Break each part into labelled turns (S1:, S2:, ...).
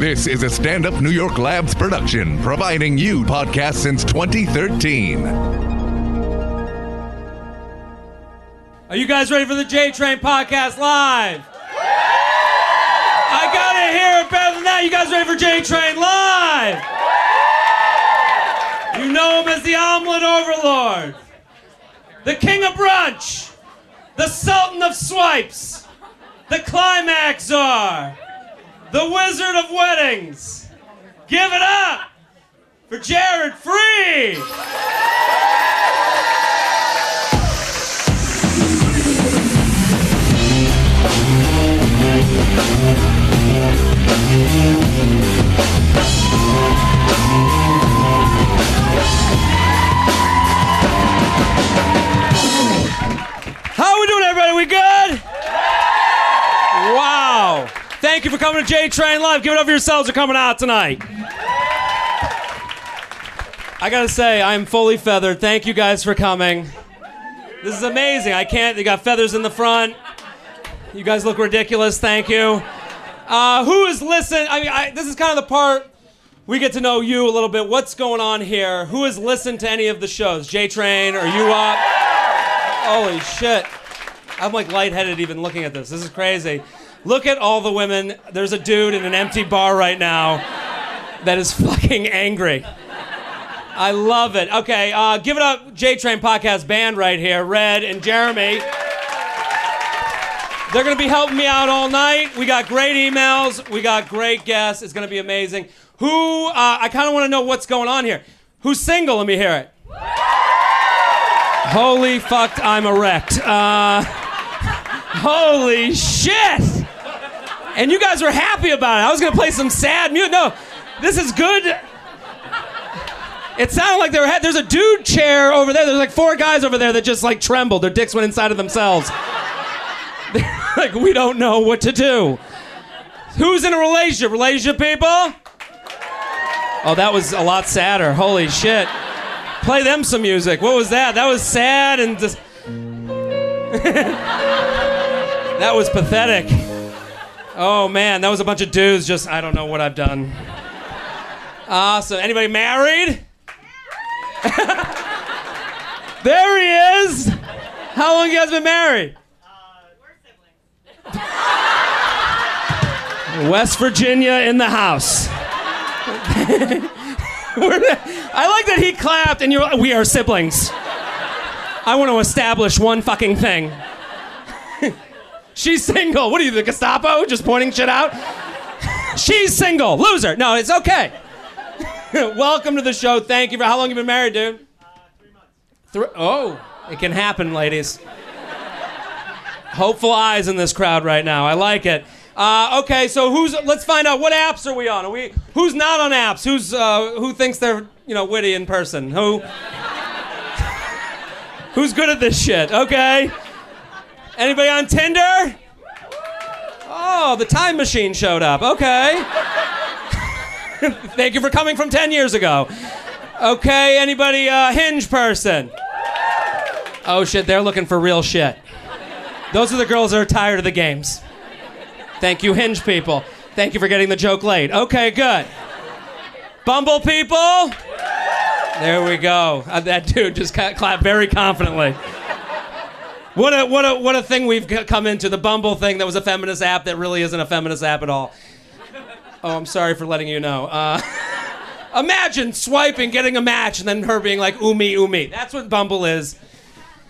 S1: This is a stand up New York Labs production, providing you podcasts since 2013.
S2: Are you guys ready for the J Train podcast live? I gotta hear it better than that. You guys ready for J Train live? You know him as the omelet overlord, the king of brunch, the sultan of swipes, the climax czar, the wizard of weddings. Give it up for Jared Free! How we doing, everybody? We good? Wow. Thank you for coming to J Train Live. Give it up for yourselves for coming out tonight. I gotta say, I'm fully feathered. Thank you guys for coming. This is amazing. I can't. You got feathers in the front. You guys look ridiculous. Thank you. Uh, who is listening? I mean, I, this is kind of the part we get to know you a little bit. What's going on here? Who has listened to any of the shows? J Train or You Up? Holy shit. I'm like lightheaded even looking at this. This is crazy. Look at all the women. There's a dude in an empty bar right now that is fucking angry. I love it. Okay, uh, give it up, J Train Podcast Band right here, Red and Jeremy. They're going to be helping me out all night. We got great emails. We got great guests. It's going to be amazing. Who, uh, I kind of want to know what's going on here. Who's single? Let me hear it. Holy fucked, I'm erect. Uh, holy shit! And you guys were happy about it. I was gonna play some sad music. No, this is good. It sounded like they were. Ha- There's a dude chair over there. There's like four guys over there that just like trembled. Their dicks went inside of themselves. They're like we don't know what to do. Who's in a relationship? Relationship people? Oh, that was a lot sadder. Holy shit play them some music. What was that? That was sad and just. that was pathetic. Oh man, that was a bunch of dudes. Just I don't know what I've done. Awesome. Anybody married? there he is. How long you guys been married? West Virginia in the house. I like that he clapped and you're we are siblings. I want to establish one fucking thing. She's single. What are you, the Gestapo? Just pointing shit out? She's single. Loser. No, it's okay. Welcome to the show. Thank you for how long you been married, dude? Uh, three months. oh, it can happen, ladies. Hopeful eyes in this crowd right now. I like it. Uh, okay, so who's? Let's find out what apps are we on. Are we? Who's not on apps? Who's? Uh, who thinks they're you know witty in person? Who? who's good at this shit? Okay. Anybody on Tinder? Oh, the time machine showed up. Okay. Thank you for coming from ten years ago. Okay, anybody uh, Hinge person? Oh shit, they're looking for real shit. Those are the girls that are tired of the games. Thank you, Hinge people. Thank you for getting the joke late. Okay, good. Bumble people. There we go. Uh, that dude just ca- clapped very confidently. What a what a what a thing we've c- come into the Bumble thing that was a feminist app that really isn't a feminist app at all. Oh, I'm sorry for letting you know. Uh, imagine swiping, getting a match, and then her being like "umi umi." That's what Bumble is.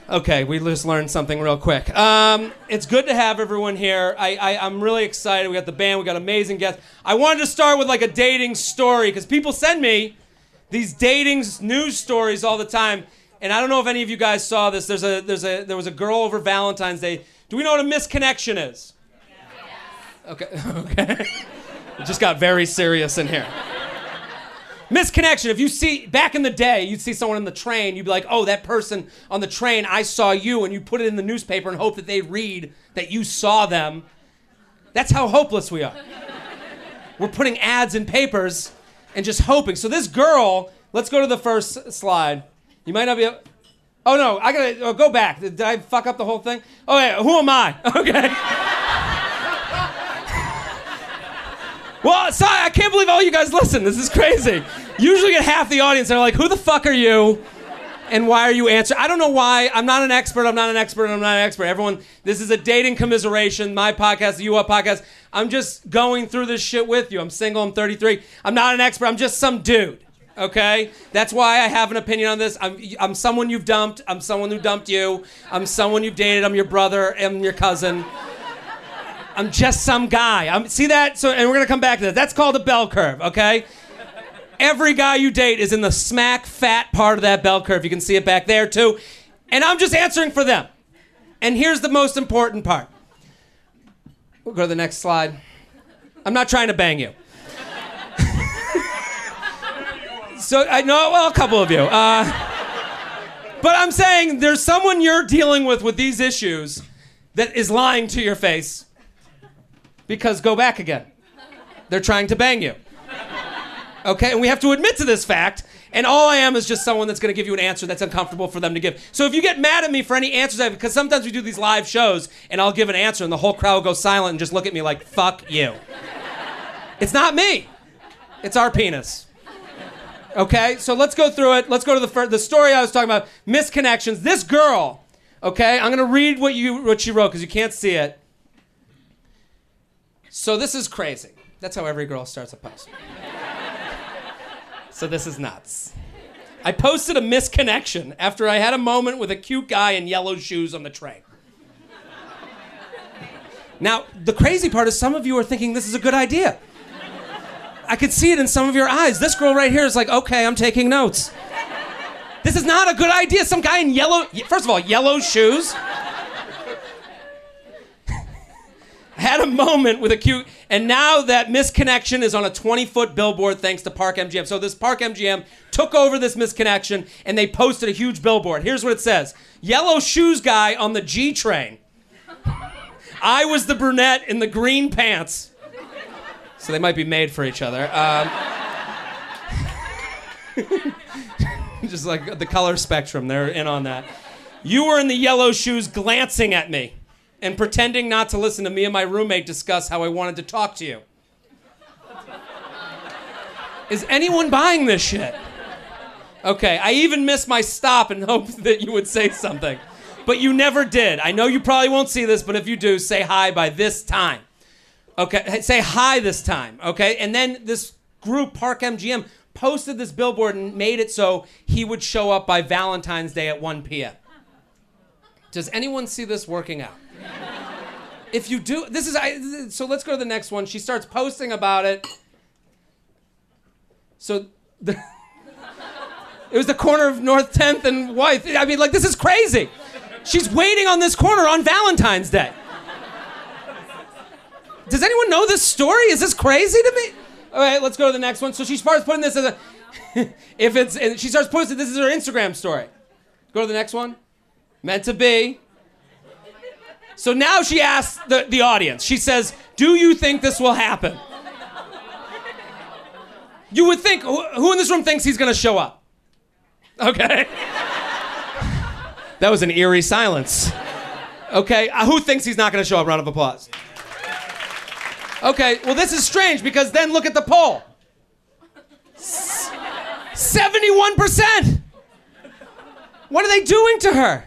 S2: Okay, we just learned something real quick. Um, it's good to have everyone here. I, I, I'm really excited. We got the band, we got amazing guests. I wanted to start with like a dating story because people send me these dating s- news stories all the time. And I don't know if any of you guys saw this. There's a, there's a, there was a girl over Valentine's Day. Do we know what a misconnection is? Okay, okay. it just got very serious in here. Misconnection. If you see back in the day, you'd see someone on the train, you'd be like, "Oh, that person on the train, I saw you," and you put it in the newspaper and hope that they read that you saw them. That's how hopeless we are. We're putting ads in papers and just hoping. So this girl, let's go to the first slide. You might not be. a- Oh no, I gotta oh, go back. Did I fuck up the whole thing? Oh yeah, who am I? Okay. Well, sorry, I can't believe all you guys listen. This is crazy. Usually get half the audience. They're like, who the fuck are you? And why are you answering? I don't know why. I'm not an expert. I'm not an expert. I'm not an expert. Everyone, this is a dating commiseration. My podcast, the You Up podcast. I'm just going through this shit with you. I'm single. I'm 33. I'm not an expert. I'm just some dude. Okay? That's why I have an opinion on this. I'm, I'm someone you've dumped. I'm someone who dumped you. I'm someone you've dated. I'm your brother. I'm your cousin. I'm just some guy. I'm see that. So, and we're gonna come back to that. That's called a bell curve. Okay. Every guy you date is in the smack fat part of that bell curve. You can see it back there too. And I'm just answering for them. And here's the most important part. We'll go to the next slide. I'm not trying to bang you. so I know well a couple of you. Uh, but I'm saying there's someone you're dealing with with these issues that is lying to your face because go back again. They're trying to bang you. Okay, and we have to admit to this fact. And all I am is just someone that's going to give you an answer that's uncomfortable for them to give. So if you get mad at me for any answers I because sometimes we do these live shows and I'll give an answer and the whole crowd will go silent and just look at me like, fuck you. It's not me, it's our penis. Okay, so let's go through it. Let's go to the first, the story I was talking about misconnections. This girl, okay, I'm going to read what, you, what she wrote because you can't see it. So this is crazy. That's how every girl starts a post. so this is nuts. I posted a misconnection after I had a moment with a cute guy in yellow shoes on the train. Now, the crazy part is some of you are thinking this is a good idea. I could see it in some of your eyes. This girl right here is like, okay, I'm taking notes. This is not a good idea. Some guy in yellow, first of all, yellow shoes. had a moment with a cute, and now that misconnection is on a 20 foot billboard thanks to Park MGM. So this Park MGM took over this misconnection and they posted a huge billboard. Here's what it says Yellow shoes guy on the G train. I was the brunette in the green pants. So they might be made for each other. Um, just like the color spectrum, they're in on that. You were in the yellow shoes glancing at me and pretending not to listen to me and my roommate discuss how I wanted to talk to you. Is anyone buying this shit? Okay, I even missed my stop and hoped that you would say something. But you never did. I know you probably won't see this, but if you do, say hi by this time. Okay, say hi this time. Okay, and then this group, Park MGM, posted this billboard and made it so he would show up by Valentine's Day at 1 p.m. Does anyone see this working out? if you do this is I, so let's go to the next one she starts posting about it so the, it was the corner of north 10th and Wythe. i mean like this is crazy she's waiting on this corner on valentine's day does anyone know this story is this crazy to me all right let's go to the next one so she starts putting this as a if it's and she starts posting this is her instagram story go to the next one meant to be so now she asks the, the audience, she says, Do you think this will happen? You would think, who, who in this room thinks he's gonna show up? Okay. that was an eerie silence. Okay, uh, who thinks he's not gonna show up? Round of applause. Okay, well, this is strange because then look at the poll S- 71%. What are they doing to her?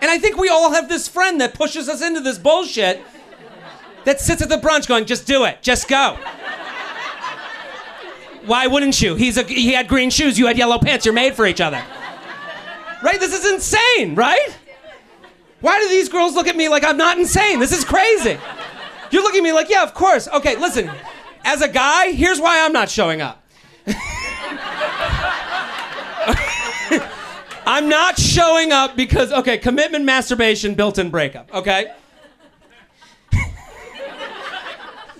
S2: And I think we all have this friend that pushes us into this bullshit that sits at the brunch going, just do it, just go. Why wouldn't you? He's a, he had green shoes, you had yellow pants, you're made for each other. Right? This is insane, right? Why do these girls look at me like I'm not insane? This is crazy. You're looking at me like, yeah, of course. Okay, listen, as a guy, here's why I'm not showing up. I'm not showing up because okay, commitment, masturbation, built-in breakup. Okay.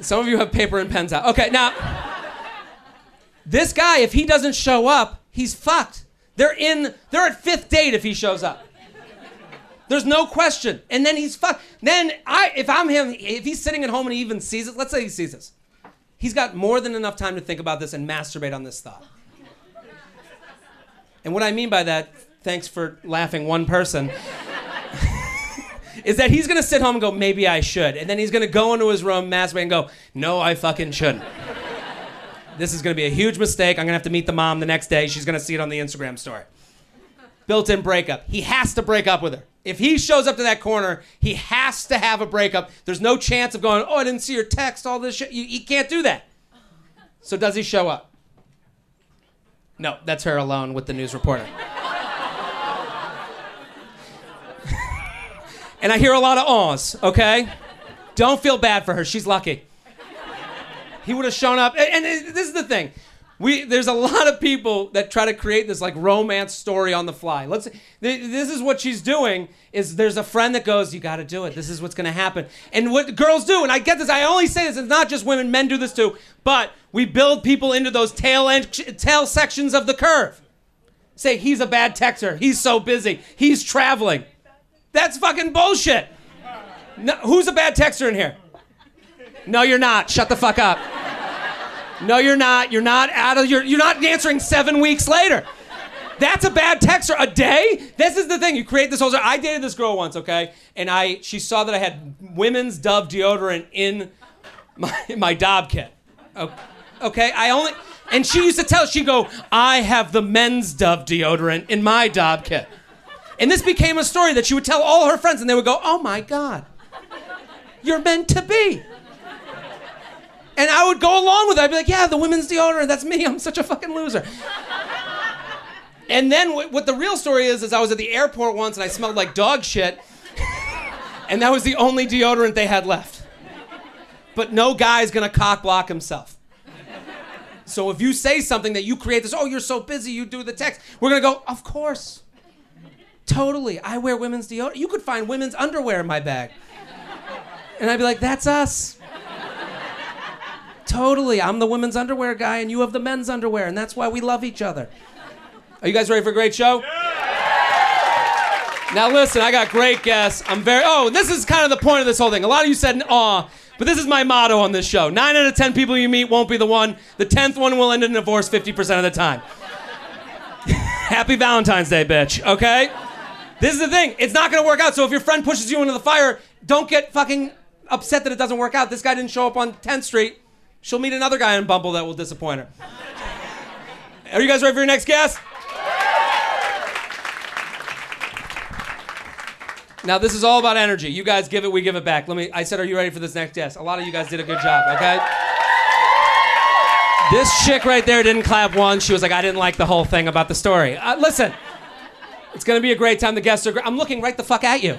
S2: Some of you have paper and pens out. Okay, now this guy, if he doesn't show up, he's fucked. They're in. They're at fifth date if he shows up. There's no question. And then he's fucked. Then I, if I'm him, if he's sitting at home and he even sees it, let's say he sees this, he's got more than enough time to think about this and masturbate on this thought. And what I mean by that, thanks for laughing one person is that he's gonna sit home and go, maybe I should, and then he's gonna go into his room, masturbate, and go, no, I fucking shouldn't. This is gonna be a huge mistake. I'm gonna have to meet the mom the next day. She's gonna see it on the Instagram story. Built-in breakup. He has to break up with her. If he shows up to that corner, he has to have a breakup. There's no chance of going, oh, I didn't see your text, all this shit. You, you can't do that. So does he show up? No, that's her alone with the news reporter. and I hear a lot of awns, okay? Don't feel bad for her. She's lucky. He would have shown up. And, and it- this is the thing. We, there's a lot of people that try to create this like romance story on the fly. Let's th- this is what she's doing is there's a friend that goes, "You got to do it. This is what's going to happen." And what girls do, and I get this. I only say this, it's not just women, men do this too, but we build people into those tail end tail sections of the curve. Say he's a bad texter. He's so busy. He's traveling. That's fucking bullshit. No, who's a bad texter in here? No, you're not. Shut the fuck up. No, you're not. You're not out of your. You're not answering seven weeks later. That's a bad texter. A day? This is the thing. You create this whole. I dated this girl once, okay, and I she saw that I had women's Dove deodorant in my my Dob kit. O- Okay, I only. And she used to tell. She go, I have the men's Dove deodorant in my Dob kit. And this became a story that she would tell all her friends, and they would go, Oh my God, you're meant to be. And I would go along with it. I'd be like, Yeah, the women's deodorant, that's me. I'm such a fucking loser. And then what what the real story is, is I was at the airport once and I smelled like dog shit, and that was the only deodorant they had left. But no guy's gonna cock block himself. So if you say something that you create this, oh, you're so busy, you do the text, we're gonna go, Of course. Totally. I wear women's deodorant. You could find women's underwear in my bag. And I'd be like, that's us. Totally. I'm the women's underwear guy and you have the men's underwear, and that's why we love each other. Are you guys ready for a great show? Now listen, I got great guests. I'm very oh, this is kind of the point of this whole thing. A lot of you said aw, but this is my motto on this show. Nine out of ten people you meet won't be the one. The tenth one will end in divorce 50% of the time. Happy Valentine's Day, bitch. Okay? This is the thing. It's not going to work out. So if your friend pushes you into the fire, don't get fucking upset that it doesn't work out. This guy didn't show up on 10th Street. She'll meet another guy in Bumble that will disappoint her. Are you guys ready for your next guest? Now this is all about energy. You guys give it, we give it back. Let me. I said, are you ready for this next guest? A lot of you guys did a good job. Okay. This chick right there didn't clap once. She was like, I didn't like the whole thing about the story. Uh, listen. It's gonna be a great time. The guests are. Gr- I'm looking right the fuck at you.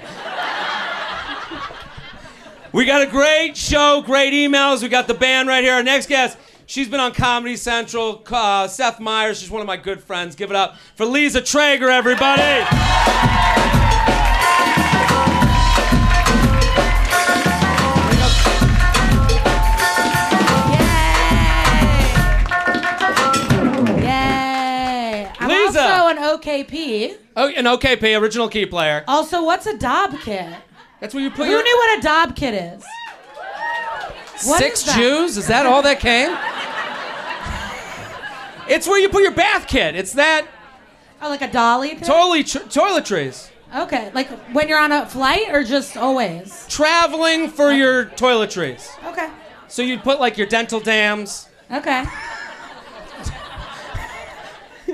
S2: we got a great show, great emails. We got the band right here. Our next guest, she's been on Comedy Central. Uh, Seth Meyers. She's one of my good friends. Give it up for Lisa Traeger, everybody.
S3: Yay! I'm
S2: Lisa.
S3: also an OKP.
S2: Oh, an OKP original key player.
S3: Also, what's a dob kit?
S2: That's where you put
S3: Who knew
S2: your
S3: what a dob kit is? What
S2: six
S3: is that?
S2: Jews. Is that all that came? it's where you put your bath kit. It's that
S3: Oh, like a dolly? Thing?
S2: totally tr- toiletries.
S3: okay, like when you're on a flight or just always?
S2: Traveling for your toiletries.
S3: Okay.
S2: So you'd put like your dental dams
S3: Okay.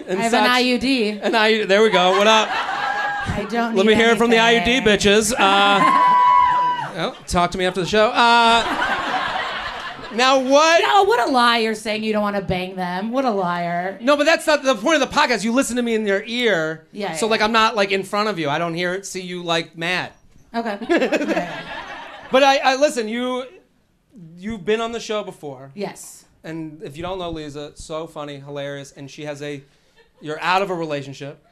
S2: and
S3: I have
S2: such.
S3: an IUD.
S2: An IU. There we go. What up?
S3: I don't
S2: Let
S3: need
S2: me hear it from the IUD
S3: anything.
S2: bitches. Uh, oh, talk to me after the show. Uh, now what?
S3: Oh, what a lie you're saying you don't want to bang them. What a liar.
S2: No, but that's not the point of the podcast. You listen to me in your ear.
S3: Yeah,
S2: So
S3: yeah.
S2: like I'm not like in front of you. I don't hear it. See you like mad.
S3: Okay. Okay.
S2: But I, I listen. You, you've been on the show before,
S3: yes.
S2: and if you don't know Lisa, so funny, hilarious, and she has a. You're out of a relationship.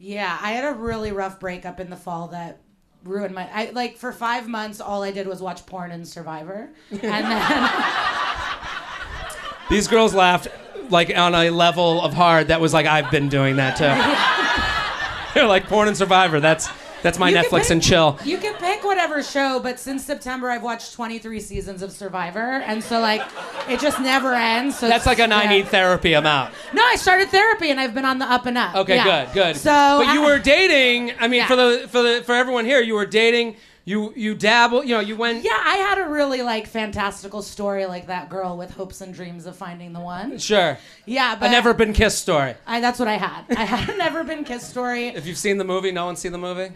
S3: Yeah, I had a really rough breakup in the fall that ruined my. I like for five months, all I did was watch porn and Survivor, and then
S2: These girls laughed like on a level of hard that was like I've been doing that too. They're like porn and Survivor. That's that's my
S3: You can
S2: Netflix
S3: pick-
S2: and chill.
S3: You can pick whatever show, but since September, I've watched 23 seasons of Survivor, and so like it just never ends. So
S2: That's like a
S3: an
S2: I need therapy amount.
S3: No, I started therapy, and I've been on the up and up.
S2: Okay,
S3: Yeah.
S2: good, good.
S3: So,
S2: but you
S3: I-
S2: were dating. I mean, for
S3: Yeah.
S2: the for the for everyone here, you were dating. You you dabble. You know, you went.
S3: Yeah, I had a really like fantastical story like that girl with hopes and dreams of finding the one.
S2: Sure.
S3: Yeah, but
S2: A never been kissed story.
S3: I, that's what I had. I had a never been kissed story.
S2: If you've seen the movie, no one's seen the movie.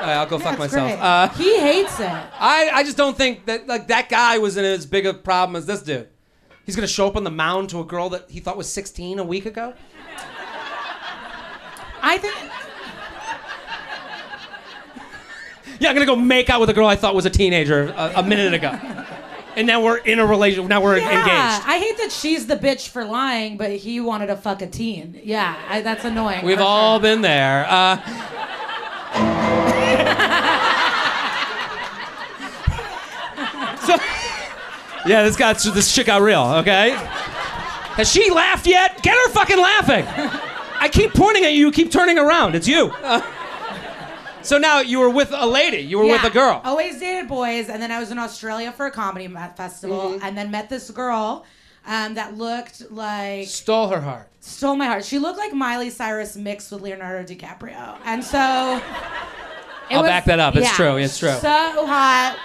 S2: All right, I'll go fuck
S3: That's
S2: myself.
S3: great.
S2: Uh,
S3: he hates it.
S2: I I just don't think that like that guy was in as big a problem as this dude. He's gonna show up on the mound to a girl that he thought was 16 a week ago.
S3: I think
S2: Yeah, I'm gonna go make out with a girl I thought was a teenager a, a minute ago, and now we're in a relation. Now we're
S3: yeah,
S2: engaged.
S3: I hate that she's the bitch for lying, but he wanted to fuck a teen. Yeah, I, that's annoying.
S2: We've
S3: for
S2: all
S3: sure.
S2: been there. Uh, so, yeah, this got this shit got real. Okay, has she laughed yet? Get her fucking laughing. I keep pointing at you. You keep turning around. It's you. Uh, so now you were with a lady. You were
S3: yeah. Oh.
S2: with a girl.
S3: Always dated boys, and then I was in Australia for a comedy ma- festival, and then met this girl um, that looked like
S2: Stole her heart.
S3: stole my heart. She looked like Miley Cyrus mixed with Leonardo DiCaprio, and so it
S2: I'll back that up. It's true. It's true.
S3: So hot,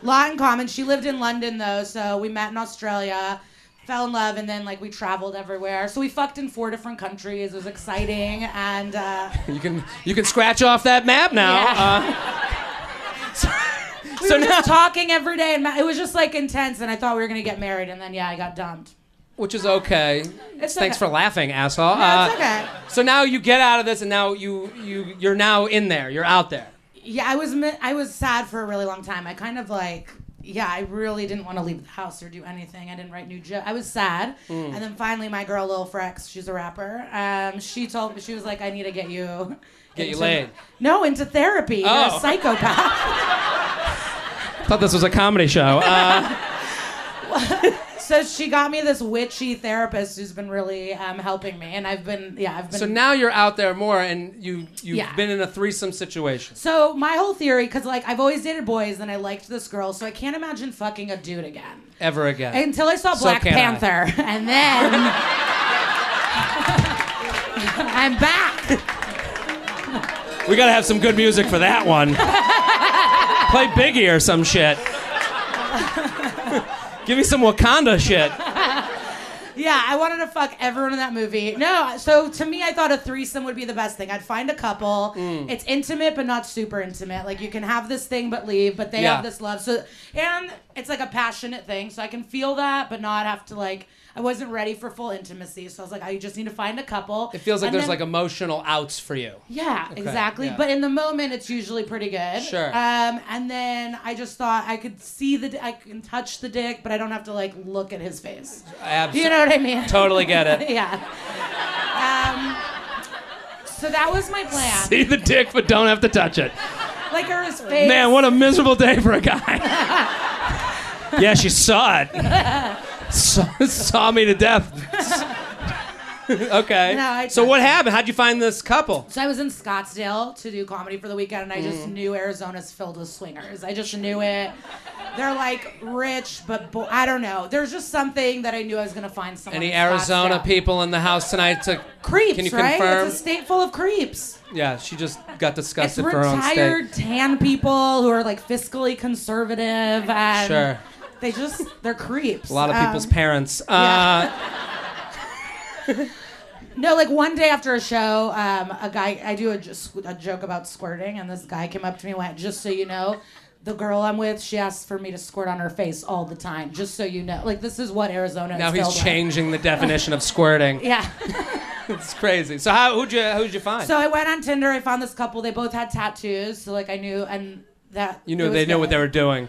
S3: lot in common. She lived in London though, so we met in Australia, fell in love, and then like we traveled everywhere. So we fucked in four different countries. It was exciting, and uh,
S2: You can you can scratch off that map now. Uh, so
S3: we
S2: so
S3: were
S2: now,
S3: just talking every day, and ma- it was just like intense. And I thought we were gonna get married, and then yeah, I got dumped.
S2: which is okay.
S3: It's
S2: Thanks
S3: okay.
S2: for laughing, asshole.
S3: No,
S2: Uh,
S3: it's okay.
S2: So now you get out of this, and now you you you're now in there. You're out there.
S3: Yeah, I was mi- I was sad for a really long time. I kind of like yeah, I really didn't want to leave the house or do anything. I didn't write new jokes. I was sad,
S2: Mm.
S3: and then finally my girl Lil Frex, she's a rapper. Um, she told me she was like, I need to get you.
S2: Get you
S3: into-
S2: laid.
S3: No, into therapy. You're
S2: Oh.
S3: a psychopath.
S2: Thought this was a comedy show. Uh,
S3: so she got me this witchy therapist who's been really um, helping me, and I've been yeah, I've been.
S2: so now you're out there more, and you you've
S3: Yeah.
S2: been in a threesome situation.
S3: So my whole theory, because like I've always dated boys, and I liked this girl, so I can't imagine fucking a dude again.
S2: Ever again?
S3: until I saw
S2: So
S3: Black
S2: can I.
S3: Panther, and then I'm back.
S2: we gotta have some good music for that one. Play Biggie or some shit. Give me some Wakanda shit.
S3: Yeah, I wanted to fuck everyone in that movie. No, so to me, I thought a threesome would be the best thing. I'd find a couple.
S2: Mm.
S3: It's intimate, but not super intimate. Like you can have this thing, but leave. But they
S2: Yeah.
S3: have this love. So and it's like a passionate thing. So I can feel that, but not have to like. I wasn't ready for full intimacy, so I was like, I just need to find a couple.
S2: It feels like
S3: And
S2: there's
S3: then-
S2: like emotional outs for you.
S3: Yeah, exactly.
S2: yeah.
S3: But in the moment, it's usually pretty good.
S2: Sure.
S3: Um, and then I just thought I could see the, di- I can touch the dick, but I don't have to like look at his face.
S2: Absolutely.
S3: You know what I mean?
S2: Totally get it.
S3: yeah. Um, so that was my plan.
S2: See the dick, but don't have to touch it.
S3: Like or his face.
S2: Man, what a miserable day for a guy. yeah, she saw it. saw, saw me to death. okay.
S3: No, I-
S2: so what happened? How'd you find this couple?
S3: So I was in Scottsdale to do comedy for the weekend, and I just
S2: Mm.
S3: knew Arizona's filled with swingers. I just knew it. They're like rich, but bo- I don't know. There's just something that I knew I was gonna find someone.
S2: Any
S3: in
S2: Arizona
S3: Scottsdale.
S2: people in the house tonight to
S3: Creeps,
S2: Can you
S3: right?
S2: confirm?
S3: It's a state full of creeps.
S2: yeah, she just got
S3: It's
S2: disgusted for her own state.
S3: retired tan people who are like fiscally conservative and
S2: Sure.
S3: they just they're creeps.
S2: A lot of people's parents. Uh,
S3: um, yeah. No, like one day after a show, um, a guy I do a, j- squ- a joke about squirting, and this guy came up to me and went, "Just so you know." The girl I'm with, she asks for me to squirt on her face all the time, just so you know. Like this is what Arizona.
S2: Now
S3: is
S2: he's
S3: filled with.
S2: changing the definition of squirting.
S3: Yeah.
S2: It's crazy. So how who'd you who'd you find?
S3: So I went on Tinder. I found this couple. They both had tattoos, so like I knew and that
S2: you
S3: it
S2: knew
S3: was
S2: they knew
S3: good.
S2: what they were doing.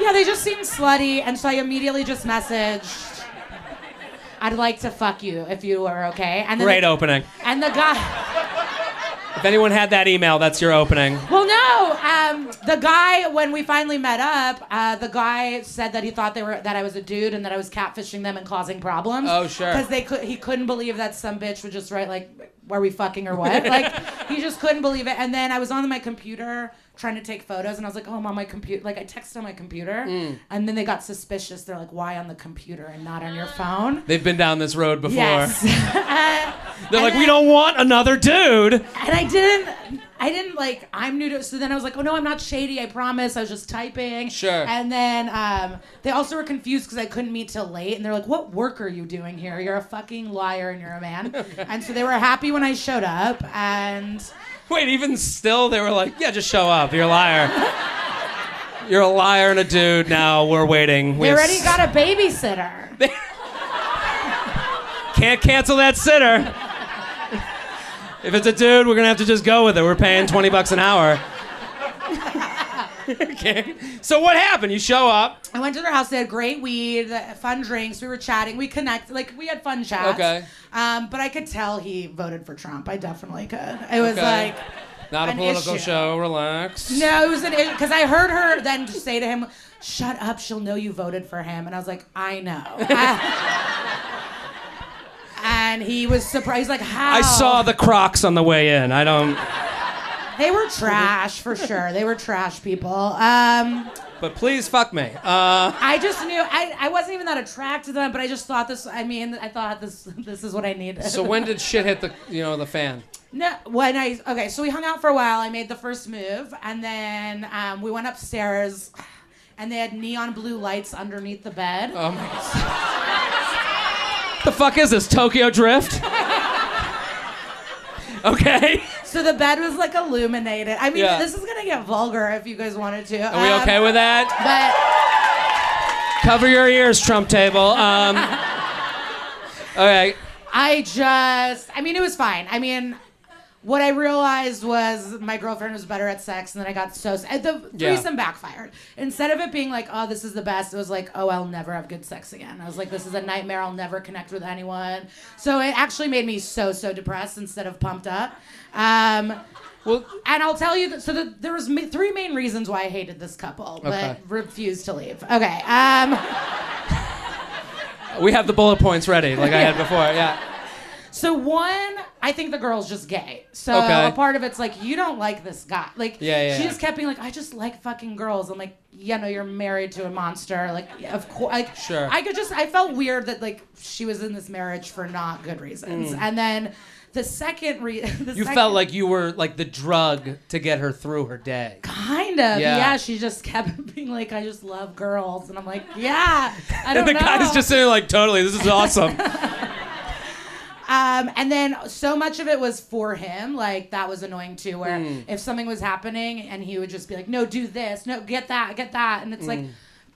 S3: Yeah, they just seemed slutty, and so I immediately just messaged, "I'd like to fuck you if you were okay." And then
S2: Great
S3: the,
S2: opening.
S3: And the guy,
S2: If anyone had that email, that's your opening.
S3: well, no, um, the guy when we finally met up, uh, the guy said that he thought they were that I was a dude and that I was catfishing them and causing problems.
S2: Oh, sure.
S3: Because they could, he couldn't believe that some bitch would just write like, "Are we fucking or what?" like, he just couldn't believe it. And then I was on my computer trying to take photos, and I was like, "Oh, I'm on my computer." Like, I texted on my computer,
S2: Hmm.
S3: and then they got suspicious. They're like, "Why on the computer and not on your phone?"
S2: They've been down this road before.
S3: Yes. Uh,
S2: They're
S3: and
S2: like, we
S3: then-
S2: don't want another dude.
S3: And I didn't. I didn't like. I'm new to. So then I was like, oh no, I'm not shady. I promise. I was just typing.
S2: Sure.
S3: And then um, they also were confused because I couldn't meet till late, and they're like, what work are you doing here? You're a fucking liar, and you're a man. And so they were happy when I showed up, and
S2: Wait, even still, they were like, yeah, just show up. You're a liar. You're a liar and a dude. Now we're waiting. We
S3: they
S2: have
S3: already
S2: s-
S3: got a babysitter.
S2: Can't cancel that sitter. If it's a dude, we're gonna have to just go with it. We're paying 20 bucks an hour. okay. So what happened? You show up.
S3: I went to their house. They had great weed, fun drinks. We were chatting. We connected. Like we had fun chats.
S2: Okay.
S3: Um, but I could tell he voted for Trump. I definitely could. It was
S2: Okay.
S3: like.
S2: Not a
S3: An
S2: political
S3: issue.
S2: show. Relax.
S3: No, it was an because I heard her then just say to him, "Shut up, she'll know you voted for him," and I was like, "I know." and he was surprised, like, "How?"
S2: I saw the Crocs on the way in. I don't.
S3: They were trash for sure. They were trash people. Um,
S2: But please fuck me. Uh,
S3: I just knew I, I wasn't even that attracted to them, but I just thought this. I mean, I thought this this is what I needed.
S2: so when did shit hit the you know the fan?
S3: No, when I okay, so we hung out for a while. I made the first move, and then um, we went upstairs, and they had neon blue lights underneath the bed.
S2: Oh my god. the fuck is this? Tokyo Drift? okay.
S3: So the bed was like illuminated. I mean,
S2: Yeah.
S3: this is gonna get vulgar if you guys wanted to. um,
S2: Are we okay with that?
S3: But
S2: Cover your ears, Trump table. Um, all right.
S3: I just, I mean, it was fine. I mean, what I realized was my girlfriend was better at sex, and then I got so s- the
S2: Yeah.
S3: threesome backfired. Instead of it being like, oh, this is the best, it was like, oh, I'll never have good sex again. I was like, this is a nightmare. I'll never connect with anyone. So it actually made me so so depressed instead of pumped up. Um,
S2: Well,
S3: and I'll tell you that. So the, there was ma- three main reasons why I hated this couple, but
S2: Okay.
S3: refused to leave. Okay. Um.
S2: we have the bullet points ready, like I had before. Yeah.
S3: So one, I think the girl's just gay. So
S2: Okay.
S3: a part of it's like you don't like this guy. Like
S2: Yeah, yeah,
S3: she
S2: yeah.
S3: just kept being like, I just like fucking girls. I'm like, yeah, no, you're married to a monster. Like, yeah, of course. Like,
S2: Sure.
S3: I could just, I felt weird that like she was in this marriage for not good reasons. And then the second reason,
S2: Mm. You felt like you were like the drug to get her through her day.
S3: kind of
S2: Yeah.
S3: yeah. She just kept being like, I just love girls, and I'm like, yeah. I don't
S2: And the
S3: know.
S2: guy's just sitting there like, totally, this is awesome.
S3: Um, and then so much of it was for him. Like that was annoying too. Where
S2: Hmm.
S3: if something was happening and he would just be like, "No, do this. No, get that. Get that." And it's like,
S2: Hmm.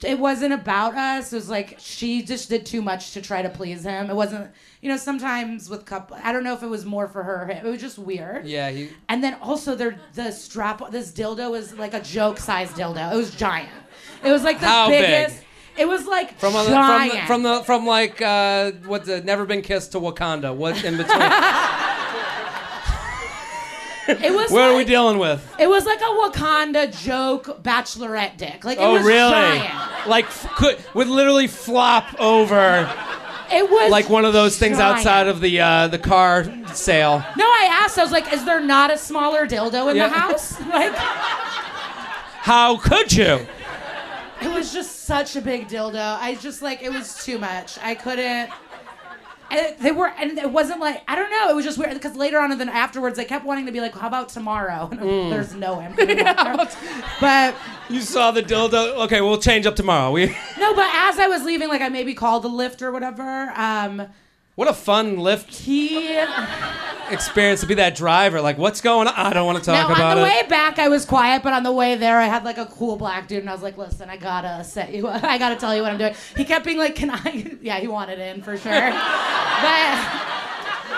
S3: it wasn't about us. It was like she just did too much to try to please him. It wasn't. You know, sometimes with couple, I don't know if it was more for her. Or him. It was just weird.
S2: yeah. He,
S3: And then also there, the strap. This dildo was like a joke-sized dildo. It was giant. It was like the
S2: How big?
S3: biggest. It was like
S2: from, a, from,
S3: giant.
S2: the, from the from like uh, what's it? Never been kissed to Wakanda. What in between?
S3: it was
S2: What are we
S3: like-
S2: dealing with?
S3: It was like a Wakanda joke bachelorette dick. Like it
S2: Oh,
S3: was
S2: really?
S3: giant.
S2: Like f- could would literally flop over
S3: It was
S2: like one of those things
S3: giant.
S2: outside of the uh, the car sale.
S3: No, I asked. I was like, "Is there not a smaller dildo in
S2: Yeah.
S3: the house?" Like
S2: How could you?
S3: it was just such a big dildo. I just like it was too much. I couldn't. And it- they were, and it wasn't like I don't know. It was just weird because later on and then afterwards, they kept wanting to be like, "How about tomorrow?" And I'm
S2: Mm.
S3: like, there's no empty. but
S2: You saw the dildo. Okay, we'll change up tomorrow. We
S3: no, but as I was leaving, like I maybe called the lift or whatever. Um,
S2: what a fun lift
S3: he.
S2: experience to be that driver. Like, what's going on? I don't want to talk
S3: Now
S2: about
S3: on the
S2: it.
S3: way back, I was quiet, but on the way there, I had like a cool black dude, and I was like, "Listen, I gotta set you. up. I gotta tell you what I'm doing." He kept being like, "Can I?" Yeah, he wanted in for sure. but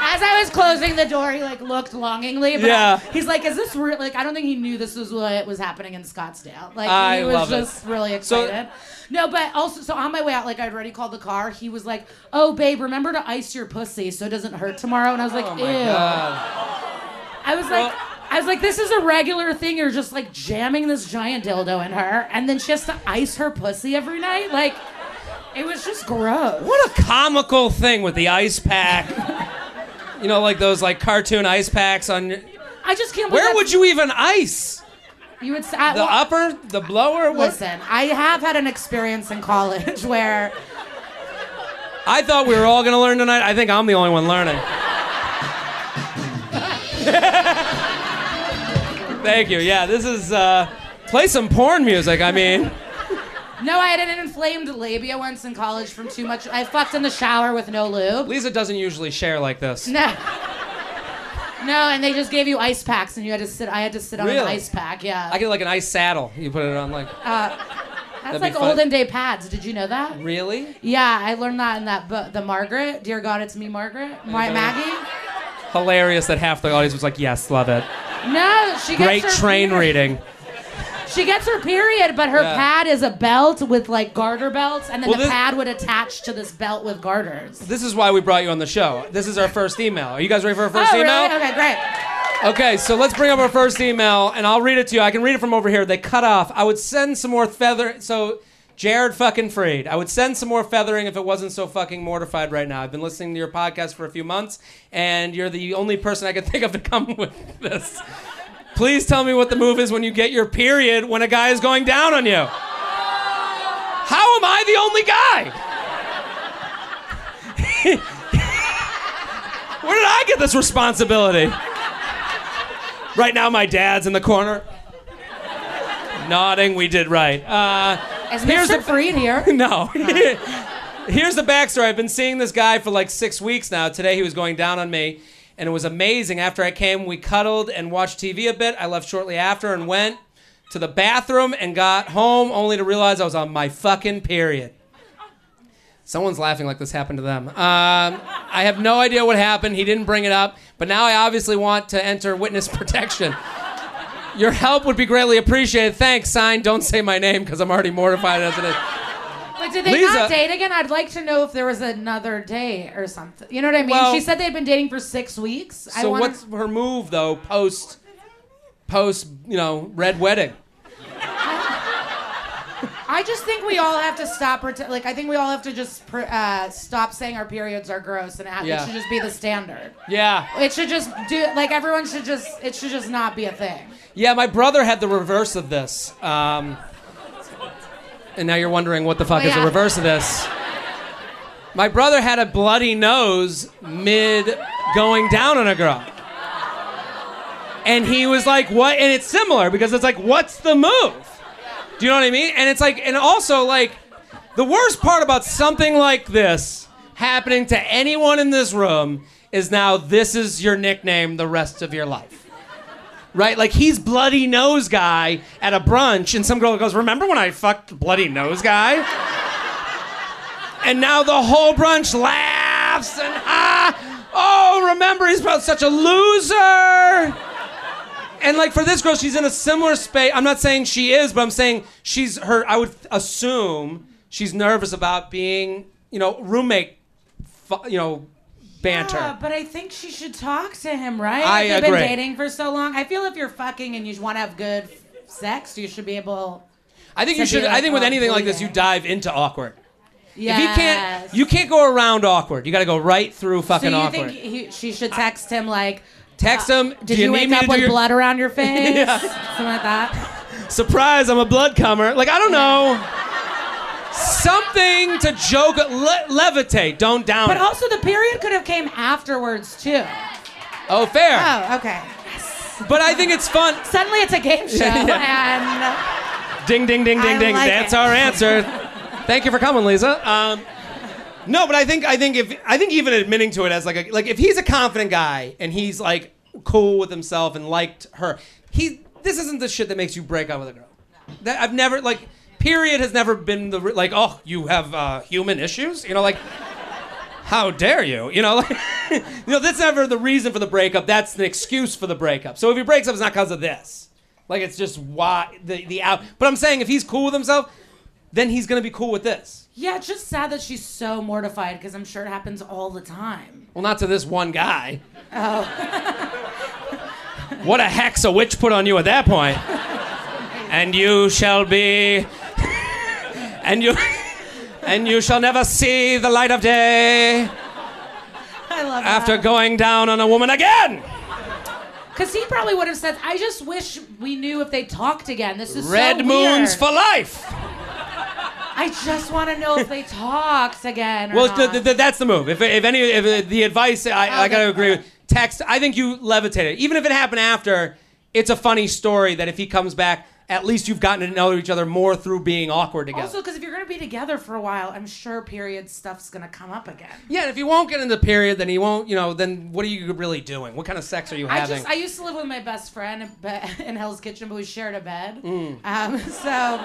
S3: as I was closing the door, he like looked longingly. But
S2: Yeah.
S3: I- he's like, "Is this real?" Like, I don't think he knew this was what was happening in Scottsdale. Like,
S2: I
S3: he was
S2: love it.
S3: just really
S2: So-
S3: excited. no, but also, so on my way out, like I'd already called the car. He was like, "Oh, babe, remember to ice your pussy so it doesn't hurt tomorrow." And I was
S2: Oh
S3: like, "Ew."
S2: God.
S3: I was like, I was like, this is a regular thing. You're just like jamming this giant dildo in her, and then she has to ice her pussy every night. Like, it was just gross.
S2: what a comical thing with the ice pack. you know, like those like cartoon ice packs on. Your,
S3: I just can't.
S2: where would you even ice?
S3: You would. s- I,
S2: The
S3: well,
S2: upper, the blower. What?
S3: Listen, I have had an experience in college where
S2: I thought we were all gonna learn tonight. I think I'm the only one learning. Thank you. Yeah, this is uh, play some porn music. I mean,
S3: No, I had an inflamed labia once in college from too much. I fucked in the shower with no lube.
S2: Lisa doesn't usually share like this.
S3: No. No, and they just gave you ice packs, and you had to sit. I had to sit on an
S2: Really?
S3: ice pack. Yeah,
S2: I get like an ice saddle. You put it on like.
S3: that's
S2: be
S3: like
S2: fun.
S3: olden day pads. Did you know that?
S2: Really?
S3: Yeah, I learned that in that book, the Margaret. Dear God, it's me, Margaret. My Maggie.
S2: Hilarious that half the audience was like, "Yes, love it."
S3: No, she gets
S2: Great
S3: her
S2: train
S3: period.
S2: reading.
S3: She gets her period, but her
S2: Yeah.
S3: pad is a belt with like garter belts, and then
S2: Well,
S3: the
S2: this-
S3: pad would attach to this belt with garters.
S2: This is why we brought you on the show. This is our first email. Are you guys ready for our first
S3: oh,
S2: email?
S3: really? Okay, great.
S2: Okay, so let's bring up our first email, and I'll read it to you. I can read it from over here. They cut off. I would send some more feather. So, Jared fucking Freed. I would send some more feathering if it wasn't so fucking mortified right now. I've been listening to your podcast for a few months, and you're the only person I could think of to come with this. Please tell me what the move is when you get your period when a guy is going down on you. How am I the only guy? Where did I get this responsibility? Right now, my dad's in the corner. Nodding, we did right. Uh,
S3: Is
S2: Here's
S3: Mr.
S2: the-
S3: Freed here?
S2: no. Here's the backstory. I've been seeing this guy for like six weeks now. Today, he was going down on me, and it was amazing. After I came, we cuddled and watched TV a bit. I left shortly after and went to the bathroom and got home, only to realize I was on my fucking period. Someone's laughing like this happened to them. Um, I have no idea what happened. He didn't bring it up, but now I obviously want to enter witness protection. Your help would be greatly appreciated. Thanks. Signed, don't say my name because I'm already mortified as it is.
S3: But did they
S2: Lisa-
S3: not date again? I'd like to know if there was another day or something. You know what I mean?
S2: Well-
S3: she said they'd been dating for six weeks. I
S2: So
S3: wanna-
S2: what's her move though? Post, post, you know, red wedding.
S3: I just think we all have to stop. Pret- like I think we all have to just pr- uh, stop saying our periods are gross, and ha-
S2: Yeah.
S3: it should just be the standard.
S2: Yeah,
S3: It should just do like everyone should just. It should just not be a thing.
S2: yeah. My brother had the reverse of this, um, and now you're wondering what the fuck is the
S3: Yeah.
S2: reverse of this. My brother had a bloody nose mid going down on a girl. And he was like, what? And it's similar because it's like, what's the move? Do you know what I mean? And it's like, and also, like, the worst part about something like this happening to anyone in this room is now this is your nickname the rest of your life. Right? Like, he's Bloody Nose Guy at a brunch, and some girl goes, Remember when I fucked Bloody Nose Guy? And now the whole brunch laughs and ah, oh, remember he's about such a loser. And like for this girl, she's in a similar space. I'm not saying she is, but I'm saying she's her. I would assume she's nervous about being, you know, roommate, fu- you know, banter.
S3: Yeah, but I think she should talk to him, right?
S2: I
S3: They've
S2: agree.
S3: been dating for so long. I feel if you're fucking and you want to have good sex, you should be able.
S2: I think you
S3: to be
S2: should.
S3: like,
S2: I think with
S3: oh,
S2: anything like this, you
S3: bleeding.
S2: dive into awkward.
S3: Yes.
S2: If you can't, you can't go around awkward. You got to go right through
S3: So
S2: fucking
S3: you
S2: awkward.
S3: think he, she should text him like? "Uh,
S2: Text him.
S3: Did
S2: do you, need
S3: you, wake
S2: me
S3: up
S2: to do
S3: with
S2: your-
S3: blood around your face?
S2: Yeah.
S3: Something like that.
S2: surprise, I'm a blood comer. Like, I don't know. Something to joke, le- levitate, don't down.
S3: But
S2: it.
S3: also, the period could have came afterwards too.
S2: oh, fair.
S3: Oh, okay.
S2: But I think it's fun.
S3: Suddenly, it's a game show, and
S2: Ding, ding, ding, ding,
S3: I
S2: ding.
S3: like
S2: That's
S3: it.
S2: our answer. Thank you for coming, Lisa. Um, no, but I think I think if I think even admitting to it as like a, like if he's a confident guy and he's like cool with himself and liked her, he this isn't the shit that makes you break up with a girl. That I've never like period has never been the re- like oh you have uh, human issues you know like how dare you you know like you know that's never the reason for the breakup that's an excuse for the breakup so if he breaks up it's not because of this like it's just why the the out but I'm saying if he's cool with himself then he's gonna be cool with this
S3: yeah, it's just sad that she's so mortified because I'm sure it happens all the time.
S2: Well, not to this one guy. Oh. what a hex a witch put on you at that point. and you shall be. and you. And you shall never see the light of day
S3: I love
S2: after
S3: that.
S2: going down on a woman again.
S3: Because he probably would have said, I just wish we knew if they talked again. This is
S2: Red
S3: so
S2: moons
S3: weird.
S2: for life.
S3: I just want to know if they talked again. Or
S2: Well,
S3: not.
S2: th- th- th- that's the move. If, if any, if uh, the advice I, I
S3: Okay.
S2: gotta agree with text. I think you levitate it, even if it happened after. it's a funny story that if he comes back, at least you've gotten to know each other more through being awkward together.
S3: Also, because if you're gonna be together for a while, I'm sure period stuff's gonna come up again.
S2: yeah, and if you won't get into the period, then he won't, you know, then what are you really doing? What kind of sex are you
S3: I
S2: having?
S3: just I used to live with my best friend in be- in Hell's Kitchen, but we shared a bed.
S2: Mm.
S3: Um, so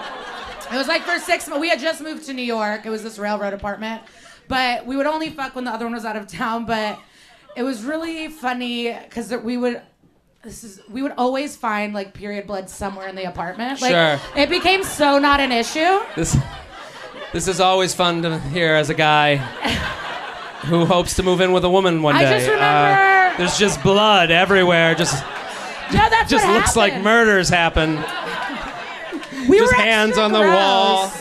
S3: it was like for six months. We had just moved to New York. It was this railroad apartment, but we would only fuck when the other one was out of town. But it was really funny because we would. This is we would always find like period blood somewhere in the apartment. Like
S2: Sure.
S3: it became so not an issue.
S2: This, this is always fun to hear as a guy who hopes to move in with a woman one
S3: I
S2: day. Uh,
S3: just remember-
S2: there's just blood everywhere. Just
S3: No, that's
S2: just
S3: what
S2: looks like
S3: happened.
S2: murders happen.
S3: We
S2: Just
S3: were extra
S2: hands on the
S3: gross.
S2: wall.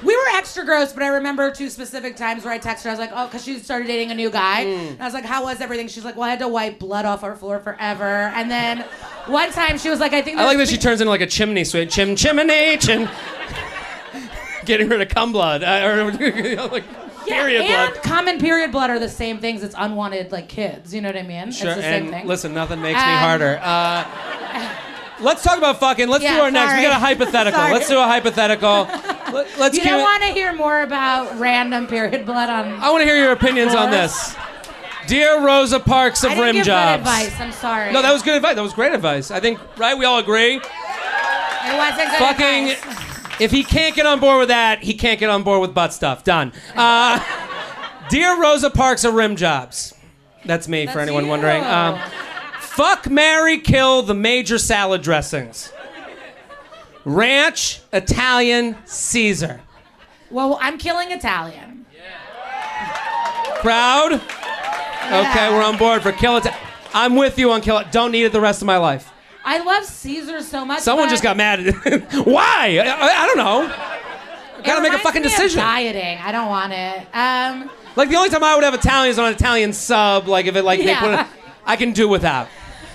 S3: We were extra gross, but I remember two specific times where I texted her. I was like, "Oh, because she started dating a new guy."
S2: Mm.
S3: And I was like, "How was everything?" She's like, "Well, I had to wipe blood off our floor forever." And then one time she was like, "I think."
S2: I like that
S3: there's
S2: she
S3: pe-
S2: turns into like a chimney sweep. Chim chimney chim. Getting rid of cum blood uh, or you know, like
S3: Yeah,
S2: period
S3: and
S2: blood.
S3: common period blood are the same things. It's unwanted, like kids. You know what I mean?
S2: Sure,
S3: it's the same
S2: and
S3: thing.
S2: listen, nothing makes me
S3: Um,
S2: harder. Uh, let's talk about fucking. Let's
S3: Yeah,
S2: do our next. We
S3: sorry.
S2: got a hypothetical.
S3: Sorry.
S2: Let's do a hypothetical. Let, let's
S3: you
S2: keep
S3: don't
S2: it-
S3: want to hear more about random period blood on.
S2: I want to hear your opinions on this. Dear Rosa Parks of
S3: I didn't
S2: Rim
S3: give
S2: Jobs.
S3: good advice. I'm sorry.
S2: No, that was good advice. That was great advice. I think, right? We all agree.
S3: It wasn't good
S2: Fucking,
S3: advice.
S2: if he can't get on board with that, he can't get on board with butt stuff. Done. Uh, Dear Rosa Parks of Rim Jobs. That's me for
S3: That's
S2: anyone
S3: you.
S2: wondering. Um, fuck, Mary, kill the major salad dressings. Ranch, Italian, Caesar.
S3: well, I'm killing Italian.
S2: Proud? Okay, we're on board for Kill It. I'm with you on Kill It. Don't need it the rest of my life.
S3: I love Caesar so much.
S2: Someone
S3: but
S2: just got mad at Why? I, I- I don't know.
S3: it
S2: gotta make a
S3: reminds
S2: fucking
S3: me of
S2: decision.
S3: dieting. I don't want it. Um,
S2: Like the only time I would have Italian is on an Italian sub. Like if it like
S3: Yeah.
S2: they put it, I can do without.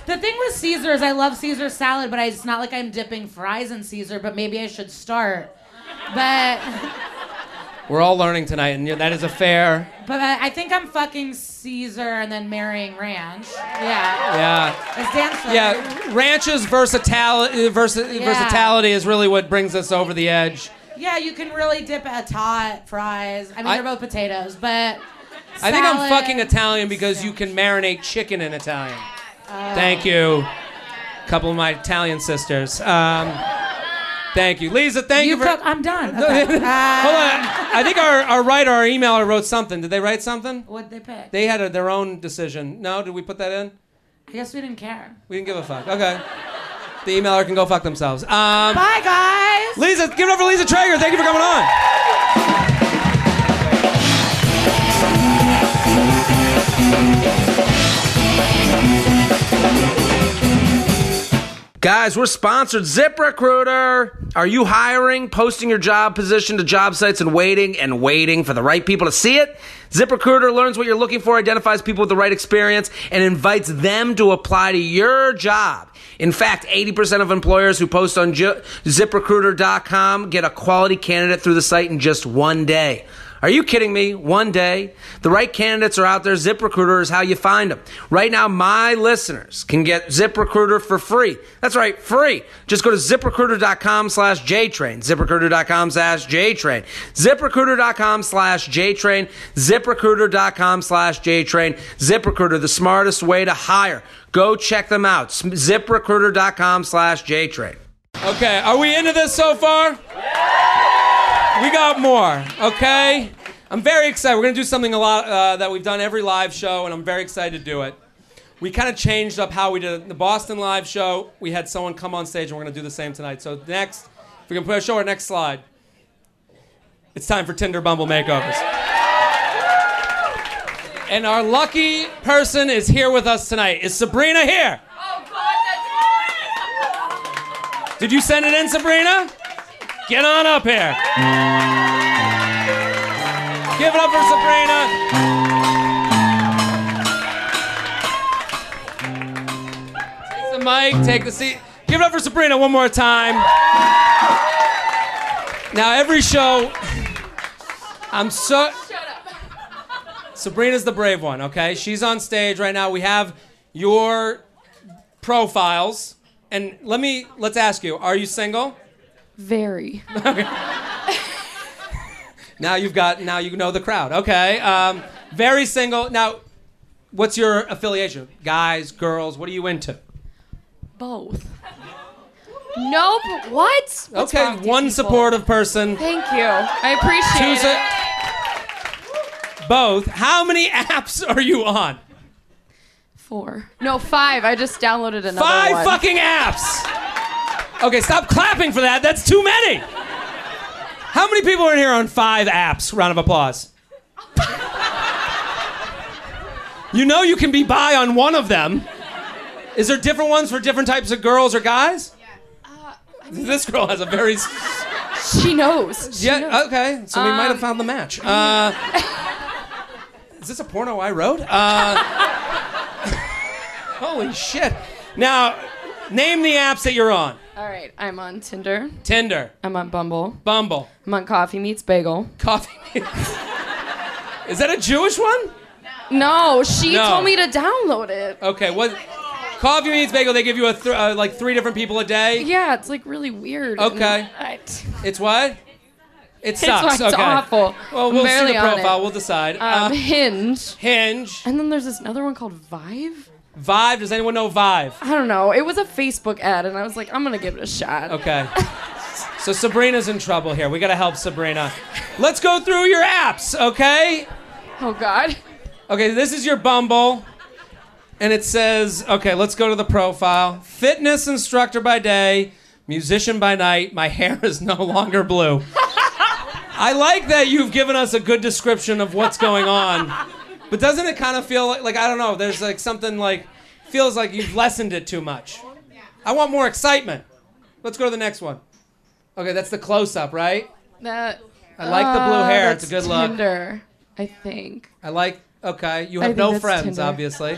S3: the thing with Caesar is I love Caesar salad, but I, it's not like I'm dipping fries in Caesar. But maybe I should start. But
S2: We're all learning tonight, and that is a fair.
S3: but I think I'm fucking Caesar and then marrying Ranch. Yeah.
S2: Yeah,
S3: It's Dan Slaughter.
S2: yeah. Ranches versatility, versa-
S3: Yeah.
S2: versatility is really what brings us over the edge.
S3: Yeah, you can really dip a tot fries. I mean,
S2: I-
S3: they're both potatoes, but.
S2: I think I'm
S3: salad-
S2: fucking Italian because you can marinate chicken in Italian. thank you. couple of my Italian sisters. Um, thank you. Lisa, thank you,
S3: You
S2: for.
S3: cook. I'm done. Okay.
S2: Hold
S3: Uh,
S2: on. I think our, our writer, our emailer wrote something. Did they write something?
S3: what'd they pick?
S2: They had a, their own decision. No, did we put that in?
S3: I guess we didn't care.
S2: We didn't give a fuck. Okay. The emailer can go fuck themselves. Um,
S3: Bye, guys.
S2: Lisa, give it up for Lisa Traeger. Thank you for coming on.
S4: Guys, we're sponsored ZipRecruiter. Are you hiring, posting your job position to job sites and waiting and waiting for the right people to see it? ZipRecruiter learns what you're looking for, identifies people with the right experience, and invites them to apply to your job. In fact, 80% of employers who post on Ju- ziprecruiter.com get a quality candidate through the site in just one day. Are you kidding me? One day. The right candidates are out there. ZipRecruiter is how you find them. Right now, my listeners can get ZipRecruiter for free. That's right, free. Just go to ziprecruiter.com slash JTrain. ZipRecruiter.com slash JTrain. ZipRecruiter.com slash JTrain. ZipRecruiter.com slash JTrain. ZipRecruiter, the smartest way to hire. Go check them out. ZipRecruiter.com slash JTrain.
S2: Okay, are we into this so far? We got more, okay? I'm very excited. We're gonna do something a lot uh, that we've done every live show, and I'm very excited to do it. We kind of changed up how we did it. the Boston live show. We had someone come on stage, and we're gonna do the same tonight. So next, if we can put show our next slide, it's time for Tinder Bumble makeovers. And our lucky person is here with us tonight. Is Sabrina here? Did you send it in, Sabrina? Get on up here. Give it up for Sabrina. Take the mic, take the seat. Give it up for Sabrina one more time. Now, every show, I'm so. Sabrina's the brave one, okay? She's on stage right now. We have your profiles. And let me let's ask you: Are you single?
S5: Very.
S2: Now you've got now you know the crowd. Okay, um, very single. Now, what's your affiliation? Guys, girls, what are you into?
S5: Both. Nope. What? What's
S2: okay,
S5: wrong with you
S2: one
S5: people?
S2: supportive person.
S5: Thank you. I appreciate
S2: Two
S5: it.
S2: su- both. How many apps are you on?
S5: Four. No, five. I just downloaded another
S2: Five
S5: one.
S2: fucking apps. Okay, stop clapping for that. That's too many. How many people are in here on five apps? Round of applause. You know you can be bi on one of them. Is there different ones for different types of girls or guys? This girl has a very s-
S5: She knows. She knows.
S2: yeah. Okay. So we might have
S5: Um,
S2: found the match. Uh, is this a porno I wrote? Uh, holy shit! Now, name the apps that you're on:
S5: All right. I'm on Tinder.
S2: Tinder,
S5: I'm on Bumble.
S2: Bumble,
S5: I'm on Coffee Meets Bagel.
S2: Coffee. is that a Jewish one?
S5: No, she
S2: No.
S5: told me to download it.
S2: Okay. What? Coffee meets bagel. They give you a th- uh, like three different people a day.
S5: Yeah, it's like really weird. and
S2: Okay.
S5: I-
S2: It's what? It
S5: It's,
S2: sucks.
S5: it's
S2: okay.
S5: awful.
S2: Well,
S5: I'm
S2: we'll see
S5: barely
S2: the
S5: on it.
S2: profile. We'll decide.
S5: Um,
S2: uh,
S5: Hinge.
S2: Hinge,
S5: And then there's this another one called Vive.
S2: Vive. Does anyone know Vive?
S5: I don't know. It was a Facebook ad, and I was like, I'm gonna give it a shot.
S2: Okay. So Sabrina's in trouble here. We got to help Sabrina. Let's go through your apps, okay?
S5: Oh God.
S2: Okay, this is your Bumble. And it says, okay, let's go to the profile. Fitness instructor by day, musician by night. My hair is no longer blue. I like that you've given us a good description of what's going on. But doesn't it kind of feel like, like I don't know, there's like something like feels like you've lessened it too much. I want more excitement. Let's go to the next one. Okay, that's the close up, right?
S5: That.
S2: I like the blue
S5: uh,
S2: hair. It's a
S5: that's
S2: good look.
S5: Tinder, I think.
S2: I like okay, you
S5: I
S2: have
S5: think
S2: no
S5: that's
S2: friends
S5: Tinder.
S2: obviously.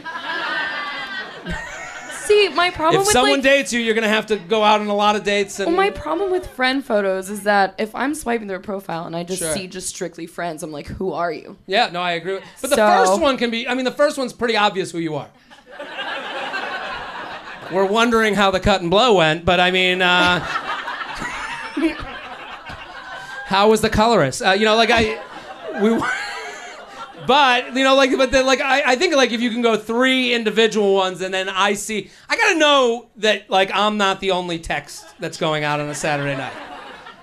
S5: See, my problem
S2: if
S5: with
S2: someone
S5: like,
S2: dates you, you're gonna have to go out on a lot of dates. And
S5: well, my problem with friend photos is that if I'm swiping their profile and I just
S2: Sure.
S5: see just strictly friends, I'm like, who are you?
S2: yeah, no, I agree. with- But the
S5: So-
S2: first one can be. I mean, the first one's pretty obvious who you are. We're wondering how the cut and blow went, but I mean, uh, how was the colorist? Uh, you know, like I, we. But you know, like, but then, like, I, I think like if you can go three individual ones, and then I see, I gotta know that like I'm not the only text that's going out on a Saturday night.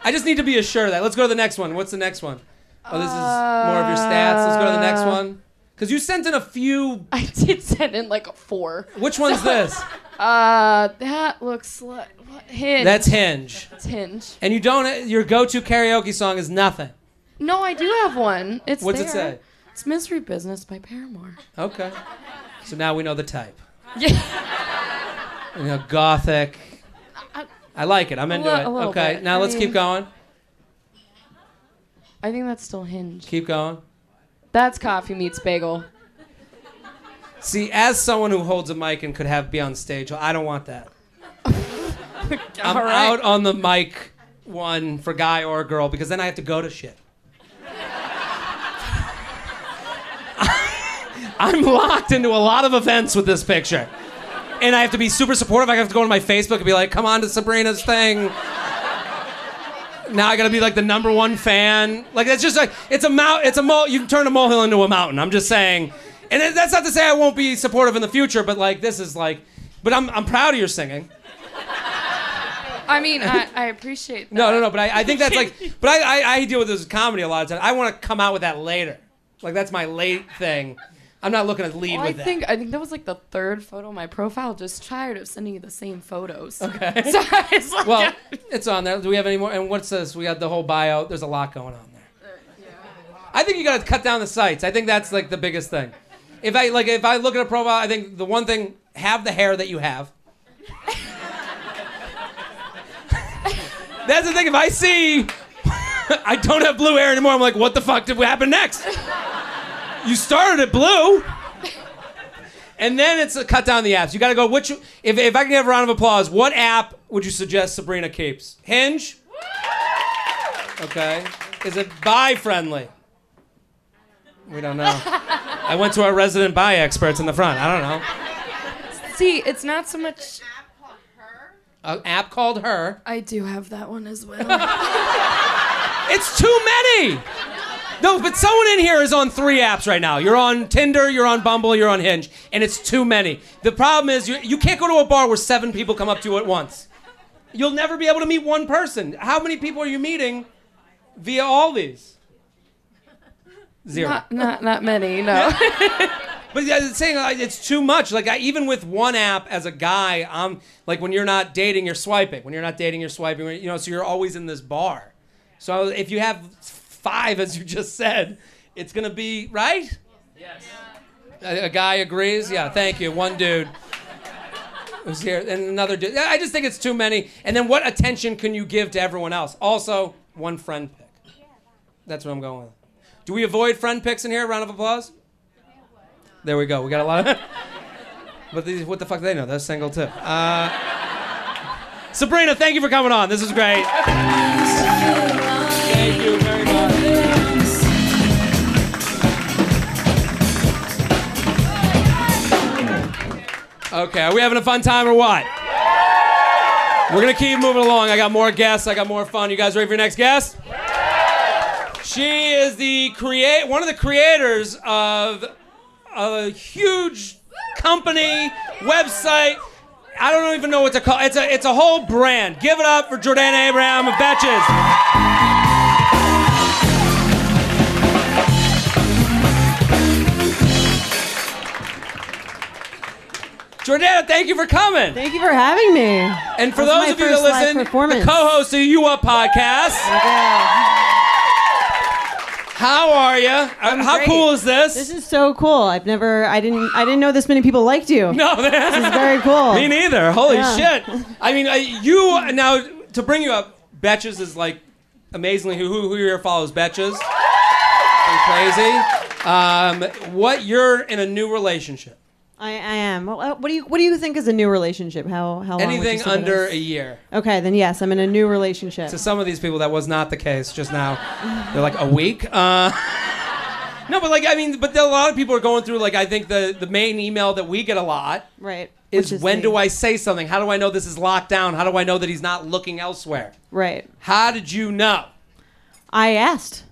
S2: I just need to be assured of that. Let's go to the next one. What's the next one? Oh, this is more of your stats. Let's go to the next one. Cause you sent in a few.
S5: I did send in like a four.
S2: Which one's this?
S5: Uh, that looks like what? Hinge.
S2: That's Hinge.
S5: It's Hinge.
S2: And you don't. Your go-to karaoke song is nothing.
S5: No, I do have one. It's
S2: What's it
S5: there.
S2: say?
S5: It's Misery Business by Paramore.
S2: Okay. So now we know the type.
S5: Yeah.
S2: You know, gothic.
S5: I-
S2: I like it. I'm into
S5: li-
S2: it.
S5: Uh, a little
S2: Okay.
S5: bit.
S2: Now
S5: I
S2: let's keep
S5: mean-
S2: going.
S5: I think that's still Hinge.
S2: Keep going.
S5: That's Coffee Meets Bagel.
S2: See, as someone who holds a mic and could have be on stage, I don't want that. I'm
S5: All right.
S2: out on the mic one for guy or girl because then I have to go to shit. I'm locked into a lot of events with this picture. And I have to be super supportive. I have to go on my Facebook and be like, come on to Sabrina's thing. Now I gotta be like the number one fan. Like that's just like it's a mount. It's a mole. You can turn a molehill into a mountain. I'm just saying, and it- that's not to say I won't be supportive in the future. But like this is like, but I'm I'm proud of your singing.
S5: I mean, I, I appreciate that.
S2: No, no, no. But I, I think that's like. But I, I, I deal with this with comedy a lot of times. I want to come out with that later. Like that's my late thing. I'm not looking to lead
S5: Well, Oh, I
S2: with
S5: think I think that was like the third photo on my profile. Just tired of sending you the same photos. Okay. So it's
S2: that.
S5: like,
S2: Well, it's on there. Do we have any more? And what's this? We got the whole bio. There's a lot going on there. I think you got to cut down the sites. I think that's like the biggest thing. If I like, if I look at a profile, I think the one thing have the hair that you have. That's the thing. If I see I don't have blue hair anymore, I'm like, what the fuck did happen next? You started at blue. And then it's a cut down the apps. You got to go. Which, if, if I can have a round of applause, what app would you suggest Sabrina keeps? Hinge. Okay. Is it bi friendly? We don't know. I went to our resident bi experts in the front. I don't know.
S5: See, it's not so much.
S2: An app called Her.
S5: I do have that one as well.
S2: It's too many. No, but someone in here is on three apps right now. You're on Tinder, you're on Bumble, you're on Hinge, and it's too many. The problem is you, you can't go to a bar where seven people come up to you at once. You'll never be able to meet one person. How many people are you meeting via all these? Zero.
S5: not, not, not many. No.
S2: But yeah, it's saying like, it's too much. Like I, even with one app as a guy, I'm like when you're not dating, you're swiping. When you're not dating, you're swiping. You know, so you're always in this bar. So if you have five, as you just said, it's gonna be right. Yes. A, a guy agrees. Yeah. Thank you. One dude. Who's here? And another dude. I just think it's too many. And then what attention can you give to everyone else? Also, one friend pick. That's what I'm going with. Do we avoid friend picks in here? Round of applause. There we go. We got a lot of. but these, what the fuck do they know? They're single too. Uh, Sabrina, thank you for coming on. This was great. thank you very much. Okay, are we having a fun time or what? We're gonna keep moving along. I got more guests. I got more fun. You guys ready for your next guest? She is the create one of the creators of a huge company website. I don't even know what to call it. It's a, it's a whole brand. Give it up for Jordana Abraham of Betches. Jordana, thank you for coming.
S6: Thank you for having me.
S2: and for
S6: That
S2: those
S6: was my
S2: of you that
S6: first live
S2: listen, the
S6: performance.
S2: co-host of You Up podcast,
S6: Yeah.
S2: how are you? How
S6: great.
S2: cool is this?
S6: This is so cool. I've never, I didn't, I didn't know this many people liked you.
S2: no,
S6: This is very cool.
S2: Me neither. Holy
S6: Yeah.
S2: shit! I mean, I, you now to bring you up, Betches is like amazingly who who, who here follows Betches? Pretty crazy. Um, what you're in a new relationship?
S6: I, I am. Well, uh, what do you, what do you think is a new relationship? How, how long? would you
S2: Anything
S6: say that
S2: under
S6: is?
S2: a year?
S6: Okay, then yes, I'm in a new relationship.
S2: To some of these people, that was not the case just now. They're like a week. Uh, no, but like I mean, but a lot of people are going through like I think the the main email that we get a lot
S6: right.
S2: is,
S6: Which
S2: when
S6: me.
S2: do I say something? How do I know this is locked down? How do I know that he's not looking elsewhere?
S6: Right.
S2: How did you know?
S6: I asked.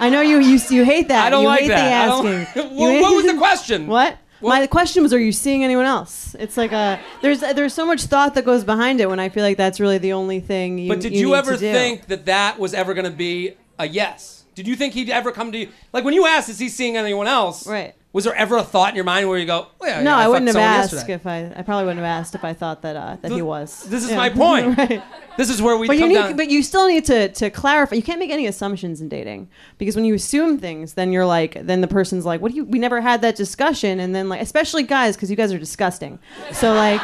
S6: I know you, you, you hate that.
S2: I don't
S6: you
S2: like
S6: hate
S2: that. I
S6: The
S2: don't-
S6: asking.
S2: Well,
S6: You-
S2: what was the question?
S6: What?
S2: What-
S6: My question was, are you seeing anyone else? It's like a there's there's so much thought that goes behind it when I feel like that's really the only thing. You,
S2: But did
S6: you,
S2: you,
S6: need
S2: ever
S6: to do.
S2: think that that was ever going to be a yes? Did you think he'd ever come to you? Like when you asked, is he seeing anyone else?
S6: Right.
S2: Was there ever a thought in your mind where you go, oh, yeah,
S6: No,
S2: yeah,
S6: I,
S2: fucked
S6: wouldn't have
S2: someone
S6: asked
S2: yesterday.
S6: if I. I probably wouldn't have asked if I thought that uh, that he was.
S2: This is
S6: Yeah.
S2: my point.
S6: right.
S2: This is where we
S6: But
S2: come
S6: you need,
S2: down.
S6: but you still need to to clarify. You can't make any assumptions in dating because when you assume things, then you're like, then the person's like, what do you? We never had that discussion, and then like, especially guys, because you guys are disgusting. So like,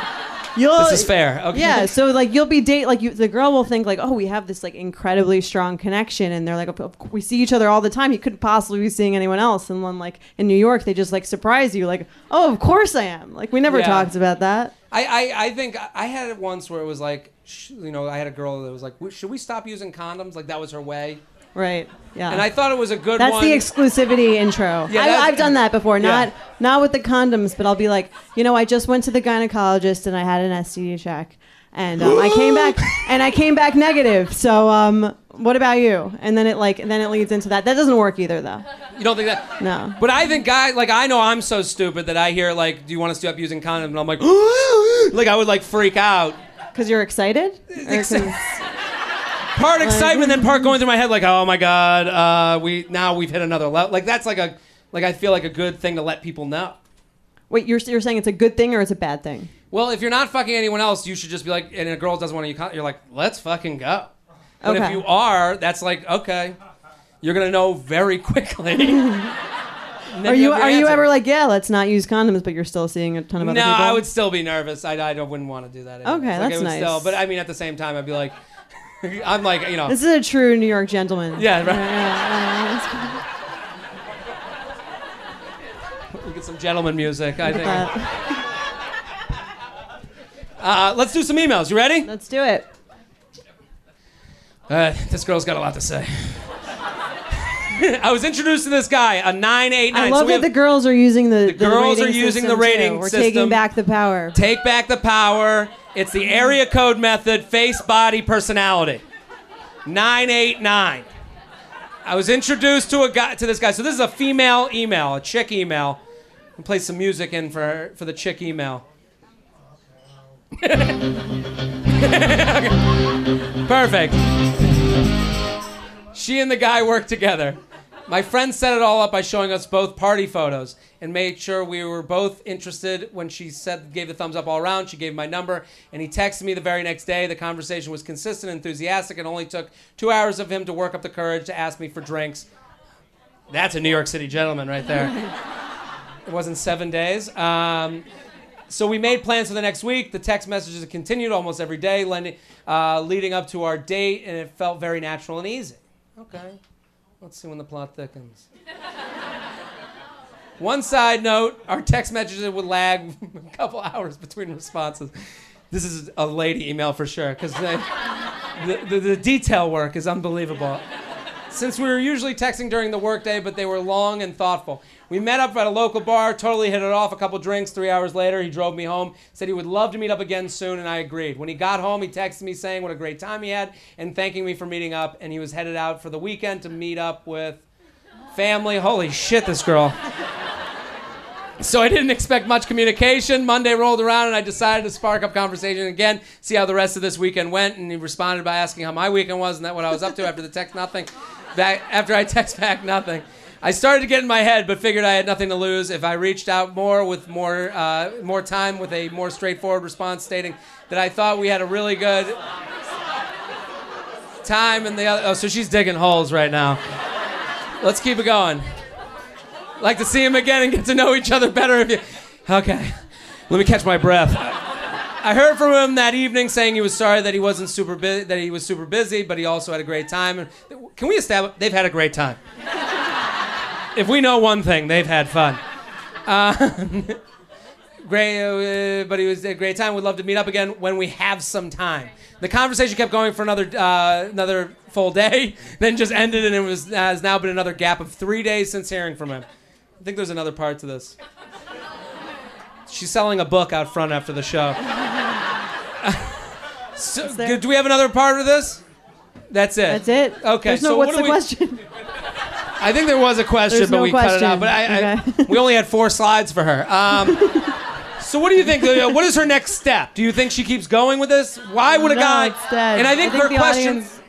S6: you'll.
S2: this is fair. Okay.
S6: Yeah, so like you'll be date like you the girl will think like oh we have this like incredibly strong connection and they're like "Of- of- we see each other all the time you couldn't possibly be seeing anyone else and then like in New York they just like surprise you like oh of course I am like we never
S2: Yeah.
S6: talked about that
S2: I, I, I think I- I had it once where it was like, sh- you know, I had a girl that was like, "W- should we stop using condoms? Like that was her way.
S6: right yeah
S2: And I thought it was a good
S6: that's
S2: one.
S6: the exclusivity intro
S2: Yeah, that's-
S6: I, I've done that before not
S2: Yeah.
S6: not with the condoms but I'll be like you know I just went to the gynecologist and I had an STD check and um, I came back and I came back negative so um what about you and then it like and then it leads into that that doesn't work either though.
S2: you don't think that?
S6: No.
S2: But I think guys, like I know I'm so stupid that I hear like, "Do you want us to stop using condoms?" And I'm like, like I would like freak out.
S6: Because you're excited? Or 'cause-
S2: Part excitement, then part going through my head like, "Oh my god, uh, we now we've hit another level." Like that's like a like I feel like a good thing to let people know.
S6: Wait, you're, you're saying it's a good thing or it's a bad thing?
S2: Well, if you're not fucking anyone else, you should just be like, and a girl doesn't want to, con- you're like, "Let's fucking go." But if
S6: Okay.
S2: you are, that's like, okay, you're gonna know very quickly. And then
S6: Are you
S2: have your
S6: are you
S2: answer.
S6: ever like, yeah, let's not use condoms, but you're still seeing a ton of other
S2: No,
S6: people?
S2: I would still be nervous. I, I don't- wouldn't want to do that. Anyway.
S6: Okay,
S2: Like, I
S6: that's
S2: would
S6: nice.
S2: Still, but I mean, at the same time, I'd be like, I'm like, you know,
S6: This is a true New York gentleman.
S2: yeah, right.
S6: Yeah,
S2: We get some gentleman music. I
S6: yeah,
S2: think.
S6: yeah. Uh,
S2: Uh, let's do some emails. You ready?
S6: let's do it.
S2: Uh, this girl's got a lot to say. I was introduced to this guy, a nine eight nine.
S6: I love
S2: so we
S6: that the
S2: have
S6: girls are using the, the,
S2: girls are
S6: rating
S2: using the
S6: system,
S2: rating
S6: too. We're
S2: system.
S6: taking back the power.
S2: take back the power. It's the area code method, face, body, personality. Nine eight nine. I was introduced to a guy to this guy. So this is a female email, a chick email. We play some music in for for the chick email. Perfect. She and the guy worked together. My friend set it all up by showing us both party photos and made sure we were both interested. When she said gave the thumbs up all around, she gave my number, and he texted me the very next day. The conversation was consistent, enthusiastic, and only took two hours of him to work up the courage to ask me for drinks. That's a New York City gentleman right there. it wasn't seven days. Um, so we made plans for the next week. The text messages continued almost every day, lending, uh, leading up to our date, and it felt very natural and easy. Okay, let's see when the plot thickens. One side note: our text messages would lag a couple hours between responses. This is a lady email for sure, because the, the, the detail work is unbelievable since we were usually texting during the workday, but they were long and thoughtful. We met up at a local bar, totally hit it off. A couple drinks, three hours later, he drove me home, said he would love to meet up again soon, and I agreed. When he got home, he texted me saying what a great time he had and thanking me for meeting up, and he was headed out for the weekend to meet up with family. Holy shit, this girl. So I didn't expect much communication. Monday rolled around and I decided to spark up conversation again, see how the rest of this weekend went. And he responded by asking how my weekend was and that what I was up to after the text, nothing. That after I text back, nothing. I started to get in my head, but figured I had nothing to lose if I reached out more with more uh, more time with a more straightforward response, stating that I thought we had a really good time. And the other, oh, so she's digging holes right now. Let's keep it going like to see him again and get to know each other better if you okay let me catch my breath i heard from him that evening saying he was sorry that he wasn't super busy that he was super busy but he also had a great time and can we establish they've had a great time if we know one thing they've had fun great, uh, but it was a great time. We'd love to meet up again when we have some time. The conversation kept going for another uh, another full day, then just ended, and it was has now been another gap of three days since hearing from him. I think there's another part to this. She's selling a book out front after the show. so,
S6: there-
S2: do we have another part of this? That's it.
S6: That's it.
S2: Okay.
S6: There's no
S2: so
S6: what's
S2: what do
S6: the
S2: we-
S6: question?
S2: I think there was a question,
S6: There's
S2: but
S6: no
S2: we cut it out.
S6: question.
S2: But I, I,
S6: Okay.
S2: we only had four slides for her. Um, so what do you think? uh, What is her next step? Do you think she keeps going with this? Why would a
S6: No,
S2: guy?
S6: it's dead.
S2: And I think,
S6: I think
S2: her
S6: the
S2: question.
S6: audience-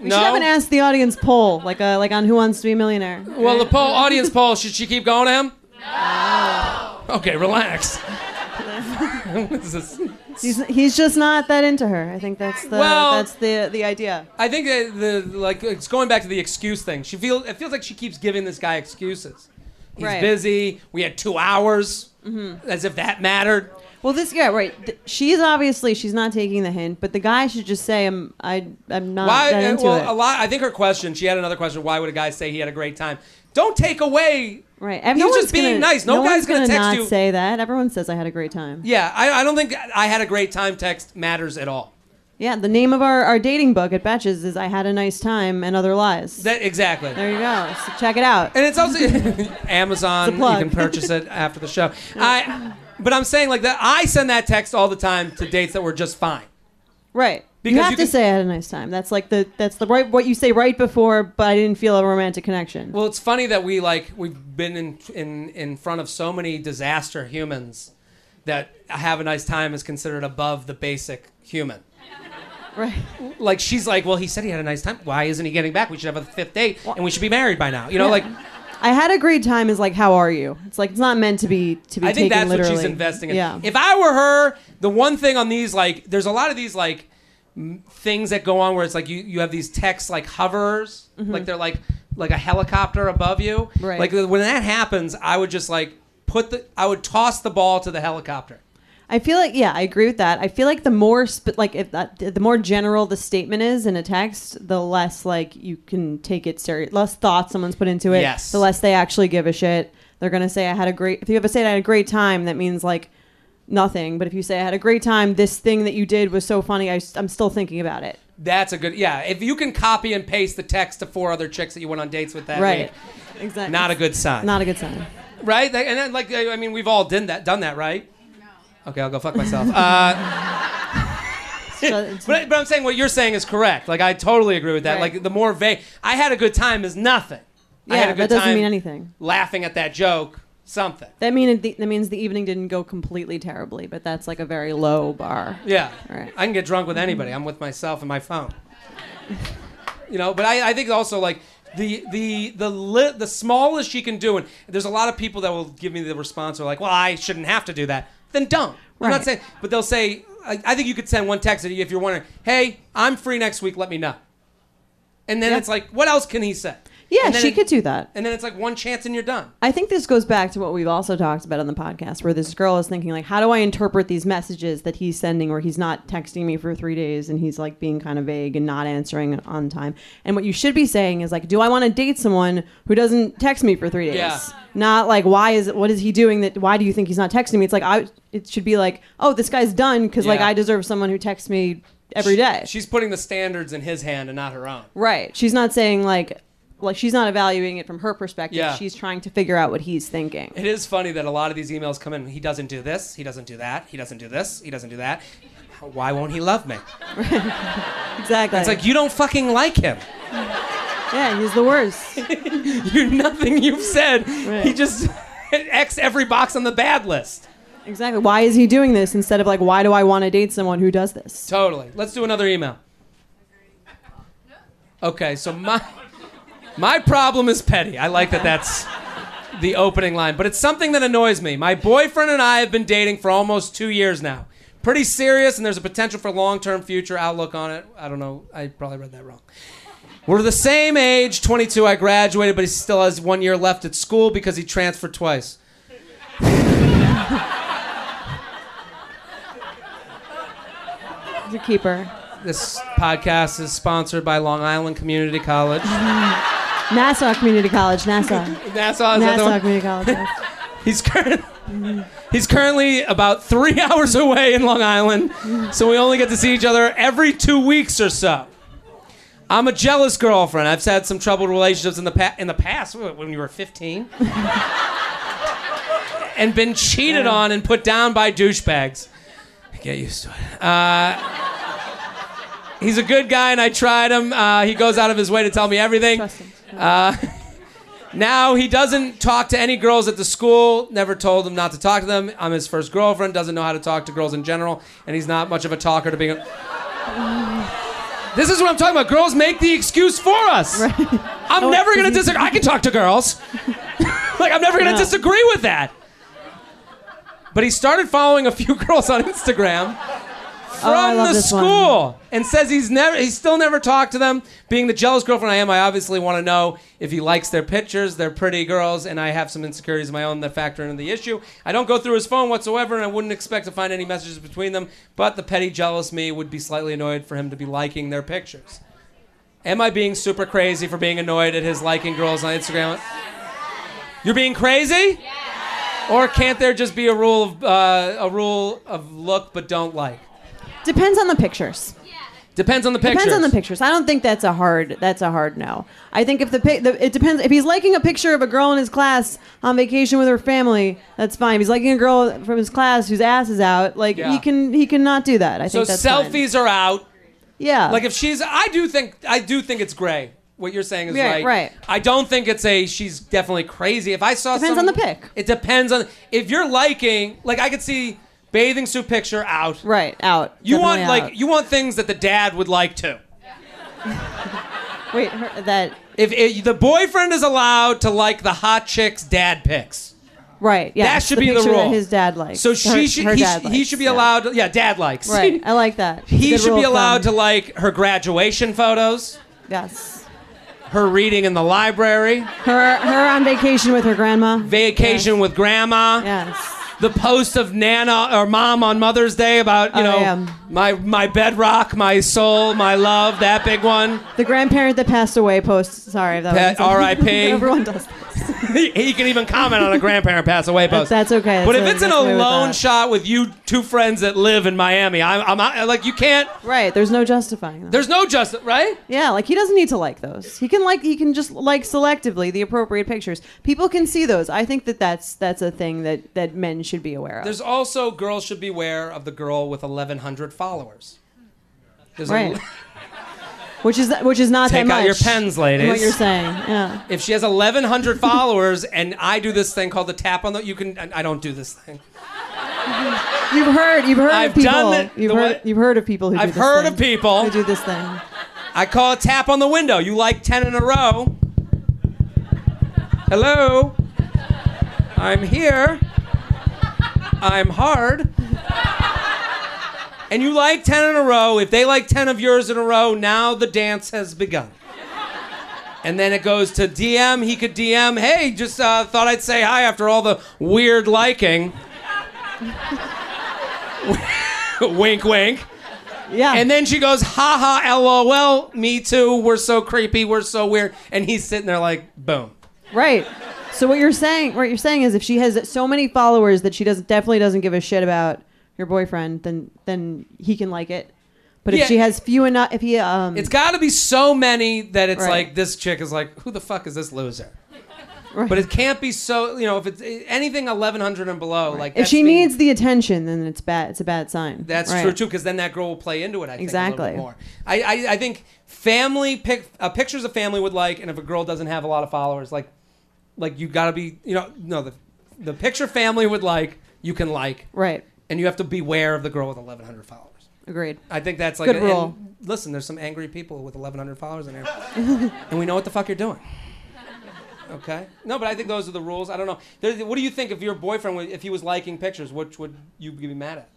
S6: We should have an
S2: No.
S6: ask the audience poll, like a like on Who Wants to Be a Millionaire.
S2: Well, the poll, audience poll. Should she keep going to him? No. Okay, relax. This is-
S6: He's, he's just not that into her. I think that's the
S2: Well-
S6: that's the the idea.
S2: I think that the like it's going back to the excuse thing. She feel it feels like she keeps giving this guy excuses. He's
S6: Right. Mm-hmm.
S2: busy. We had two hours, as if that mattered.
S6: Well, this yeah right. Th- she's obviously she's not taking the hint, but the guy should just say I'm I I'm not
S2: Why?
S6: that
S2: uh,
S6: into
S2: well,
S6: it.
S2: a lot. I think her question. She had another question. Why would a guy say he had a great time? Don't take away.
S6: right. And
S2: He
S6: no
S2: was
S6: one's
S2: just being
S6: gonna-
S2: nice. No guy's
S6: one's
S2: gonna
S6: gonna,
S2: text
S6: not
S2: you-
S6: say that. Everyone says I had a great time.
S2: Yeah, I, I don't think I had a great time. Text matters at all.
S6: Yeah, the name of our, our dating book at Batches is I Had a Nice Time and Other Lies.
S2: That exactly.
S6: there you go. So check it out.
S2: and it's also Amazon.
S6: It's a
S2: you
S6: plug.
S2: can purchase it after the show. I, but I'm saying like that. I send that text all the time to dates that were just fine.
S6: Right.
S2: Because
S6: you have
S2: you
S6: to
S2: can-
S6: say I had a nice time. That's like the that's the right what you say right before, but I didn't feel a romantic connection.
S2: Well, it's funny that we like we've been in in in front of so many disaster humans that have a nice time is considered above the basic human.
S6: right.
S2: like she's like, well, he said he had a nice time. Why isn't he getting back? We should have a fifth date, and we should be married by now. You know,
S6: Yeah.
S2: like
S6: I had a great time is like how are you? It's like it's not meant to be to be
S2: I think
S6: taken
S2: that's
S6: literally.
S2: what she's investing in.
S6: Yeah.
S2: If I were her, the one thing on these like, there's a lot of these like m- things that go on where it's like you you have these texts like hovers, like they're like like a helicopter above you.
S6: Mm-hmm. Right.
S2: Like when that happens, I would just like put the I would toss the ball to the helicopter.
S6: I feel like yeah, I agree with that. I feel like the more sp- like if that, the more general the statement is in a text, the less like you can take it serious, less thought someone's put into it.
S2: Yes.
S6: The less they actually give a shit. They're gonna say I had a great. If you ever say I had a great time, that means like nothing. But if you say I had a great time, this thing that you did was so funny. I, am still thinking about it.
S2: That's a good. Yeah, if you can copy and paste the text to four other chicks that you went on dates with that
S6: Right.
S2: week,
S6: Exactly.
S2: not a good sign.
S6: Not a good sign.
S2: right? That- And then, like, I I mean, we've all done that, done that, right? Okay, I'll go fuck myself. Uh,
S6: So-
S2: but, but I'm saying what you're saying is correct. Like, I totally agree with that.
S6: Right.
S2: Like, the more vague, I had a good time is nothing. I had
S6: yeah,
S2: a good
S6: that doesn't
S2: time
S6: mean anything.
S2: Laughing at that joke, something.
S6: That mean that means the evening didn't go completely terribly, but that's like a very low bar.
S2: Yeah.
S6: Right. Mm-hmm.
S2: I can get drunk with anybody. I'm with myself and my phone. you know, but I, I think also like the the the li- the smallest you can do, and there's a lot of people that will give me the response or like, well, I shouldn't have to do that. Then don't. I'm not
S6: Right.
S2: saying, but they'll say, I, I think you could send one text if you're wondering, hey, I'm free next week. Let me know. And then
S6: Yeah.
S2: it's like, what else can he say?
S6: Yeah,
S2: And then
S6: she
S2: it-
S6: could do that.
S2: And then it's like one chance and you're done.
S6: I think this goes back to what we've also talked about on the podcast, where this girl is thinking like, "How do I interpret these messages that he's sending, where he's not texting me for three days and he's like being kind of vague and not answering on time?" And what you should be saying is like, "Do I want to date someone who doesn't text me for three days?"
S2: Yeah.
S6: Not like, "Why is what is he doing that? Why do you think he's not texting me?" It's like I, it should be like, "Oh, this guy's done because like
S2: Yeah.
S6: I deserve someone who texts me every day."
S2: She's putting the standards in his hand and not her own.
S6: Right. She's not saying like like she's not evaluating it from her perspective.
S2: Yeah.
S6: She's trying to figure out what he's thinking.
S2: It is funny that a lot of these emails come in. He doesn't do this. He doesn't do that. He doesn't do this. He doesn't do that. Why won't he love me?
S6: Exactly.
S2: It's like you don't fucking like him.
S6: yeah, he's the worst.
S2: You nothing you've said. He
S6: Right.
S2: just X every box on the bad list.
S6: exactly. Why is he doing this instead of like why do I want to date someone who does this?
S2: Totally. Let's do another email. Okay, so my my problem is petty. I like that that's the opening line, but it's something that annoys me. My boyfriend and I have been dating for almost 2 years now. Pretty serious and there's a potential for long-term future outlook on it. I don't know. I probably read that wrong. We're the same age, 22. I graduated, but he still has 1 year left at school because he transferred twice.
S6: He's a keeper.
S2: This podcast is sponsored by Long Island Community College.
S6: Nassau Community College, Nassau.
S2: Nassau is another
S6: Nassau
S2: one.
S6: Community College. yes.
S2: He's current. He's currently about three hours away in Long Island, so we only get to see each other every two weeks or so. I'm a jealous girlfriend. I've had some troubled relationships in the pa- in the past wh- when you were 15, and been cheated on and put down by douchebags. Get used to it. Uh, he's a good guy, and I tried him. Uh, he goes out of his way to tell me everything. Uh,
S6: Trust him.
S2: Now he doesn't talk to any girls at the school. Never told him not to talk to them. I'm his first girlfriend. Doesn't know how to talk to girls in general, and he's not much of a talker to begin. this is what I'm talking about. Girls make the excuse for us. I'm
S6: Oh,
S2: never gonna disagree. I can talk to girls. like I'm never gonna
S6: No.
S2: disagree with that. But he started following a few girls on Instagram
S6: Oh, I
S2: from
S6: love
S2: the
S6: this one.
S2: school and says he's never he's still never talked to them. Being the jealous girlfriend I am, I obviously want to know if he likes their pictures, their pretty girls, and I have some insecurities of my own that factor into the issue. I don't go through his phone whatsoever, and I wouldn't expect to find any messages between them. But the petty jealous me would be slightly annoyed for him to be liking their pictures. Am I being super crazy for being annoyed at his liking girls on Instagram? You're being crazy? Or can't there just be a rule of uh, a rule of look but don't like?
S6: Depends on the pictures.
S2: Depends on the pictures.
S6: Depends on the pictures. I don't think that's a hard that's a hard no. I think if the, pic- the it depends if he's liking a picture of a girl in his class on vacation with her family, that's fine. If he's liking a girl from his class whose ass is out, like
S2: Yeah.
S6: he can he cannot do that. I
S2: So
S6: think that's fine.
S2: selfies are out.
S6: Yeah.
S2: Like if she's, I do think, I do think it's gray. What you're saying is
S6: Yeah,
S2: right.
S6: right.
S2: I don't think it's a. She's definitely crazy. If I saw
S6: Depends
S2: some-
S6: on the pic.
S2: It depends on if you're liking. Like I could see bathing suit picture out.
S6: right out.
S2: You want
S6: Definitely
S2: like
S6: out.
S2: you want things that the dad would like too.
S6: wait her, that
S2: If it, the boyfriend is allowed to like the hot chick's dad pics,
S6: right. Yeah.
S2: that should be the
S6: picture
S2: rule.
S6: That his dad likes.
S2: So she
S6: Her-
S2: should.
S6: her
S2: he,
S6: dad
S2: sh- he
S6: likes,
S2: should be
S6: yeah.
S2: allowed. Yeah, dad likes.
S6: Right. I like that.
S2: he should be allowed to like her graduation photos.
S6: Yes.
S2: her reading in the library,
S6: Her her on vacation with her grandma.
S2: vacation with grandma,
S6: Yes.
S2: the post of Nana or mom on Mother's Day about, you
S6: Oh,
S2: know,
S6: yeah.
S2: my my bedrock, my soul, my love, that big one.
S6: The grandparent that passed away post. Sorry, that
S2: Pat,
S6: was
S2: R.I.P..
S6: Everyone does. This. Yes.
S2: he, he can even comment on a grandparent pass away post.
S6: that's okay.
S2: but if
S6: That's a-
S2: it's an
S6: that's okay with
S2: alone
S6: that.
S2: shot with you two friends that live in Miami, I'm, I'm not- like you can't.
S6: Right. There's no justifying them.
S2: There's no just right.
S6: yeah, like he doesn't need to like those. He can like he can just like selectively the appropriate pictures. People can see those. I think that that's that's a thing that that men should be aware of.
S2: There's also girls should beware of the girl with 1,100 followers. There's a-
S6: right. which is which is not
S2: Take
S6: that
S2: out
S6: much.
S2: your pens, ladies.
S6: What you're saying. Yeah.
S2: If she has 1,100 followers and I do this thing called the tap on the, you can. I I don't do this thing.
S6: You've heard you've heard
S2: I've
S6: of people.
S2: done the-
S6: you've
S2: the
S6: heard
S2: what?
S6: you've heard of people who do
S2: I've
S6: this
S2: heard
S6: thing.
S2: of people.
S6: who do this thing.
S2: I call a tap on the window. You like 10 in a row. Hello. I'm here. I'm hard. And you like 10 in a row. If they like 10 of yours in a row, now the dance has begun. And then it goes to DM. He could DM, hey, just uh, thought I'd say hi after all the weird liking. wink, wink.
S6: Yeah.
S2: And then she goes, ha ha, lol, me too. We're so creepy. We're so weird. And he's sitting there like, boom.
S6: Right. So what you're saying, what you're saying is, if she has so many followers that she doesn't definitely doesn't give a shit about your boyfriend, then then he can like it. But
S2: Yeah.
S6: if she has few enough, if he um,
S2: It's got to be so many that it's
S6: Right.
S2: like, this chick is like, who the fuck is this loser?
S6: Right.
S2: But it can't be so, you know, if it's eh, anything 1100 and below, like,
S6: if
S2: that's
S6: she
S2: me.
S6: needs the attention, then it's bad. It's a bad sign.
S2: That's
S6: Right.
S2: true too, because then that girl will play into it. I think a little
S6: Exactly.
S2: bit more. I, I I think family pic uh, pictures a family would like, and if a girl doesn't have a lot of followers, like like you gotta be you know no the the picture family would like you can like
S6: Right.
S2: and you have to beware of the girl with 1100 followers.
S6: Agreed.
S2: I think that's like
S6: Good
S2: and
S6: rule.
S2: listen, there's some angry people with 1100 followers in here. and we know what the fuck you're doing. Okay? No, but I think those are the rules. I don't know. There, what do you think if your boyfriend wa- if he was liking pictures, which would you be mad at?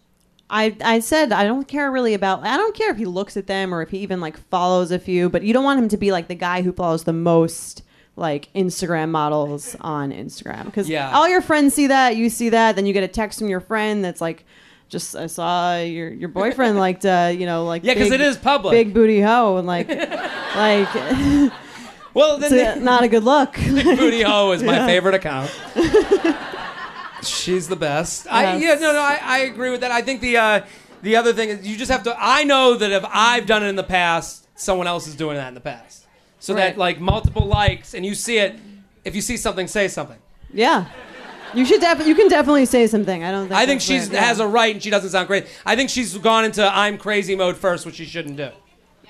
S6: I, I said I don't care really about I don't care if he looks at them or if he even like follows a few, but you don't want him to be like the guy who follows the most like Instagram models on Instagram because
S2: Yeah.
S6: all your friends see that, you see that, then you get a text from your friend that's like, just I saw your your boyfriend liked uh, you know like
S2: Yeah, 'cause
S6: big-
S2: it is public.
S6: big booty hoe and like like
S2: Well, then
S6: it's not a good look.
S2: Booty Ho is my favorite account. She's the best. I, yeah,
S6: Yes.
S2: no, no, I, I agree with that. I think the uh, the other thing is you just have to. I know that if I've done it in the past, someone else is doing that in the past. So that
S6: Right.
S2: like multiple likes, and you see it. If you see something, say something.
S6: yeah, you should definitely you can definitely say something. I don't. think
S2: I think
S6: that's
S2: she
S6: right. Yeah.
S2: has a right, and she doesn't sound crazy. I think she's gone into I'm crazy mode first, which she shouldn't do.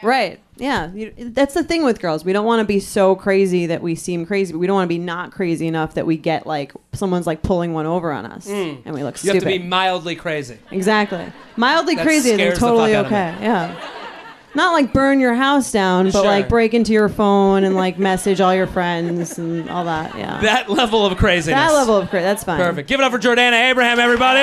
S6: Right. Yeah. You, that's the thing with girls. We don't want to be so crazy that we seem crazy, but we don't want to be not crazy enough that we get like someone's like pulling one over on us and we look
S2: Mm. You
S6: stupid.
S2: have to be mildly crazy.
S6: exactly. Mildly crazy
S2: scares
S6: is
S2: the fuck
S6: totally
S2: out of me.
S6: okay. Yeah. Not like burn your house down, but
S2: Sure.
S6: like break into your phone and like message all your friends and all that. Yeah. That,
S2: That level of craziness.
S6: level of crazy. That's fine.
S2: Perfect. Give it up for Jordana Abraham, everybody.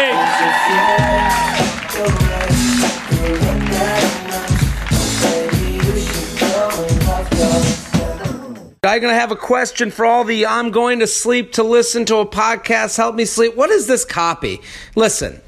S4: I'm going to have a question for all the I'm going to sleep to listen to a podcast, help me sleep. What is this copy? Listen,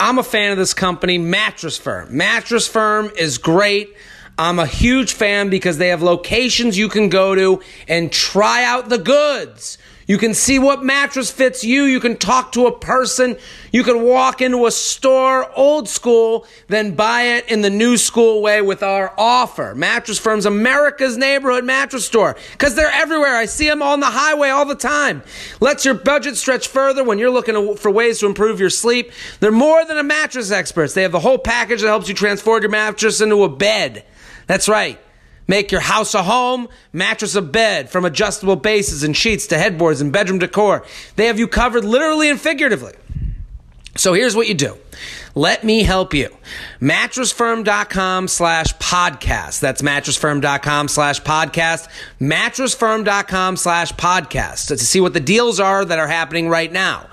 S4: I'm a fan of this company, Mattress Firm. Mattress Firm is great. I'm a huge fan because they have locations you can go to and try out the goods. You can see what mattress fits you. You can talk to a person. You can walk into a store old school, then buy it in the new school way with our offer. Mattress Firm's America's neighborhood mattress store because they're everywhere. I see them on the highway all the time. Lets your budget stretch further when you're looking to- for ways to improve your sleep. They're more than a mattress experts. They have the whole package that helps you transform your mattress into a bed. That's right. Make your house a home, mattress a bed, from adjustable bases and sheets to headboards and bedroom decor. They have you covered literally and figuratively. So here's what you do. Let me help you. Mattressfirm.com slash podcast. That's mattressfirm.com slash podcast. Mattressfirm.com slash podcast to see what the deals are that are happening right now.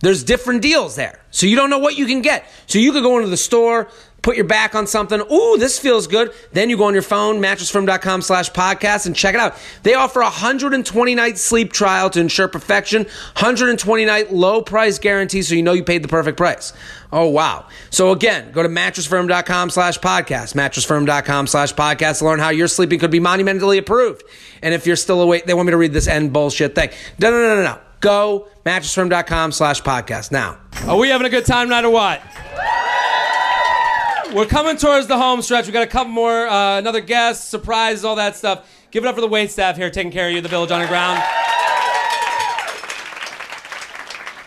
S4: There's different deals there. So you don't know what you can get. So you could go into the store,
S2: put your back on something. Ooh, this feels good. Then you go on your phone, mattressfirm.com slash podcast, and check it out. They offer a 120 night sleep trial to ensure perfection, 120 night low price guarantee so you know you paid the perfect price. Oh, wow. So again, go to mattressfirm.com slash podcast, mattressfirm.com slash podcast to learn how your sleeping could be monumentally improved. And if you're still awake, they want me to read this end bullshit thing. No, no, no, no, no. Go mattressfirm.com slash podcast now.
S7: Are we having a good time tonight or what? We're coming towards the home stretch. We got a couple more, uh, another guest, surprises, all that stuff. Give it up for the wait staff here taking care of you, the Village Underground.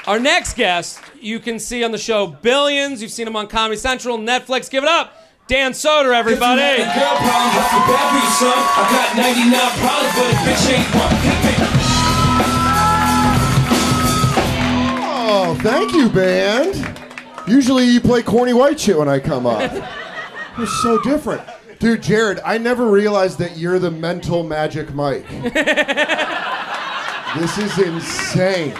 S7: Our next guest, you can see on the show Billions. You've seen him on Comedy Central, Netflix. Give it up, Dan Soder, everybody.
S8: Girl problems, I could bury some. I got 99 problems, but a bitch ain't one.
S9: Oh, thank you, band. Usually you play corny white shit when I come up. You're so different. Dude, Jared, I never realized that you're the mental magic Mike. this is insane.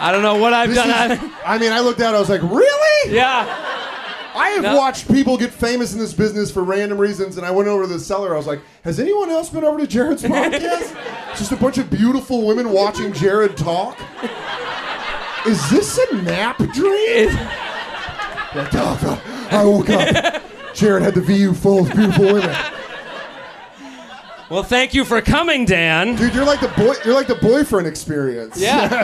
S7: I don't know what I've
S9: This
S7: done.
S9: is- I mean, I looked at it, I was like, really?
S7: yeah.
S9: I have
S7: No.
S9: watched people get famous in this business for random reasons, and I went over to the cellar. I was like, has anyone else been over to Jared's podcast? Just a bunch of beautiful women watching Jared talk? Is this a nap dream? Like, oh, God, I woke up. Jared had the VU full of beautiful women.
S7: Well, thank you for coming, Dan.
S9: Dude, you're like the boy. You're like the boyfriend experience.
S7: Yeah.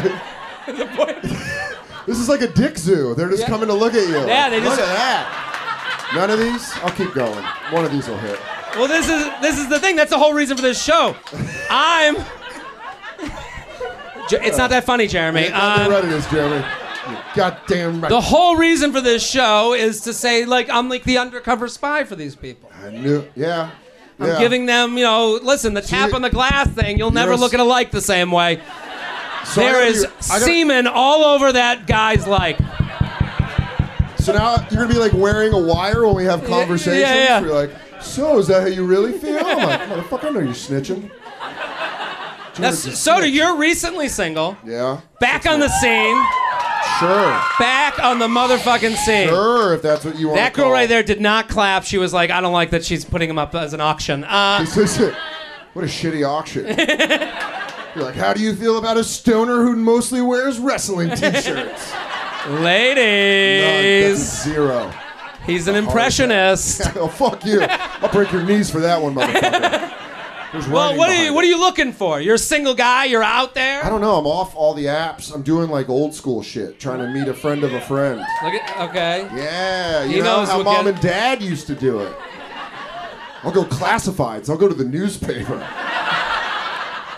S9: This is like a dick zoo. They're just coming to look at you.
S7: Yeah, they just-
S9: look at that. None of these. I'll keep going. One of these will hit.
S7: Well, this is this is the thing. That's the whole reason for this show. I'm. J- It's not that funny, Jeremy.
S9: Goddamn
S7: Um,
S9: right it is, Jeremy. You're Goddamn right.
S7: the whole reason for this show is to say, like, I'm like the undercover spy for these people.
S9: I knew. Yeah.
S7: I'm
S9: yeah.
S7: giving them, you know, listen, the tap
S9: you-
S7: on the glass thing, you'll never
S9: You're a
S7: look
S9: s-
S7: at a like the same way.
S9: So I
S7: There
S9: gotta be-
S7: is
S9: I gotta-
S7: semen all over that guy's like.
S9: So now you're gonna be like wearing a wire when we have conversations.
S7: yeah.
S9: You're like, so is that how you really feel? I'm like, motherfucker, I know you're snitching.
S7: Now,
S9: Jared's a
S7: Soda,
S9: snitch.
S7: you're recently single,
S9: Yeah.
S7: back on the scene,
S9: Sure.
S7: back on the motherfucking scene.
S9: Sure, if that's what you want.
S7: That girl right there did not clap. She was like, I don't like that she's putting him up as an auction. Uh,
S9: This is it. What a shitty auction. You're like, how do you feel about a stoner who mostly wears wrestling t-shirts? None. That's
S7: ladies,
S9: zero.
S7: he's an impressionist.
S9: oh fuck you! I'll break your knees for that one, motherfucker. There's
S7: Well,
S9: running
S7: what are
S9: behind
S7: you
S9: it.
S7: what are you looking for? You're a single guy. You're out there.
S9: I don't know. I'm off all the apps. I'm doing like old school shit, trying to meet a friend of a friend.
S7: Look at, okay.
S9: Yeah, you
S7: He
S9: know
S7: knows
S9: how
S7: we'll
S9: mom
S7: get-
S9: and dad used to do it. I'll go classifieds. I'll go to the newspaper.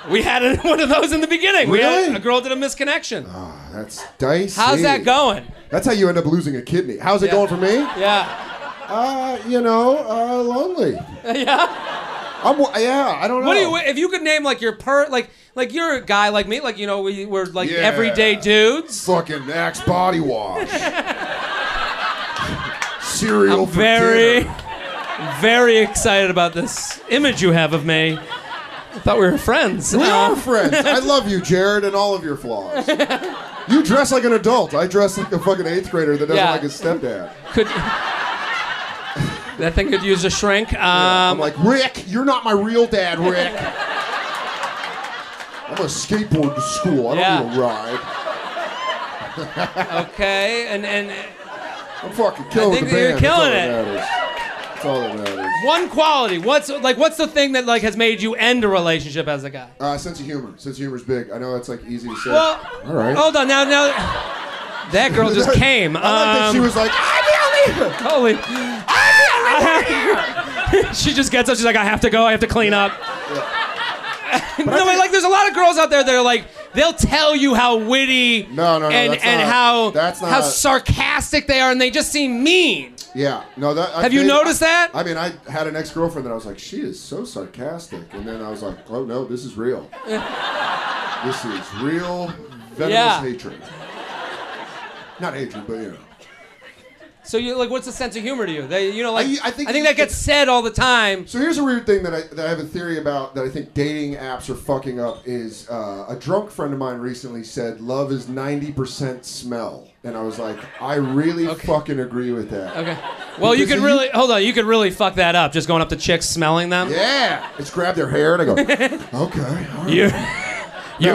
S7: We had a, one of those in the beginning. We had-
S9: Really? Oh,
S7: a girl did a misconnection.
S9: That's dicey.
S7: How's that going?
S9: That's how you end up losing a kidney. How's it
S7: Yeah.
S9: going for me?
S7: Yeah.
S9: Uh, you know, uh, lonely. Yeah. I'm. Yeah, I don't know.
S7: What do you if you could name like your per like like you're a guy like me like you know we we're like
S9: Yeah.
S7: everyday dudes.
S9: Fucking Axe body wash. Cereal
S7: I'm
S9: for
S7: very
S9: dinner.
S7: very excited about this image you have of me. I thought we were friends.
S9: We
S7: Uh,
S9: are friends. I love you, Jared, and all of your flaws. You dress like an adult. I dress like a fucking eighth grader that doesn't
S7: Yeah.
S9: like his stepdad.
S7: could that thing could use a shrink.
S9: I'm
S7: Um,
S9: like, Rick, you're not my real dad, Rick. I'm gonna skateboard to school. I don't
S7: Yeah.
S9: need a ride.
S7: okay, and and
S9: I'm fucking killing
S7: think
S9: the
S7: that
S9: band.
S7: you're killing
S9: That's all that matters. That's all that matters.
S7: one quality. What's like what's the thing that like has made you end a relationship as a guy?
S9: Uh, sense of humor. Sense of humor's big. I know that's like easy to say.
S7: Well,
S9: all right.
S7: hold on now now. That girl just came.
S9: I like that she
S7: Um,
S9: was like, I'm the only.
S7: Holy. she just gets up. She's like, I have to go. I have to clean up. no, but like, there's a lot of girls out there that are like, they'll tell you how witty
S9: No, no, no,
S7: and,
S9: that's
S7: and
S9: not-
S7: how
S9: that's
S7: how
S9: not-
S7: sarcastic they are, and they just seem mean.
S9: Yeah. No, that. I
S7: Have you
S9: dated-
S7: noticed that?
S9: I mean, I had an ex-girlfriend that I was like, she is so sarcastic, and then I was like, oh no, this is real. this is real venomous
S7: Yeah.
S9: hatred. Not hatred, but you know.
S7: So you like, what's the sense of humor to you? They, you know, like,
S9: I-
S7: I,
S9: I think
S7: think, that gets said all the time.
S9: So here's a weird thing that I, that I have a theory about that I think dating apps are fucking up is uh, a drunk friend of mine recently said love is 90% smell. And I was like, I really
S7: Okay.
S9: fucking agree with that.
S7: Okay. Well, you
S9: Because if
S7: could really hold on. You could really fuck that up. Just going up to chicks, smelling them.
S9: Yeah. It's grab their hair and I go, okay. all right."
S7: You're, you're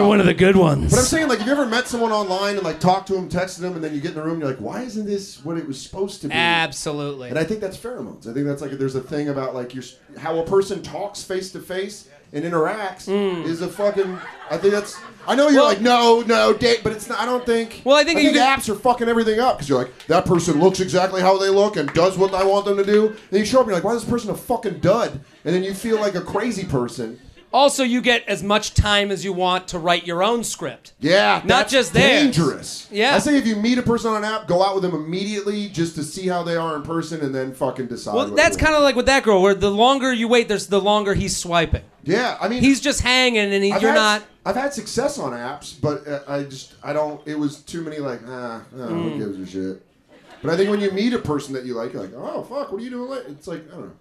S9: No.
S7: one of the good ones.
S9: But I'm saying, like, have you ever met someone online and like talked to them, texted them, and then you get in the room, and you're like, why isn't this what it was supposed to be?
S7: Absolutely.
S9: And I think that's pheromones. I think that's like there's a thing about like your how a person talks face to face and interacts is a fucking. I think that's. I know you're
S7: Hmm. Well-
S9: like no, no date, but it's not. I don't think.
S7: Well, I think you can-
S9: apps are fucking everything up because you're like that person looks exactly how they look and does what I want them to do. Then you show up and you're like, why is this person a fucking dud? And then you feel like a crazy person.
S7: also, you get as much time as you want to write your own script.
S9: Yeah,
S7: Not
S9: that's
S7: just theirs.
S9: dangerous.
S7: Yeah.
S9: I say if you meet a person on an app, go out with them immediately just to see how they are in person, and then fucking decide.
S7: Well, that's kind of like with that girl, where the longer you wait, there's the longer he's swiping.
S9: yeah. I mean,
S7: He's just hanging, and he, you're
S9: had,
S7: not.
S9: I've had success on apps, but uh, I just I don't. It was too many like ah, ah,
S7: Hmm.
S9: who gives a shit. But I think when you meet a person that you like, you're like, oh fuck, what are you doing? Late? It's like I don't know.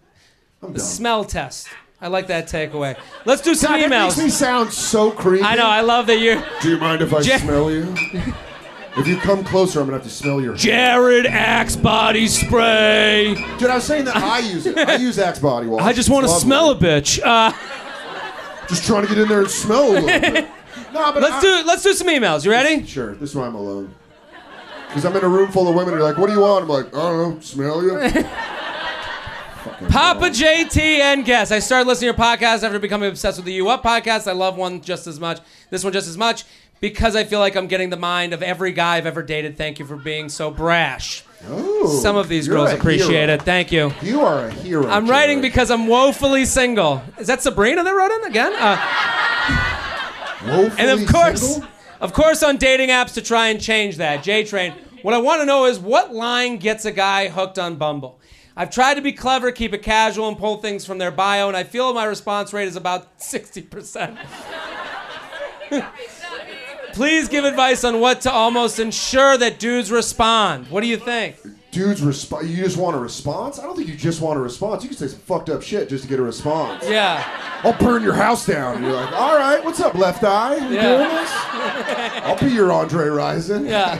S9: I'm
S7: The
S9: done.
S7: smell test. I like that takeaway. Let's do some
S9: God, that makes me
S7: emails.
S9: sound so creepy.
S7: I know. I love that you're
S9: Do you mind if I
S7: Jer-
S9: smell you? if you come closer, I'm gonna have to smell your.
S7: Jared Axe body spray.
S9: Dude, I was saying that I use it. I use Axe body wash.
S7: I just want to smell a bitch. Uh,
S9: it. Just trying to get in there and smell a little bit. No, but
S7: let's
S9: I-
S7: do let's do some emails. You ready?
S9: Sure, this is why I'm alone. Because I'm in a room full of women who are like, what do you want? I'm like, I don't know, smell you. Fucking
S7: Papa
S9: wrong.
S7: JT and guest. I started listening to your podcast after becoming obsessed with the U Up podcast. I love one just as much, this one just as much, because I feel like I'm getting the mind of every guy I've ever dated. Thank you for being so brash.
S9: Oh,
S7: Some of these
S9: you're
S7: girls
S9: a
S7: appreciate
S9: hero.
S7: it. Thank you.
S9: You are a hero.
S7: I'm writing
S9: Jared.
S7: because I'm woefully single. Is that Sabrina that wrote in again? Uh,
S9: Woefully
S7: and of course,
S9: single?
S7: of course, on dating apps to try and change that. J Train. What I want to know is what line gets a guy hooked on Bumble. I've tried to be clever, keep it casual, and pull things from their bio, and I feel my response rate is about 60%. Please give advice on what to almost ensure that dudes respond. What do you think?
S9: Dudes, resp- you just want a response? I don't think you just want a response. You can say some fucked up shit just to get a response.
S7: Yeah.
S9: I'll burn your house down. And you're like, all right, what's up, left eye? You
S7: Yeah.
S9: doing this? I'll be your Andre Rison.
S7: Yeah.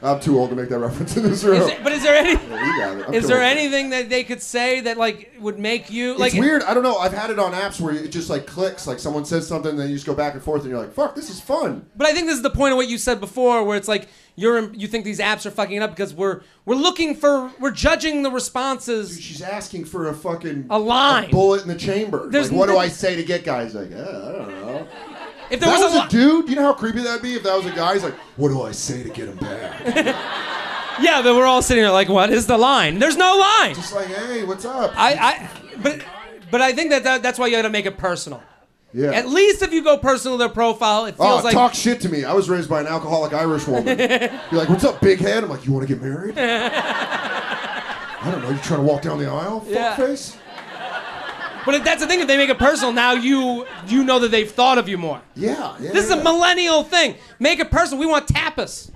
S9: I'm too old to make that reference in this room.
S7: Is there- but is there any
S9: You got it. I'm
S7: is
S9: too
S7: there
S9: old.
S7: anything that they could say that like would make you like
S9: it's weird. I don't know. I've had it on apps where it just like clicks. Like someone says something, then you just go back and forth, and you're like, "Fuck, this is fun."
S7: But I think this is the point of what you said before, where it's like you're you think these apps are fucking it up because we're we're looking for we're judging the responses.
S9: She's asking for a fucking
S7: A line.
S9: bullet in the chamber.
S7: There's
S9: like, what do
S7: n-
S9: I say to get guys? Like, uh, I don't know.
S7: If
S9: If
S7: there
S9: that was,
S7: was,
S9: a,
S7: li-
S9: dude, you know how creepy that'd be if that was a guy. He's like, "What do I say to get him back?"
S7: yeah, but we're all sitting there like, what is the line? There's no line.
S9: It's like, "Hey, what's up?"
S7: I, I but but I think that, that that's why you got to make it personal.
S9: yeah.
S7: At least if you go personal to their profile, it
S9: Oh,
S7: feels like
S9: talk shit to me. I was raised by an alcoholic Irish woman. You're like, what's up, big head? I'm like, you want to get married? I don't know. You trying to walk down the aisle,
S7: Yeah.
S9: fuckface?
S7: But if that's the thing, if they make it personal, now you you know that they've thought of you more.
S9: Yeah. yeah
S7: This is a
S9: yeah.
S7: millennial thing. Make it personal. We want tapas.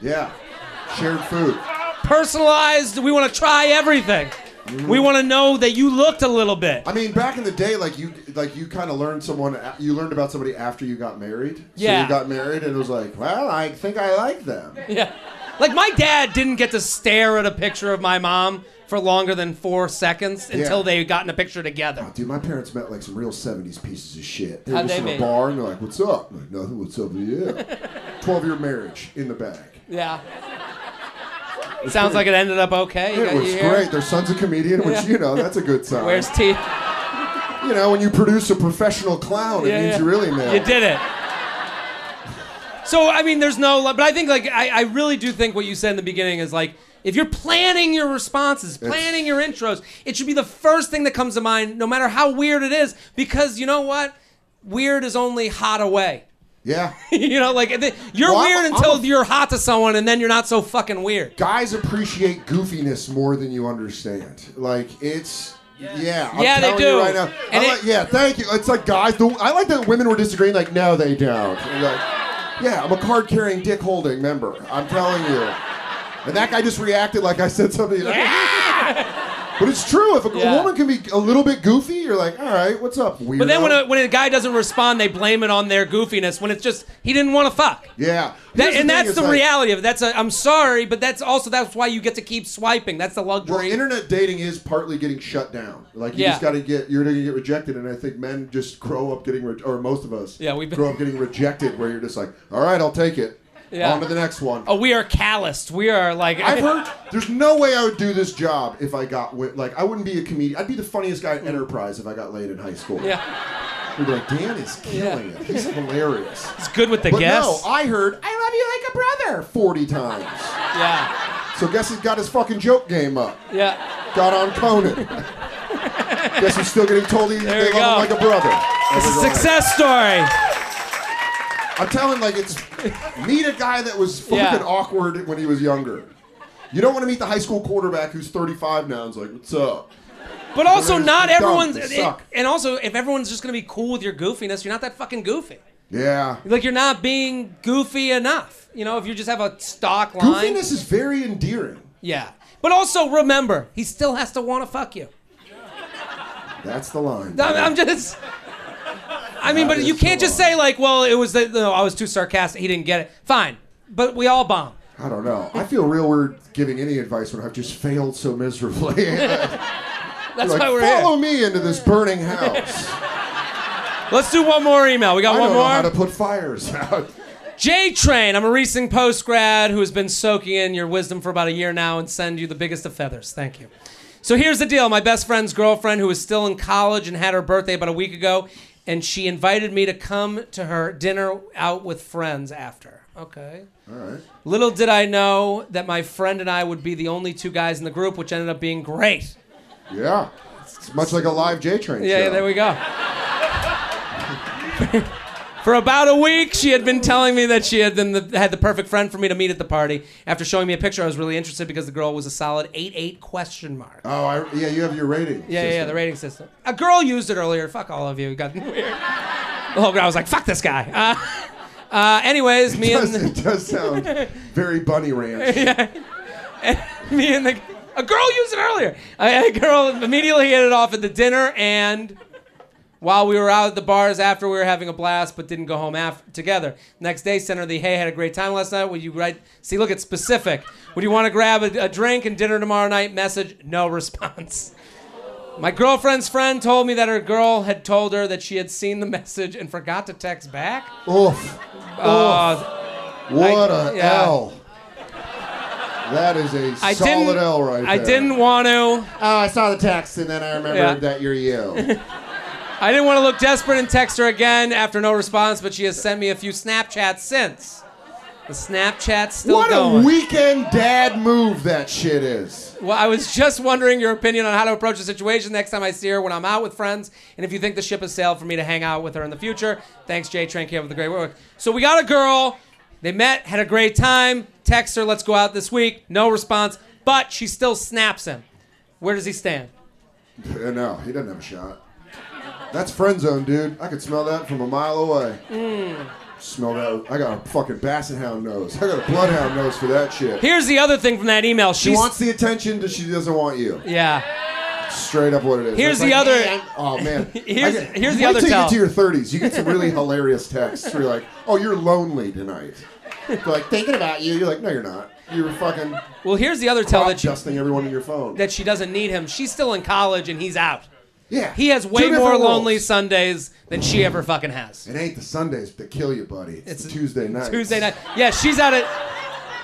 S9: Yeah. Shared food.
S7: personalized. We want to try everything. We want to know that you looked a little bit.
S9: Mm-hmm. I mean, back in the day, like you, like you kind of learned someone, you learned about somebody after you got married. So
S7: Yeah.
S9: you got married, and it was like, well, I think I like them.
S7: Yeah. Like my dad didn't get to stare at a picture of my mom for longer than four seconds until
S9: Yeah. Oh,
S7: they got in a picture together.
S9: Dude, my parents met like some real '70s pieces of shit. They were
S7: How'd
S9: just
S7: they
S9: in a
S7: meet?
S9: bar, and they're like, "What's up?" I'm like, nothing. What's up with you? Twelve-year marriage in the bag.
S7: Yeah. Sounds like it ended up okay. You
S9: It
S7: got-
S9: was
S7: you hear?
S9: great. Their son's a comedian, which you know that's a good sign.
S7: Where's T?
S9: you know when you produce a professional clown, it
S7: Yeah,
S9: Oh, means
S7: yeah.
S9: you really nailed.
S7: You
S9: it.
S7: did it. So I mean, there's no, but I think like I, I really do think what you said in the beginning is like if you're planning your responses, planning your intros, it should be the first thing that comes to mind, no matter how weird it is, because you know what, weird is only hot away.
S9: Yeah,
S7: you know, like the, you're
S9: Well, I'm-
S7: weird
S9: I'm
S7: until
S9: a-
S7: you're hot to someone, and then you're not so fucking weird.
S9: guys appreciate goofiness more than you understand. Like it's. Yeah, I'm
S7: Yeah, they
S9: telling you
S7: do.
S9: right now. I'm
S7: And it-
S9: like, yeah, thank you. It's like guys. The, I like that women were disagreeing. Like, no, they don't. And like, yeah, I'm a card-carrying, dick-holding member. I'm telling you. And that guy just reacted like I said something. But it's true. If a, a
S7: Yeah.
S9: woman can be a little bit goofy, you're like, all right, what's up, weirdo?
S7: But then when a, when a guy doesn't respond, they blame it on their goofiness. When it's just he didn't want to fuck.
S9: yeah, Here's
S7: That, and
S9: thing,
S7: that's
S9: it's
S7: the
S9: like-
S7: reality of it. That's a, I'm sorry, but that's also that's why you get to keep swiping. That's the
S9: Well,
S7: luxury.
S9: internet dating is partly getting shut down. Like you
S7: Yeah.
S9: just got to get you're gonna get rejected, and I think men just grow up getting re- or most of us
S7: Yeah, we've been-
S9: grow up getting rejected, where you're just like, all right, I'll take it.
S7: Yeah.
S9: On to the next one.
S7: oh, we are calloused. We are like
S9: I've heard there's no way I would do this job if I got wi- like I wouldn't be a comedian. I'd be the funniest guy at Enterprise if I got laid in high school.
S7: Yeah,
S9: We'd be like, Dan is killing it. He's hilarious.
S7: it's good with the
S9: But
S7: guess.
S9: no, I heard I love you like a brother 40 times.
S7: yeah,
S9: So guess he got his fucking joke game up.
S7: yeah.
S9: Got on Conan. guess he's still getting told he,
S7: There
S9: they
S7: you go.
S9: love him like a brother.
S7: It's a success story.
S9: I'm telling like it's meet a guy that was fucking
S7: Yeah.
S9: awkward when he was younger. You don't want to meet the high school quarterback who's 35 now and's like, what's up?
S7: But also,
S9: They're
S7: not
S9: dumb.
S7: everyone's.
S9: They
S7: it-
S9: suck.
S7: and also, if everyone's just gonna be cool with your goofiness, you're not that fucking goofy.
S9: Yeah.
S7: Like you're not being goofy enough. You know, if you just have a stock line.
S9: Goofiness is very endearing.
S7: Yeah. But also remember, he still has to want to fuck you.
S9: That's the line.
S7: I'm, I'm just. I mean, but
S9: That
S7: you
S9: is
S7: can't
S9: the
S7: just
S9: line.
S7: say like, "Well, it was the, no, I was too sarcastic. He didn't get it." Fine, but we all bomb.
S9: I don't know. I feel real weird giving any advice when I've just failed so miserably.
S7: That's
S9: like,
S7: why we're
S9: follow
S7: here.
S9: me into this burning house.
S7: Let's do one more email. We got
S9: I
S7: one
S9: don't know how to
S7: more.
S9: put fires out.
S7: J Train, I'm a recent post grad who has been soaking in your wisdom for about a year now and send you the biggest of feathers. Thank you. So here's the deal my best friend's girlfriend, who is still in college and had her birthday about a week ago, and she invited me to come to her dinner out with friends after. Okay.
S9: All right.
S7: Little did I know that my friend and I would be the only two guys in the group, which ended up being great.
S9: Yeah. It's much like a live J train.
S7: Yeah,
S9: show.
S7: yeah there we go. for about a week, she had been telling me that she had been the, had the perfect friend for me to meet at the party. After showing me a picture, I was really interested because the girl was a solid 8-8 question mark.
S9: Oh, I, yeah, you have your rating.
S7: yeah, yeah, yeah, the rating system. A girl used it earlier. Fuck all of you. It got weird. The whole crowd was like, fuck this guy. Uh, uh, anyways, me
S9: It does,
S7: and...
S9: it does sound very bunny ranch.
S7: me and the a girl used it earlier. I, a girl immediately hit it off at the dinner, and while we were out at the bars after, we were having a blast, but didn't go home after, together. Next day, sent her the hey, had a great time last night. Would you write? See, look, it's specific. Would you want to grab a, a drink and dinner tomorrow night? Message, no response. My girlfriend's friend told me that her girl had told her that she had seen the message and forgot to text back.
S9: Oof. Oh,
S7: Uh,
S9: What
S7: I-
S9: a
S7: yeah.
S9: L. That is a
S7: I
S9: solid
S7: didn't.
S9: L right there.
S7: I didn't want to.
S9: Oh, I saw the text and then I remembered
S7: Yeah.
S9: that you're you.
S7: I didn't want to look desperate and text her again after no response, but she has sent me a few Snapchats since. The Snapchat's still
S9: what
S7: going.
S9: a weekend dad move that shit is.
S7: Well, I was just wondering your opinion on how to approach the situation next time I see her when I'm out with friends, and if you think the ship has sailed for me to hang out with her in the future. Thanks, Jay Train, came up with the great work. So we got a girl. They met, had a great time. Text her, let's go out this week. No response, but she still snaps him. Where does he stand?
S9: Uh, No, he doesn't have a shot. That's friend zone, dude. I could smell that from a mile away.
S7: Hmm.
S9: Smell that. I got a fucking basset hound nose. I got a bloodhound nose for that shit.
S7: Here's the other thing from that email.
S9: She
S7: She's,
S9: wants the attention, but she doesn't want you.
S7: yeah.
S9: Straight up, what it is.
S7: Here's
S9: It's
S7: the other-
S9: "Hey, I'm-" oh man.
S7: Here's-
S9: I get-
S7: here's the
S9: wait
S7: other
S9: till you
S7: tell.
S9: get to your thirties. You get some really hilarious texts. Where you're like, oh, you're lonely tonight. They're like thinking about you. You're like, no, you're not. You're fucking
S7: Well, here's the other tell that she,
S9: adjusting everyone in your phone.
S7: that she doesn't need him. She's still in college and he's out.
S9: yeah.
S7: He has
S9: Two
S7: way
S9: different
S7: more
S9: worlds.
S7: lonely Sundays than she ever fucking has.
S9: It ain't the Sundays that kill you, buddy. It's,
S7: It's
S9: the Tuesday night.
S7: Tuesday night. Yeah, she's at a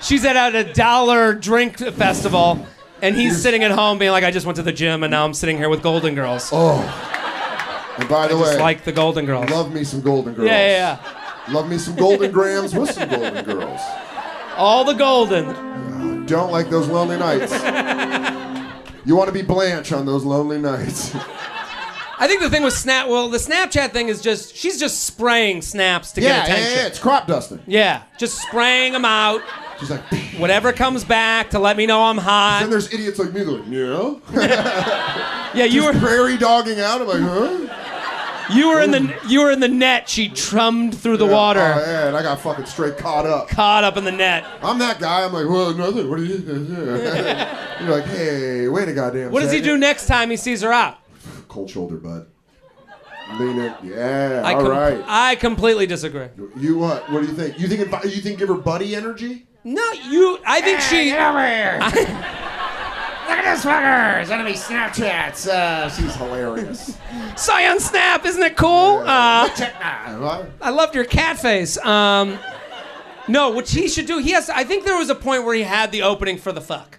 S7: she's at a dollar drink festival and he's sitting at home being like I just went to the gym and now I'm sitting here with Golden Girls.
S9: Oh. And by the way,
S7: Just like the Golden Girls.
S9: love me some Golden Girls.
S7: yeah, yeah, yeah.
S9: Love me some Golden Grams with some Golden Girls.
S7: All the golden.
S9: Don't like those lonely nights. You want to be Blanche on those lonely nights.
S7: I think the thing with Snap well, the Snapchat thing is just she's just spraying snaps to
S9: Yeah,
S7: get
S9: yeah,
S7: attention.
S9: yeah, it's crop dusting.
S7: yeah, just spraying them out.
S9: She's like,
S7: Whatever comes back to let me know I'm
S9: Then
S7: hot.
S9: there's idiots like me that are like, yeah.
S7: Yeah, you were
S9: Prairie dogging out. I'm like, huh?
S7: You were in the you were in the net. She trummed through the
S9: Yeah,
S7: water,
S9: Oh, yeah, and I got fucking straight caught up.
S7: caught up in the net.
S9: I'm that guy. I'm like, well, nothing. What are you? You're like, hey, wait a goddamn.
S7: What does he do
S9: second.
S7: next time he sees her out?
S9: Cold shoulder, bud. Lean in. Yeah.
S7: I
S9: all
S7: com-
S9: right.
S7: I completely disagree.
S9: You what? What do you think? You think invi- you think give her buddy energy?
S7: No, you. I think she.
S10: Look at this fucker! Enemy Snapchats! Uh,
S9: She's hilarious.
S7: Saw you on Snap. Isn't it cool? Uh,
S9: Am I?
S7: I loved your cat face. Um, no, what he should do. He has. I think there was a point where he had the opening for the fuck.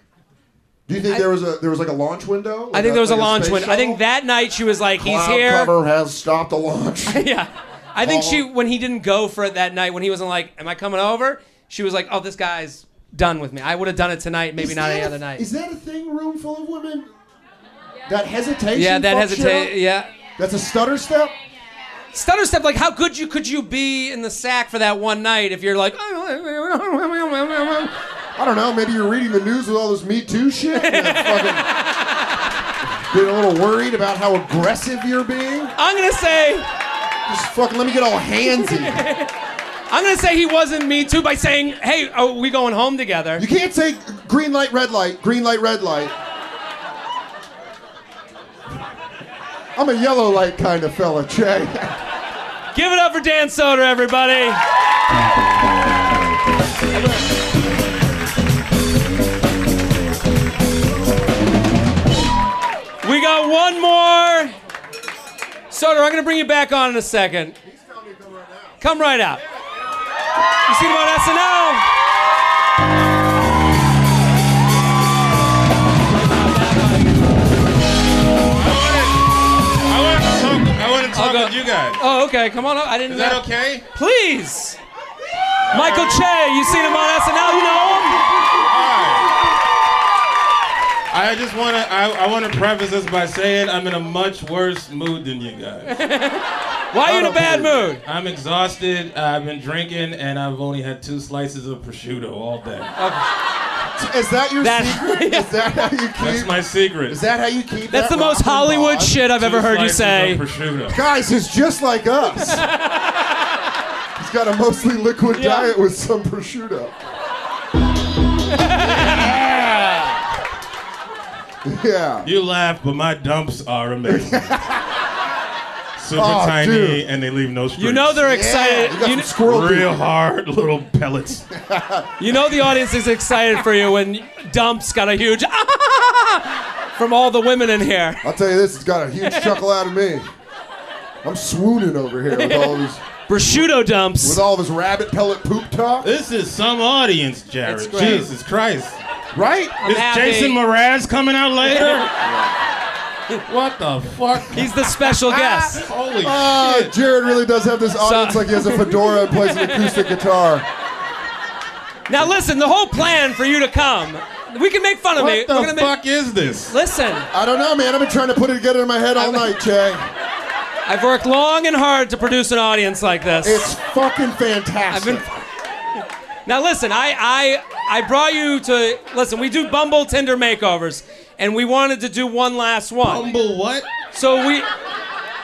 S9: Do you think there was a there was like a launch window?
S7: I think there was a launch window. I think that night she was like, "He's
S9: Cloud
S7: here."
S9: cover has stopped the launch.
S7: Yeah. I think she
S9: Paul.
S7: when he didn't go for it that night when he wasn't like, "Am I coming over?" She was like, "Oh, this guy's done with me. I would have done it tonight, maybe
S9: Is
S7: not
S9: that
S7: any
S9: a-
S7: other night."
S9: Is that a thing? Room full of women. That hesitation.
S7: yeah, that
S9: fucks you up?
S7: hesitate. Yeah.
S9: That's a stutter step.
S7: Stutter step. Like, how good you could you be in the sack for that one night if you're like,
S9: I don't know. Maybe you're reading the news with all this Me Too shit. And fucking being a little worried about how aggressive you're being.
S7: I'm gonna say,
S9: Just fucking let me get all handsy.
S7: I'm gonna say he wasn't me too by saying, "Hey, are we going home together?"
S9: You can't say green light, red light, green light, red light. I'm a yellow light kind of fella, Jay.
S7: Give it up for Dan Soder, everybody. We got one more. Soder, I'm going to bring you back on in a second. Come right out. You seen him on SNL?
S8: I want to talk, I want to
S7: I'll
S8: talk
S7: go-
S8: with you guys.
S7: Oh, okay. Come on up. I didn't
S8: Is that
S7: know-
S8: okay?
S7: Please. Michael Che, you seen him on SNL? You know him?
S8: I just want to I, I want to preface this by saying I'm in a much worse mood than you guys.
S7: Why are you in a bad
S9: believe
S7: mood?
S8: I'm exhausted. I've been drinking, and I've only had two slices of prosciutto all day.
S9: Is that your
S7: That-
S9: secret? Is that how you keep?
S8: That's my secret.
S9: is that how you keep? that
S7: That's the most
S9: rockin'
S7: Hollywood
S9: bod?
S7: shit I've
S8: Two
S7: ever heard you
S8: slices
S7: say.
S8: of prosciutto.
S9: Guys, it's just like us. He's got a mostly liquid
S7: Yeah.
S9: diet with some prosciutto. yeah.
S8: You laugh, but my dumps are amazing. Super
S9: Oh,
S8: tiny,
S9: dude.
S8: and they leave no streaks.
S7: You know they're excited.
S9: You got
S7: You
S9: some
S7: kn-
S9: squirrel
S8: real
S9: juice.
S8: hard little pellets.
S7: You know the audience is excited for you when Dumps got a huge from all the women in here.
S9: I'll tell you this, it's got a huge chuckle out of me. I'm swooning over here with all of his
S7: Prosciutto
S9: with
S7: Dumps.
S9: all of his rabbit pellet poop talk.
S8: This is some audience, Jared.
S7: It's great.
S8: Jesus Christ.
S9: Right?
S8: is
S7: happy.
S8: Jason Mraz coming out later? what the fuck?
S7: He's the special guest.
S8: Holy
S9: Ah,
S8: shit.
S9: Jared really does have this audience like he has a fedora and plays an acoustic guitar.
S7: Now listen, the whole plan for you to come, we can make fun of me.
S8: What
S7: We're gonna
S8: the
S7: make-
S8: fuck is this?
S7: listen,
S9: I don't know, man. I've been trying to put it together in my head all night, Jay.
S7: I've worked long and hard to produce an audience like this.
S9: It's fucking
S7: I've
S9: fantastic.
S7: been. Now listen, I I I brought you to listen. We do Bumble Tinder makeovers, and we wanted to do one last one.
S8: Humble what?
S7: So we,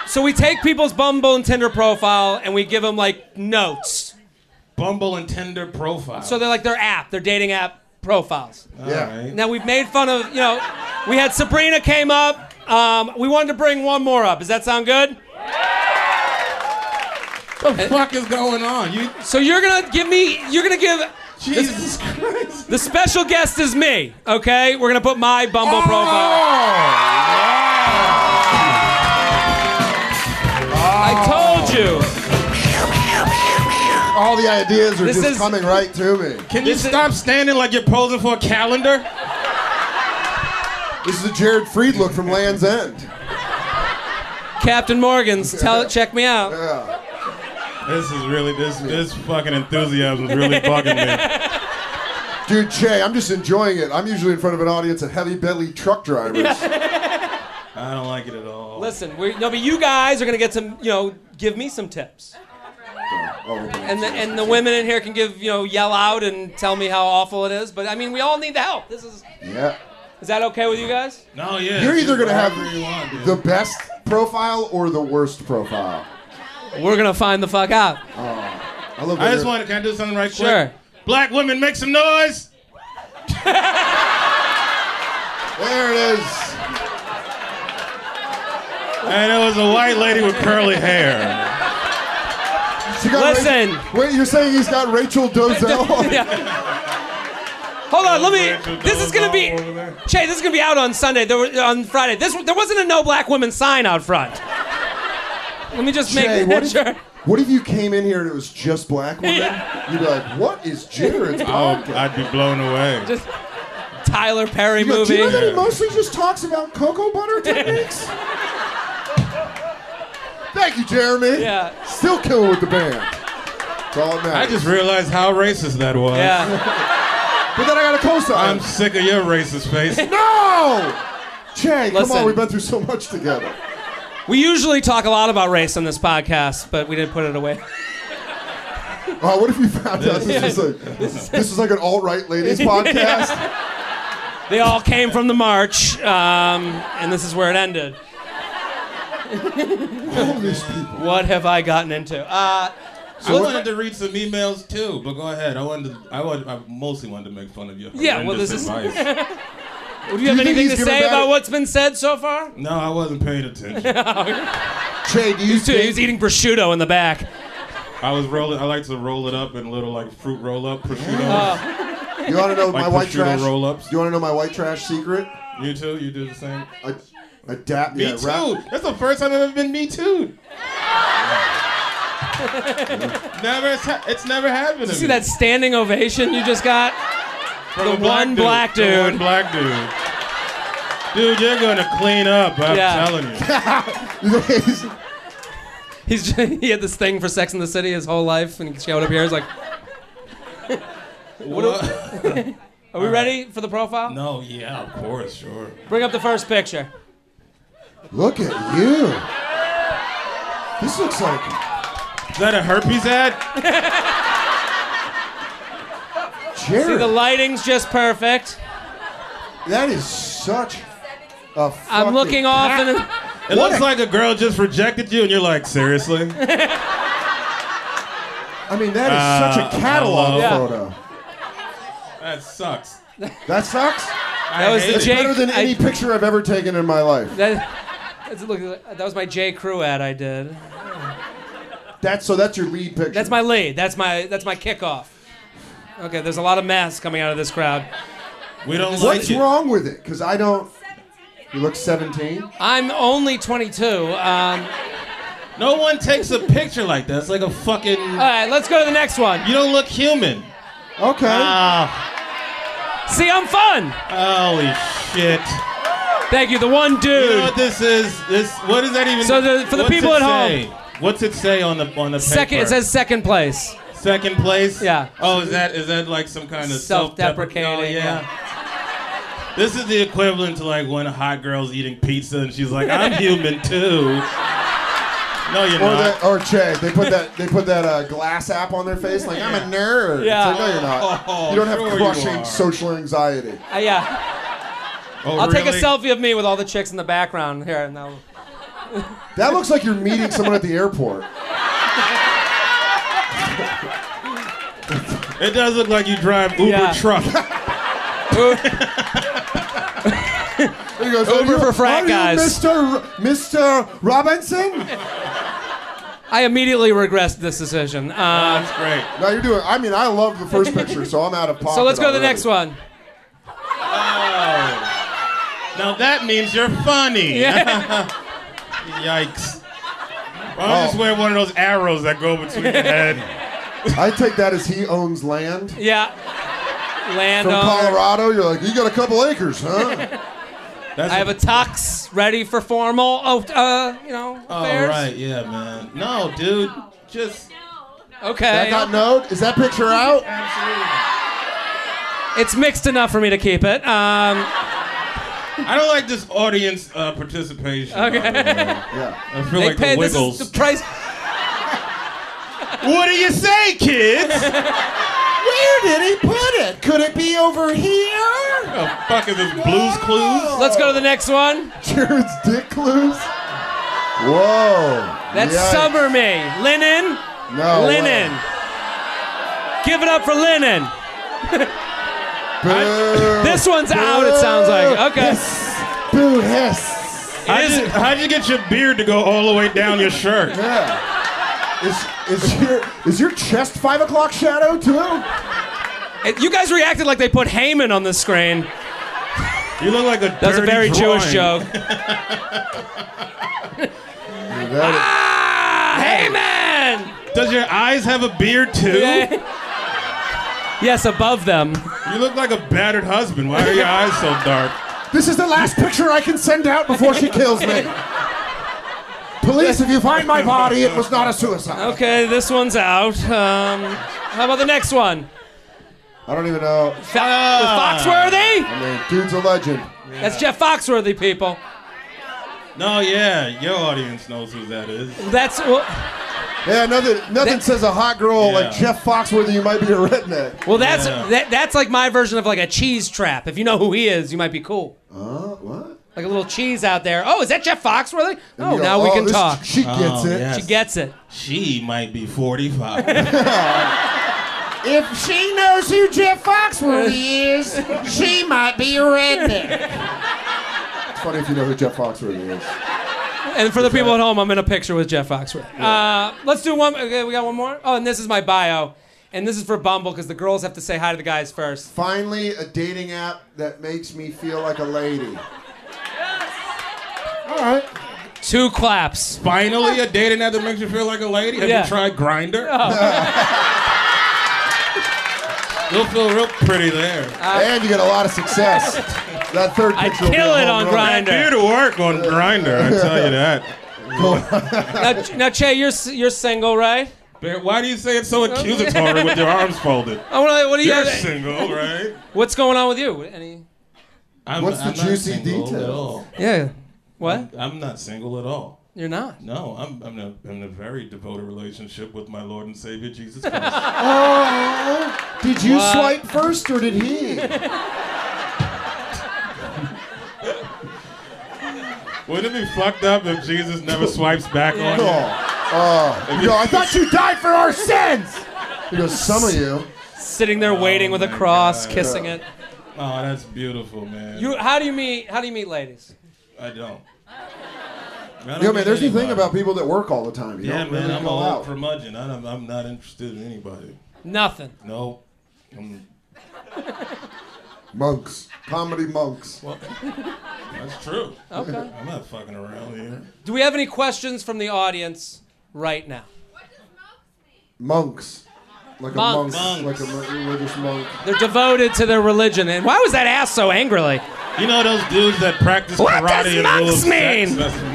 S7: so we take people's Bumble and Tinder profile and we give them like notes.
S8: Bumble and Tinder profile.
S7: So they're like their app, their dating app profiles.
S9: yeah.
S8: All right.
S7: Now we've made fun of, you know, we had Sabrina came up. Um, we wanted to bring one more up. Does that sound good?
S8: What the fuck is going on? You
S7: So you're gonna give me, you're gonna give.
S8: Jesus Christ.
S7: The special guest is me. Okay, we're gonna put my Bumble
S8: Oh,
S7: profile. I told you.
S9: All the ideas are
S7: This
S9: just
S7: is-
S9: coming right to me.
S8: Can you
S7: This is-
S8: stop standing like you're posing for a calendar?
S9: This is a Jared Fried look from Land's End.
S7: Captain Morgan's. Tell check me out.
S8: This is really this this fucking enthusiasm is really bugging me.
S9: Dude, Jay, I'm just enjoying it. I'm usually in front of an audience of heavy bellied truck drivers.
S8: I don't like it at all.
S7: Listen, we, no, but you guys are gonna get some, you know, give me some tips,
S9: Oh, we're doing
S7: and the,
S9: this.
S7: and the women in here can give, you know, yell out and tell me how awful it is. But I mean, we all need the help. This is,
S9: Yeah.
S7: is that okay with you guys?
S8: no, yeah.
S9: You're either
S8: do
S9: gonna have
S8: whatever you want, dude.
S9: The best profile or the worst profile?
S7: We're gonna find the fuck out.
S9: I love that.
S8: I just
S9: you're-
S8: wanted. Can I do something right quick?
S7: Sure.
S8: Black women, make some noise.
S9: There it is.
S8: And it was a white lady with curly hair.
S9: She got
S7: Listen.
S9: Rachel- wait, you're saying he's got Rachel Dozell?
S7: Hold on, let me. This is gonna be. Che, this is gonna be out on Sunday. There were, on Friday. This there wasn't a no black women sign out front. Let me just make
S9: Jay,
S7: that
S9: what,
S7: sure.
S9: if, what if you came in here and it was just black women? You'd be like, what is Jared's
S8: Oh,
S9: podcast?
S8: I'd be blown away.
S7: Just Tyler Perry
S9: You go, Do
S7: movie.
S9: you know that he mostly just talks about cocoa butter techniques? Thank you, Jeremy.
S7: Yeah.
S9: Still killing with the band. That's all that
S8: I
S9: matters.
S8: just realized how racist that was.
S7: Yeah.
S9: but then I got a cosign.
S8: I'm sick of your racist face.
S9: No! Jay, come
S7: Listen.
S9: on, we've been through so much together.
S7: We usually talk a lot about race on this podcast, but we didn't put it away.
S9: Oh, what if you found out this was like this was like an all right ladies podcast?
S7: They all came from the march, um, and this is where it ended.
S9: All these people.
S7: What have I gotten into? Uh,
S8: I wanted to read some emails too, but go ahead. I wanted. To, I, wanted, I mostly wanted to make fun of your
S7: Yeah, well,
S8: horrendous
S7: this is-
S8: advice.
S7: do you have
S9: think
S7: anything
S9: he's
S7: to
S9: giving
S7: say
S9: back-
S7: about what's been said so far?
S8: no, I wasn't paying attention.
S9: Jay, do you
S7: Dude, he's
S9: think,
S7: eating prosciutto in the back.
S8: I was rolling. I like to roll it up in little like fruit roll up prosciutto.
S7: Uh,
S9: you want to know my
S8: like
S9: white
S8: prosciutto
S9: trash?
S8: roll-ups?
S9: You want to know my white trash secret?
S8: You too. You do the same.
S9: A, a dap.
S8: Me
S9: yeah,
S8: too.
S9: rap-
S8: That's the first time I've ever been me too. never. It's, ha- it's never happened. To
S7: See
S8: me.
S7: that standing ovation you just got?
S8: From
S7: the
S8: a
S7: one black
S8: dude. The
S7: dude.
S8: one black dude. Dude, you're gonna clean up. I'm
S7: Yeah.
S8: telling you.
S7: He's he had this thing for Sex in the City his whole life, and he showed up here. He's like,
S8: What?
S7: "Are we ready for the profile?
S8: no. Yeah. Of course. Sure.
S7: Bring up the first picture."
S9: Look at you. This looks like
S8: Is that a herpes ad?
S7: See,
S9: Jared.
S7: the lighting's just perfect.
S9: that is such a.
S7: I'm
S9: fucking-
S7: looking off, and it-
S8: It looks like a girl just rejected you, and you're like, seriously?
S9: I mean, that is such a
S8: Uh,
S9: catalog
S7: hello.
S9: photo.
S8: that sucks.
S9: That sucks.
S8: I
S7: was
S8: hate
S7: the
S8: it.
S7: Jake-
S9: Better than
S7: I-
S9: any picture I've ever taken in my life.
S7: that, that's, look, that was my J Crew ad I did.
S9: That's so. That's your lead picture.
S7: That's my lead. That's my that's my kickoff. Okay, there's a lot of mass coming out of this crowd.
S8: We don't
S9: What's
S8: like it.
S9: wrong with it? Because I don't. You look 17.
S7: I'm only 22. Um,
S8: No one takes a picture like that. It's like a fucking.
S7: all right, let's go to the next one.
S8: you don't look human.
S9: Okay.
S8: Ah,
S7: See, I'm fun.
S8: holy shit.
S7: Thank you. The one dude.
S8: You know what this is? This what does that even?
S7: So the- for the
S8: what's
S7: people
S8: it
S7: at
S8: say? home. What's it say on the on the
S7: second.
S8: paper?
S7: It says second place.
S8: second place.
S7: Yeah.
S8: Oh, is that is that like some kind of
S7: Self-deprecating,
S8: self-depre- Oh, yeah. This is the equivalent to like when a hot girl's eating pizza and she's like, "I'm human too." No, you're
S9: Or
S8: not.
S9: that, or Che, they put that they put that uh, glass app on their face, like I'm a nerd.
S7: Yeah.
S9: It's like, no, you're not.
S8: Oh,
S9: you don't have
S8: sure you
S9: crushing
S8: are.
S9: social anxiety.
S7: Uh, yeah.
S8: Oh,
S7: I'll take a
S8: really?
S7: selfie of me with all the chicks in the background here. And I'll-
S9: That looks like you're meeting someone at the airport.
S8: It does look like you drive Uber
S7: Yeah.
S8: truck.
S9: There he goes,
S7: Uber
S9: "Are you-
S7: for frat
S9: are you
S7: guys."
S9: Mr. R- Mr. Robinson?
S7: I immediately regressed this decision. Um,
S8: That's great.
S9: No, you're doing. I mean, I love the first picture, so I'm out of pocket.
S7: so let's go to the
S9: already.
S7: next one.
S8: Now that means you're funny.
S7: Yeah.
S8: Yikes. Why don't you just
S9: Oh.
S8: wear one of those arrows that go between your head?
S9: I take that as he owns land
S7: yeah. Land
S9: from
S7: on.
S9: Colorado. You're like, you got a couple acres, huh?
S8: That's
S7: I have a tux ready for formal. Oh, uh, you know.
S8: Oh,
S7: affairs.
S8: right, yeah, man. No, dude. Just
S7: Okay.
S9: that
S7: oh.
S9: got note. Is that picture out?
S7: it's mixed enough for me to keep it. Um,
S8: I don't like this audience uh, participation. by
S7: Okay.
S8: the way.
S9: Yeah.
S8: I feel
S7: they
S8: like
S7: paid.
S8: the
S7: This
S8: Wiggles.
S7: is the price.
S8: What do you say, kids? Where did he put it?
S9: Could it be over here?
S8: The fuck is this Blues Clues?
S7: Let's go to the next one.
S9: Jared's dick clues. Whoa.
S7: That's
S9: Yikes.
S7: summer me.
S8: Oh,
S7: Linen.
S9: No
S7: linen.
S9: way.
S7: Give it up for linen.
S9: Boo.
S7: This one's out. It sounds like okay.
S9: Boo hiss.
S8: How'd you, how'd you get your beard to go all the way down your shirt?
S9: Yeah. Is, is your is your chest five o'clock shadow too?
S7: It- you guys reacted like they put Haman on the screen.
S8: You look like a
S7: That's a
S8: dirty
S7: very
S8: drawing.
S7: Jewish joke.
S9: That
S7: ah, Haman.
S8: Does your eyes have a beard too?
S7: yes, above them.
S8: You look like a battered husband. Why are your eyes so dark?
S9: is- this is the last picture I can send out before she kills me. Police, if you find my body, it was not a suicide.
S7: Okay, this one's out. Um, how about the next one?
S9: I don't even know.
S7: Fo-
S9: Ah.
S7: Foxworthy?
S9: I mean, dude's a legend.
S7: That's Jeff Foxworthy, people.
S8: No, yeah, your audience knows who that is.
S7: That's well,
S9: Yeah, nothing nothing
S7: That-
S9: says a hot girl
S8: Yeah.
S9: like Jeff Foxworthy. You might be a redneck.
S7: well that's
S8: Yeah.
S7: that, that's like my version of like a cheese trap. If you know who he is, you might be cool.
S9: Uh, what?
S7: Like a little cheese out there. Oh, is that Jeff Foxworthy?
S9: And you
S7: Oh,
S9: go,
S7: now we
S9: "Oh,
S7: can
S9: this-
S7: talk.
S9: She gets
S8: Oh,
S9: it.
S8: yeah.
S7: She gets it.
S8: She might be 45.
S9: If she knows who Jeff Foxworthy is, she might be a redneck. It's funny if you know who Jeff Foxworthy is.
S7: And for the people at home, I'm in a picture with Jeff Foxworthy. Uh, let's do one. Okay, we got one more. Oh, and this is my bio. And this is for Bumble because the girls have to say hi to the guys first.
S9: Finally, a dating app that makes me feel like a lady. All right.
S7: Two claps.
S8: Finally, a dating app that makes you feel like a lady. Have
S7: Yeah.
S8: you tried Grinder? You'll feel real pretty there.
S9: and you get a lot of success. That third
S7: I'd
S9: picture. will be
S7: Uh, kill
S9: a
S7: it
S9: home
S7: on
S9: run.
S7: Grindr.
S8: Here to work on Grinder, I tell you that.
S7: Now, now Che, you're s- you're single, right?
S8: Bear, Why do you say it so accusatory with your arms folded?
S7: I wanna, what do you?
S8: You're
S7: have-
S8: single, right?
S7: What's going on with you? Any?
S8: I'm,
S9: What's the
S8: not
S9: juicy
S8: single
S9: detail?
S8: At all.
S7: Yeah. What?
S8: I'm not single at all.
S7: You're not.
S8: No, I'm, I'm, in a, I'm in a very devoted relationship with my Lord and Savior Jesus Christ.
S9: Oh, did you swipe first or did he?
S8: Wouldn't it be fucked up if Jesus never swipes back on you?
S9: Oh, oh. You go, I thought you died for our sins. He goes, some of you.
S7: Sitting there waiting with a
S8: Oh my
S7: cross,
S8: God.
S7: kissing it.
S8: Oh, that's beautiful, man.
S7: You? How do you meet? How do you meet ladies?
S8: I don't. I don't
S9: Yo,
S8: meet
S9: man, there's the thing
S8: anybody.
S9: about people that work all the time. You
S8: Yeah,
S9: don't
S8: man,
S9: really
S8: I'm
S9: go
S8: all
S9: out.
S8: curmudgeon. I don't, I'm not interested in anybody.
S7: Nothing.
S8: No. I'm-
S9: Monks. Comedy monks.
S8: that's true.
S7: Okay.
S8: I'm not fucking around here.
S7: Do we have any questions from the audience right now?
S9: Monks. Like a monk.
S7: Monks.
S9: Like a mon- religious monk.
S7: They're devoted to their religion. And why was that asked so angrily?
S8: You know those dudes that practice
S7: What
S8: karate
S7: does
S8: in the middle of
S7: monks
S8: sex?
S7: mean?
S8: That's what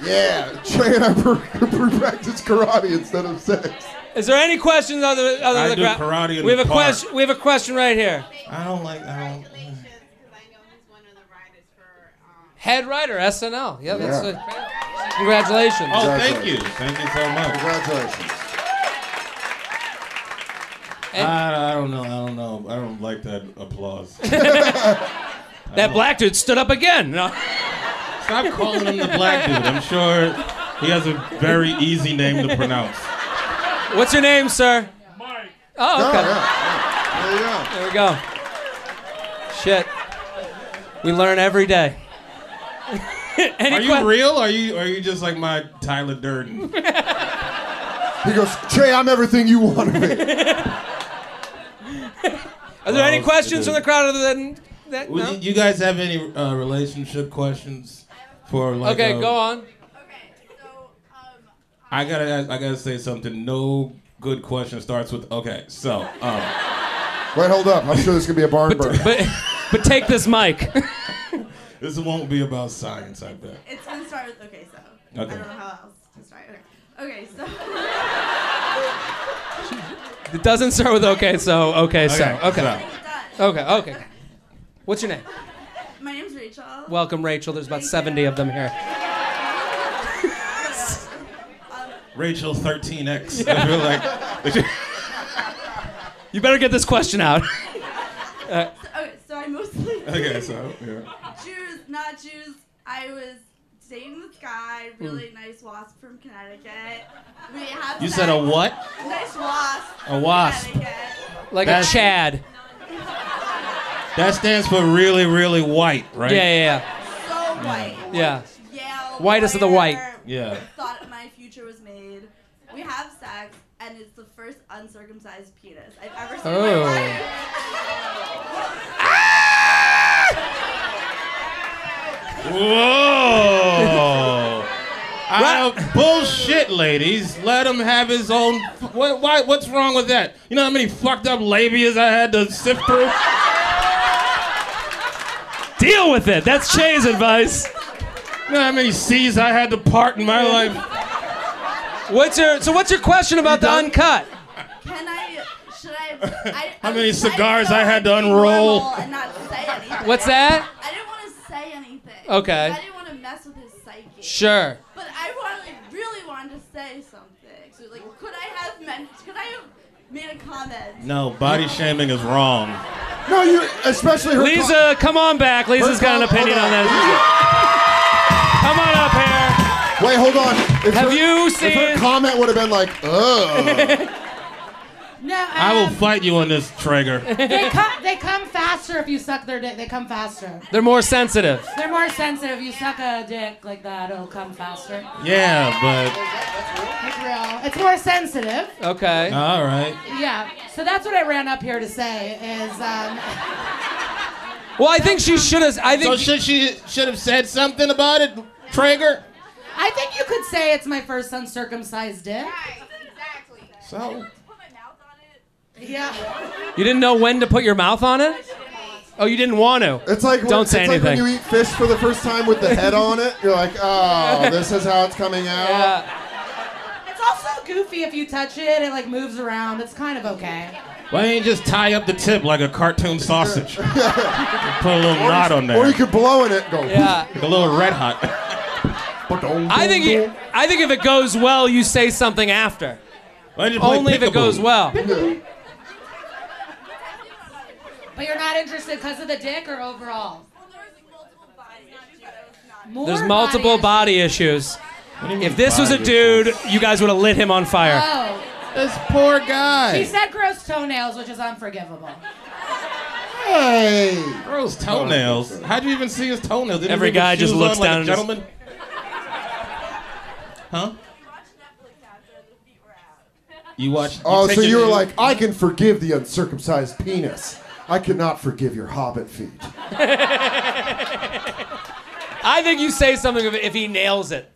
S8: monks.
S9: Yeah. Trey and I per- per- practice karate instead of sex.
S7: Is there any questions other other
S8: I
S7: than
S8: do
S7: the crowd?
S8: karate in
S7: we
S8: the
S7: have a
S8: park.
S7: question. We have a question right here.
S8: I don't like. I don't.
S7: Head writer SNL. Yeah, that's
S9: Yeah.
S7: a- congratulations.
S8: Oh,
S9: Exactly.
S8: thank you. Thank you so much.
S9: Congratulations.
S8: I, I don't know. I don't know. I don't like that applause.
S7: that black dude stood up again. No.
S8: Stop calling him the black dude. I'm sure he has a very easy name to pronounce.
S7: What's your name, sir? Mike. Oh,
S9: Oh,
S7: okay.
S9: yeah. There you go.
S7: There we go. Shit. We learn every day. Any
S8: Are
S7: que-
S8: you real? Are you are you just like my Tyler Durden?
S9: He goes, Trey, I'm everything you want to be.
S7: Are there any
S8: Oh,
S7: questions
S8: dude.
S7: from the crowd other than that?
S8: Would
S7: No?
S8: you, you guys have any uh, relationship questions for like?
S7: okay,
S8: uh,
S7: go on.
S8: I gotta ask, I gotta say something. No good question starts with okay. So um,
S9: Wait, hold up. I'm sure this could be a barn burner.
S7: But but take this mic.
S8: this won't be about science. I bet.
S5: It's gonna start with okay, so I
S8: Okay.
S5: don't know how else to start. Okay, okay so
S7: It doesn't start with okay, so okay, so okay,
S5: done.
S7: okay, okay. What's your name?
S5: My name's Rachel.
S7: Welcome, Rachel. There's about 70 of them here.
S8: Rachel 13x. I feel like
S7: You better get this question out.
S5: So, okay, so I mostly
S8: okay. So yeah.
S5: Jews, not Jews. I was dating this guy,
S7: Hmm.
S5: really nice wasp from Connecticut. We had
S7: You said a what?
S5: Nice wasp.
S7: A wasp. Like a Chad.
S8: That stands for really, really white, right?
S7: Yeah, yeah,
S5: So white.
S7: yeah. Yeah.
S5: Yale.
S7: Whitest of the white.
S8: Yeah.
S5: Thought my future was made. We have sex, and it's the first uncircumcised penis I've ever seen. in
S7: Oh.
S5: my life.
S8: Whoa! I don't- bullshit, ladies. Let him have his own. What, why, what's wrong with that? You know how many fucked up labias I had to sift through?
S7: Deal with it. That's Shay's advice.
S8: You know how many C's I had to part in my life?
S7: What's your so? What's your question about the uncut?
S5: Can I? Should I? I
S8: How many cigars I had to unroll?
S5: and not say anything.
S7: What's that?
S5: I didn't want to say anything.
S7: Okay.
S5: I didn't want to mess with his psyche.
S7: Sure.
S5: But I wanted, really wanted to say something. So like, could I have meant? Could I have made a comment?
S8: No, body shaming is wrong.
S9: No, you especially her.
S7: Lisa, come on back. Lisa's got an opinion on that. Come on up here.
S9: Wait, hold on. If
S7: Have
S9: her,
S7: you
S9: If her
S7: seen?
S9: comment would have been like, "Ugh,"
S3: No,
S8: I will
S3: um,
S8: fight you on this, Traeger.
S3: they come. They come faster if you suck their dick. They come faster.
S7: They're more sensitive.
S3: They're more sensitive. You suck a dick like that, it'll come faster.
S8: Yeah,
S3: It's real. It's more sensitive.
S8: but.
S7: Okay.
S8: All right.
S3: Yeah. So that's what I ran up here to say is um,
S7: Well, I think she should have. I
S8: So
S7: think.
S8: should she should have said something about it, Traeger?
S3: I think you could say it's my first uncircumcised dick.
S5: Exactly.
S8: So
S5: Put my mouth on it.
S3: Yeah.
S7: You didn't know when to put your mouth on it? Oh, you didn't want to.
S9: it's like when,
S7: Don't say
S9: it's like when
S7: anything.
S9: you eat fish for the first time with the head on it. You're like, "Oh, this is how it's coming out."
S7: Yeah.
S3: It's also goofy if you touch it. It like moves around. It's kind of okay.
S8: why didn't you just tie up the tip like a cartoon sausage? Put a little knot on
S9: Or
S8: there.
S9: you could blow in it. and Go.
S7: Yeah.
S8: Like a little red hot.
S7: I think. You, I think if it goes well, you say something after.
S8: Why didn't you play
S7: Only if it
S8: peekaboo?
S7: goes well.
S3: But you're not interested because of the dick or overall.
S5: Well, there
S3: More
S5: was multiple bodies. Not
S7: There's multiple
S3: body.
S7: body issues.
S8: What do you mean
S7: If this was a
S8: body
S7: dude,
S8: issues?
S7: you guys would have lit him on fire.
S3: Oh.
S8: this poor guy.
S3: She said gross toenails, which is unforgivable.
S9: Hey.
S8: Gross toenails. How'd you even see his toenails? Didn't he
S7: Every
S8: leave his
S7: guy just
S8: shoes
S7: looks
S8: on like
S7: down
S8: a
S7: and just-
S8: gentleman. Huh? You watch.
S9: Oh, so
S8: taking-
S9: you were like, I can forgive the uncircumcised penis. I could not forgive your hobbit feet.
S7: I think you say something if, if he nails it.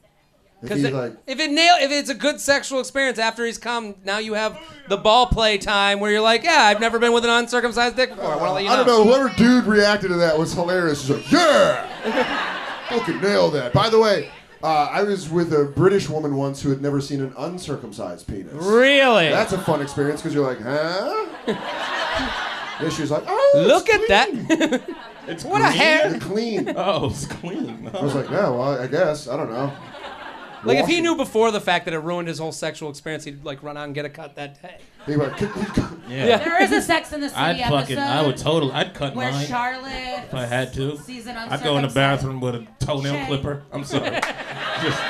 S9: If
S7: Because
S9: he's like,
S7: if it nail, if it's a good sexual experience after he's come, now you have the ball play time where you're like, yeah, I've never been with an uncircumcised dick before. I want to let you know.
S9: I don't know, whoever dude reacted to that was hilarious. He's like, yeah! Fucking nail that. By the way, uh, I was with a British woman once who had never seen an uncircumcised penis.
S7: Really?
S9: That's a fun experience because you're like, huh? then she was like, oh, it's
S7: Look at
S9: clean.
S7: that.
S8: It's
S7: what a
S8: clean?
S7: hair.
S9: It's clean. I
S8: Oh, it's clean.
S9: was like, yeah, well, I guess. I don't know.
S7: Like if
S9: Wash
S7: he
S9: it.
S7: knew before the fact that it ruined his whole sexual experience, he'd like run out and get a cut that day.
S9: He went,
S8: yeah.
S7: Yeah.
S3: There is a Sex in the City
S8: I'd
S3: episode
S8: fucking. I would totally. I'd cut
S3: where
S8: mine.
S3: Charlotte.
S8: If I had to,
S3: Sees an
S8: I'd go in the
S3: uncircumcised-
S8: bathroom with a toenail
S3: Shame.
S8: clipper. I'm sorry. Just.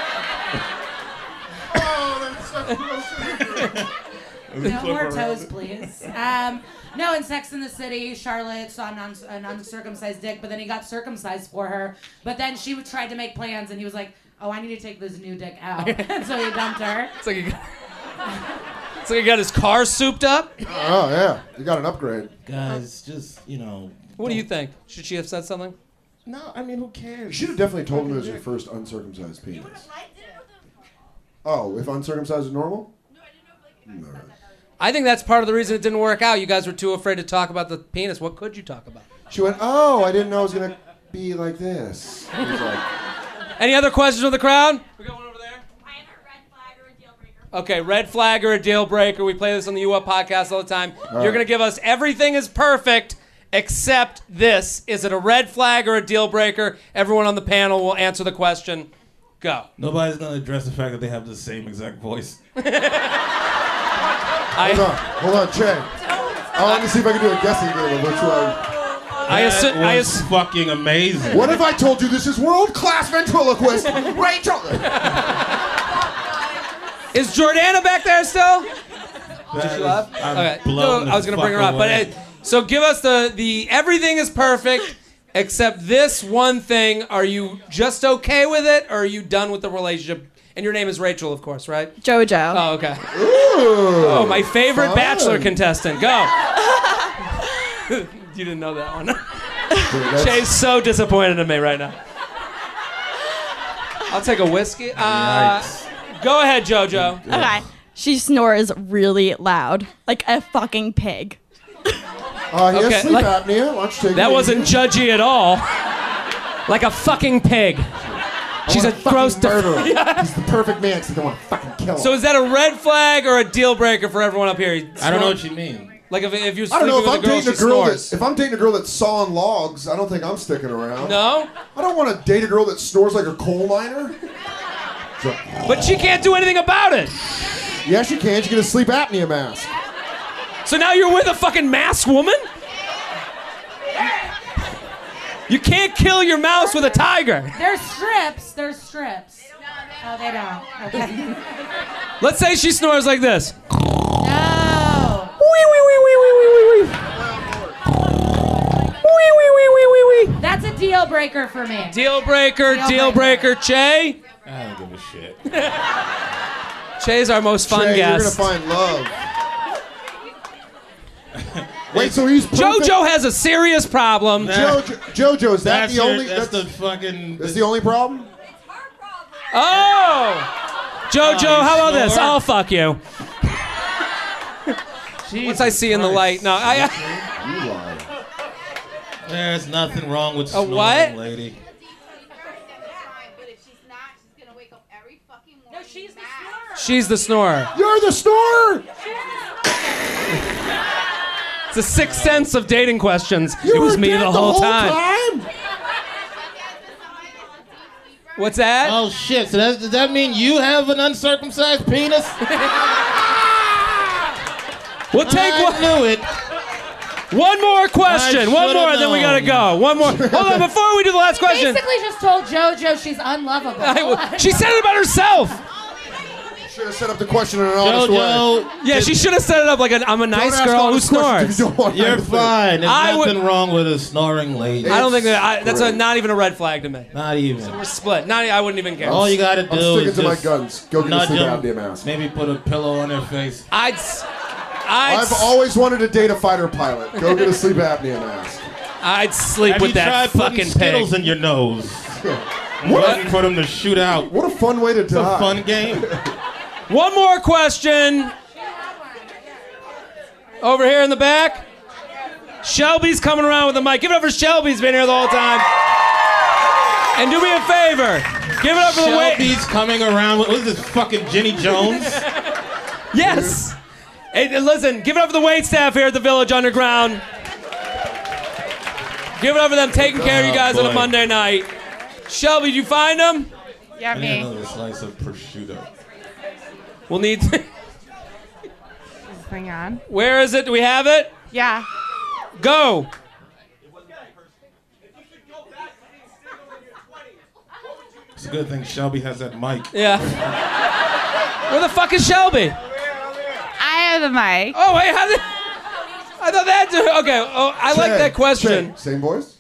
S3: No more toes, please. Um, no, in Sex in the City, Charlotte saw an, uns- an uncircumcised dick, but then he got circumcised for her. But then she would- tried to make plans, and he was like, "Oh, I need to take this new dick out," and so he dumped her.
S7: It's like he got, it's like he got his car souped up.
S9: oh, yeah. You got an upgrade.
S8: Guys, just you know.
S7: What do you think? Should she have said something?
S8: No, I mean, who cares?
S9: You should have definitely told him it was your first uncircumcised penis. Oh, if uncircumcised is normal?
S7: I think that's part of the reason it didn't work out. You guys were too afraid to talk about the penis. What could you talk about?
S9: She went, Oh, I didn't know it was going to be like this. He was like,
S7: Any other questions from the crowd? We got one over there. Okay, red flag or a deal breaker. We play this on the U Up podcast all the time. You're gonna give us everything is perfect except this. Is it a red flag or a deal breaker? Everyone on the panel will answer the question. Go.
S8: Nobody's gonna address the fact that they have the same exact voice.
S9: Uh, Hold on, hold on, Che. I want to see if I can do a guessing game of which one.
S7: I assu- I
S8: was fucking amazing.
S9: What if I told you this is world class ventriloquist Rachel?
S7: Is Jordana back there still?
S8: That
S7: she
S8: is-
S7: up?
S8: I'm
S7: Okay.
S8: blown
S7: No,
S8: the
S7: I was gonna bring her
S8: fuck
S7: up, but
S8: away.
S7: uh, so give us the the everything is perfect except this one thing. Are you just okay with it, or are you done with the relationship? And your name is Rachel, of course, right?
S11: Jojo.
S7: Oh, okay. oh, my favorite
S11: fun.
S7: Bachelor contestant. Go. you didn't know that one. Shay's so disappointed in me right now. I'll take a whiskey. Uh, go ahead, Jojo.
S3: Okay. She snores really loud, like a fucking pig.
S9: Uh, he
S7: Okay,
S9: has sleep
S7: let-
S9: apnea. Why don't you take it
S7: That
S9: easy?
S7: wasn't judgy at all. Like a fucking pig. She's a gross
S9: murderer.
S7: def- Yeah.
S9: He's the perfect man because I want to fucking kill him.
S7: So is that a red flag or a deal breaker for everyone up here?
S9: I don't know
S8: what you mean.
S7: Like if, if you're
S9: I don't
S7: sleeping
S9: know
S7: with
S9: if
S7: a
S9: I'm
S7: girl, she
S9: dating a girl
S7: snores.
S9: that, if I'm dating a girl that's sawing logs, I don't think I'm sticking around.
S7: No?
S9: I don't want to date a girl that snores like a coal miner.
S7: But she can't do anything about it.
S9: Yes, you can. You get a sleep apnea mask.
S7: So now you're with a fucking mask woman? You can't kill your mouse with a tiger.
S12: There's strips. There's strips. Oh, they don't. Okay.
S7: Let's say she snores like this.
S12: No. That's a deal breaker for me.
S7: Deal breaker,
S12: Deal
S7: deal breaker, Che.
S8: I don't give a shit.
S7: Che's our most fun
S9: Shay,
S7: guest.
S9: You're gonna find love. Wait, so he's perfect?
S7: Jojo has a serious problem.
S9: Jojo, Jojo, is that
S8: That's
S9: the
S8: your-
S9: only?
S8: that's the fucking.
S9: That's the only problem.
S7: Oh! Jojo,
S8: Oh, you
S7: how about this?
S8: snore.
S7: I'll fuck you. Once I see in the light, no, I,
S8: There's nothing wrong with
S7: A
S8: snoring,
S7: what?
S8: lady.
S12: No, she's the
S7: she's the snorer.
S9: You're the snorer.
S7: It's a sixth sense of dating questions. it was me the whole, What's that?
S8: Oh shit! So that's, does that mean you have an uncircumcised penis?
S7: we'll take
S8: I
S7: one-
S8: Knew it.
S7: One more question.
S8: I
S7: One more,
S8: shoulda
S7: then we gotta go. One more. Hold on, before we do the last question.
S12: Basically, just told JoJo she's unlovable.
S7: I- she said it about herself.
S9: Should have set up the question in an honest way.
S7: Yeah, she should have set it up like an, I'm a nice
S9: ask
S7: girl
S9: all
S7: who
S9: these questions
S7: snores.
S9: you don't want
S8: You're fine. There's
S7: I would-
S8: nothing wrong with a snoring lady.
S7: I don't think that I, that's a, not even a red flag to me.
S8: Not even.
S7: We're split. Not I wouldn't even care.
S8: All you gotta do is just
S9: Go get a
S8: nudge
S9: sleep
S8: them,
S9: apnea mask.
S8: Maybe put a pillow on their face.
S7: I'd. I'd
S9: I've always wanted to date a fighter pilot. Go get a sleep apnea mask.
S7: I'd sleep
S8: Have
S7: with
S8: you
S7: that
S8: tried putting
S7: fucking
S8: Skittles
S7: pig.
S8: in your nose?
S9: What?
S8: Waiting for them to shoot out.
S9: What a fun way to
S8: It's a
S9: die.
S8: fun game.
S7: One more question. Over here in the back. Shelby's coming around with the mic. Give it up for Shelby. He's been here the whole time. And do me a favor. Give it up for the wait.
S8: Shelby's coming around. with- What is this fucking Jenny Jones?
S7: Yes. And and listen, give it up for the wait staff here at the Village Underground. Give it up for them taking care of you
S8: Oh,
S7: guys on a
S8: boy.
S7: Monday night. Shelby, did you find them?
S12: Yeah,
S8: I need another slice of prosciutto.
S7: We'll need.
S3: Hang on.
S7: Where is it? Do we have it?
S3: Yeah.
S7: Go.
S8: It's a good thing Shelby has that mic.
S7: Yeah. Where the fuck is Shelby?
S3: I have the mic.
S7: Oh wait, how did? I thought that. Okay. Oh, I like
S9: Shay,
S7: that question.
S9: Shay, Same voice.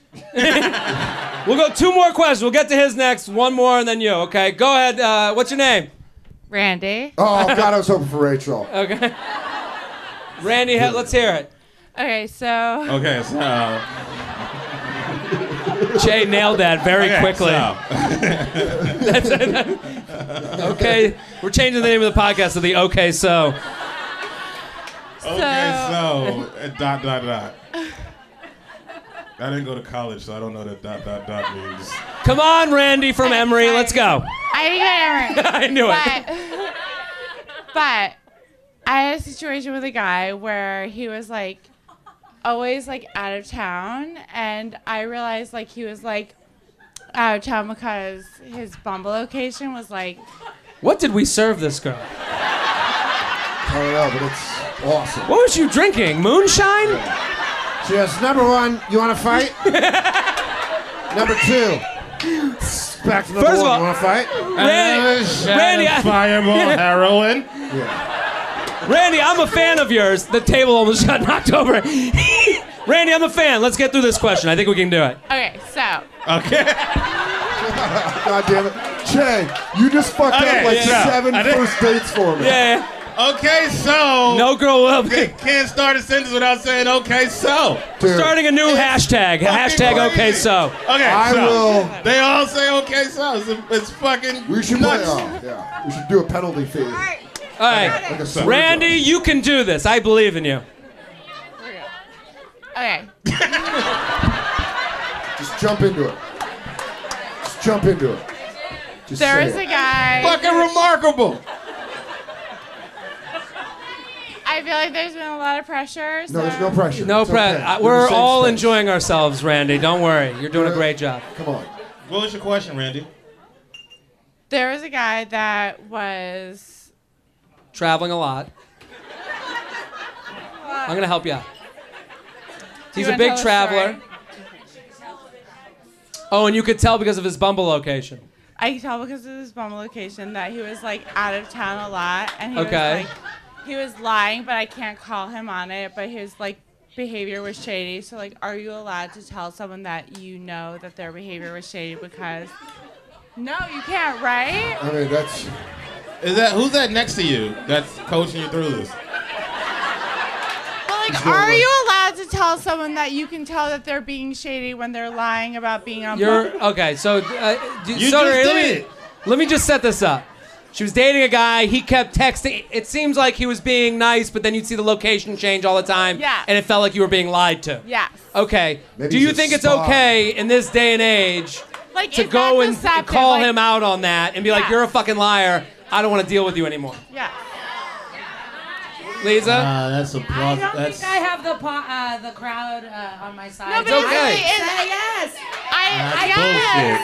S7: We'll go two more questions. We'll get to his next. One more, and then you. Okay. Go ahead. Uh, what's your name?
S3: Randy.
S9: Oh God, I was hoping for Rachel.
S7: Okay. Randy. he- Let's hear it.
S3: Okay, so
S8: Okay, so
S7: Jay nailed that very
S8: okay,
S7: quickly.
S8: so-
S7: That's it. okay. We're changing the name of the podcast to the Okay So.
S8: okay, so uh, dot dot dot. I didn't go to college, so I don't know that dot dot dot means.
S7: Come on, Randy from Emory. Let's go.
S3: I think I am.
S7: I knew it.
S3: but, but I had a situation with a guy where he was like always like out of town, and I realized like he was like out of town because his Bumble location was like
S7: What did we serve this girl?
S9: I don't know, but it's awesome.
S7: What was you drinking? Moonshine?
S9: She goes, number one, you want to fight? number two, back to
S13: First
S9: number
S13: of
S9: one,
S13: all-
S9: you want to fight?
S7: Randy, Randy, I-
S8: heroin.
S7: Randy, I'm a fan of yours. The table almost got knocked over. Randy, I'm a fan. Let's get through this question. I think we can do it.
S3: Okay, so
S7: Okay.
S9: God damn it. Che, you just fucked
S8: Okay,
S9: up like
S8: yeah.
S9: seven
S8: I
S9: first
S8: did.
S9: dates for me.
S8: Okay, so.
S7: No girl will be.
S8: Can't start a sentence without saying okay, so.
S7: We're starting a new hashtag. Hashtag okay so.
S8: Okay,
S9: I
S8: so.
S9: will-
S8: They all say okay, so. It's, it's fucking.
S9: We should play
S8: nuts.
S9: off. Yeah. We should do a penalty fee.
S7: All right.
S9: Like a swear
S7: Randy, you can do this. I believe in you.
S3: okay.
S9: Just jump into it. Just jump into it. Just
S3: there
S9: say
S3: was
S9: it.
S3: a guy.
S9: Fucking remarkable.
S3: I feel like there's been a lot of pressure. So.
S9: No, there's no pressure.
S7: No
S9: It's
S7: press.
S9: okay.
S7: I-
S9: We're in
S7: We're
S9: the same
S7: all
S9: space.
S7: enjoying ourselves, Randy. Don't worry. You're doing a great job.
S9: Come on.
S8: What was your question, Randy?
S3: There was a guy that was.
S7: Traveling a lot. I'm going to help you out.
S3: you
S7: He's a
S3: wanna
S7: big
S3: tell a
S7: traveler. Oh, and you could tell because of his Bumble location.
S3: I could tell because of his bum location that he was like out of town a lot, and he
S7: Okay.
S3: was like, he was lying, but I can't call him on it. But his like behavior was shady. So like, are you allowed to tell someone that you know that their behavior was shady because? No, you can't, right?
S9: I mean, that's.
S8: Is that who's that next to you? That's coaching you through this.
S3: But like, are you allowed to tell someone that you can tell that they're being shady when they're lying about being on?
S7: You're okay. So, uh, d-
S3: You
S7: so
S3: just
S7: let
S3: did
S7: me let me just set this up. She was dating a guy. He kept texting. It seems like he was being nice, but then you'd see the location change all the time.
S3: Yeah.
S7: And it felt like you were being lied to.
S3: Yes.
S7: Okay.
S3: Maybe
S7: Do
S3: he's
S7: you
S3: a
S7: think it's
S3: spy.
S7: okay in this day and age
S3: Like,
S7: to
S3: if
S7: go
S3: that's
S7: and
S3: accepted,
S7: call
S3: like-
S7: him out on that and be like,
S3: Yeah.
S7: "You're a fucking liar. I don't want to deal with you anymore."
S3: Yeah.
S7: Lisa.
S3: Uh,
S8: Ah, that's a
S5: I don't think I have the po- uh, the crowd uh, on my side.
S3: No, but it's okay. really- it-
S5: Say yes.
S3: I
S8: That's bullshit.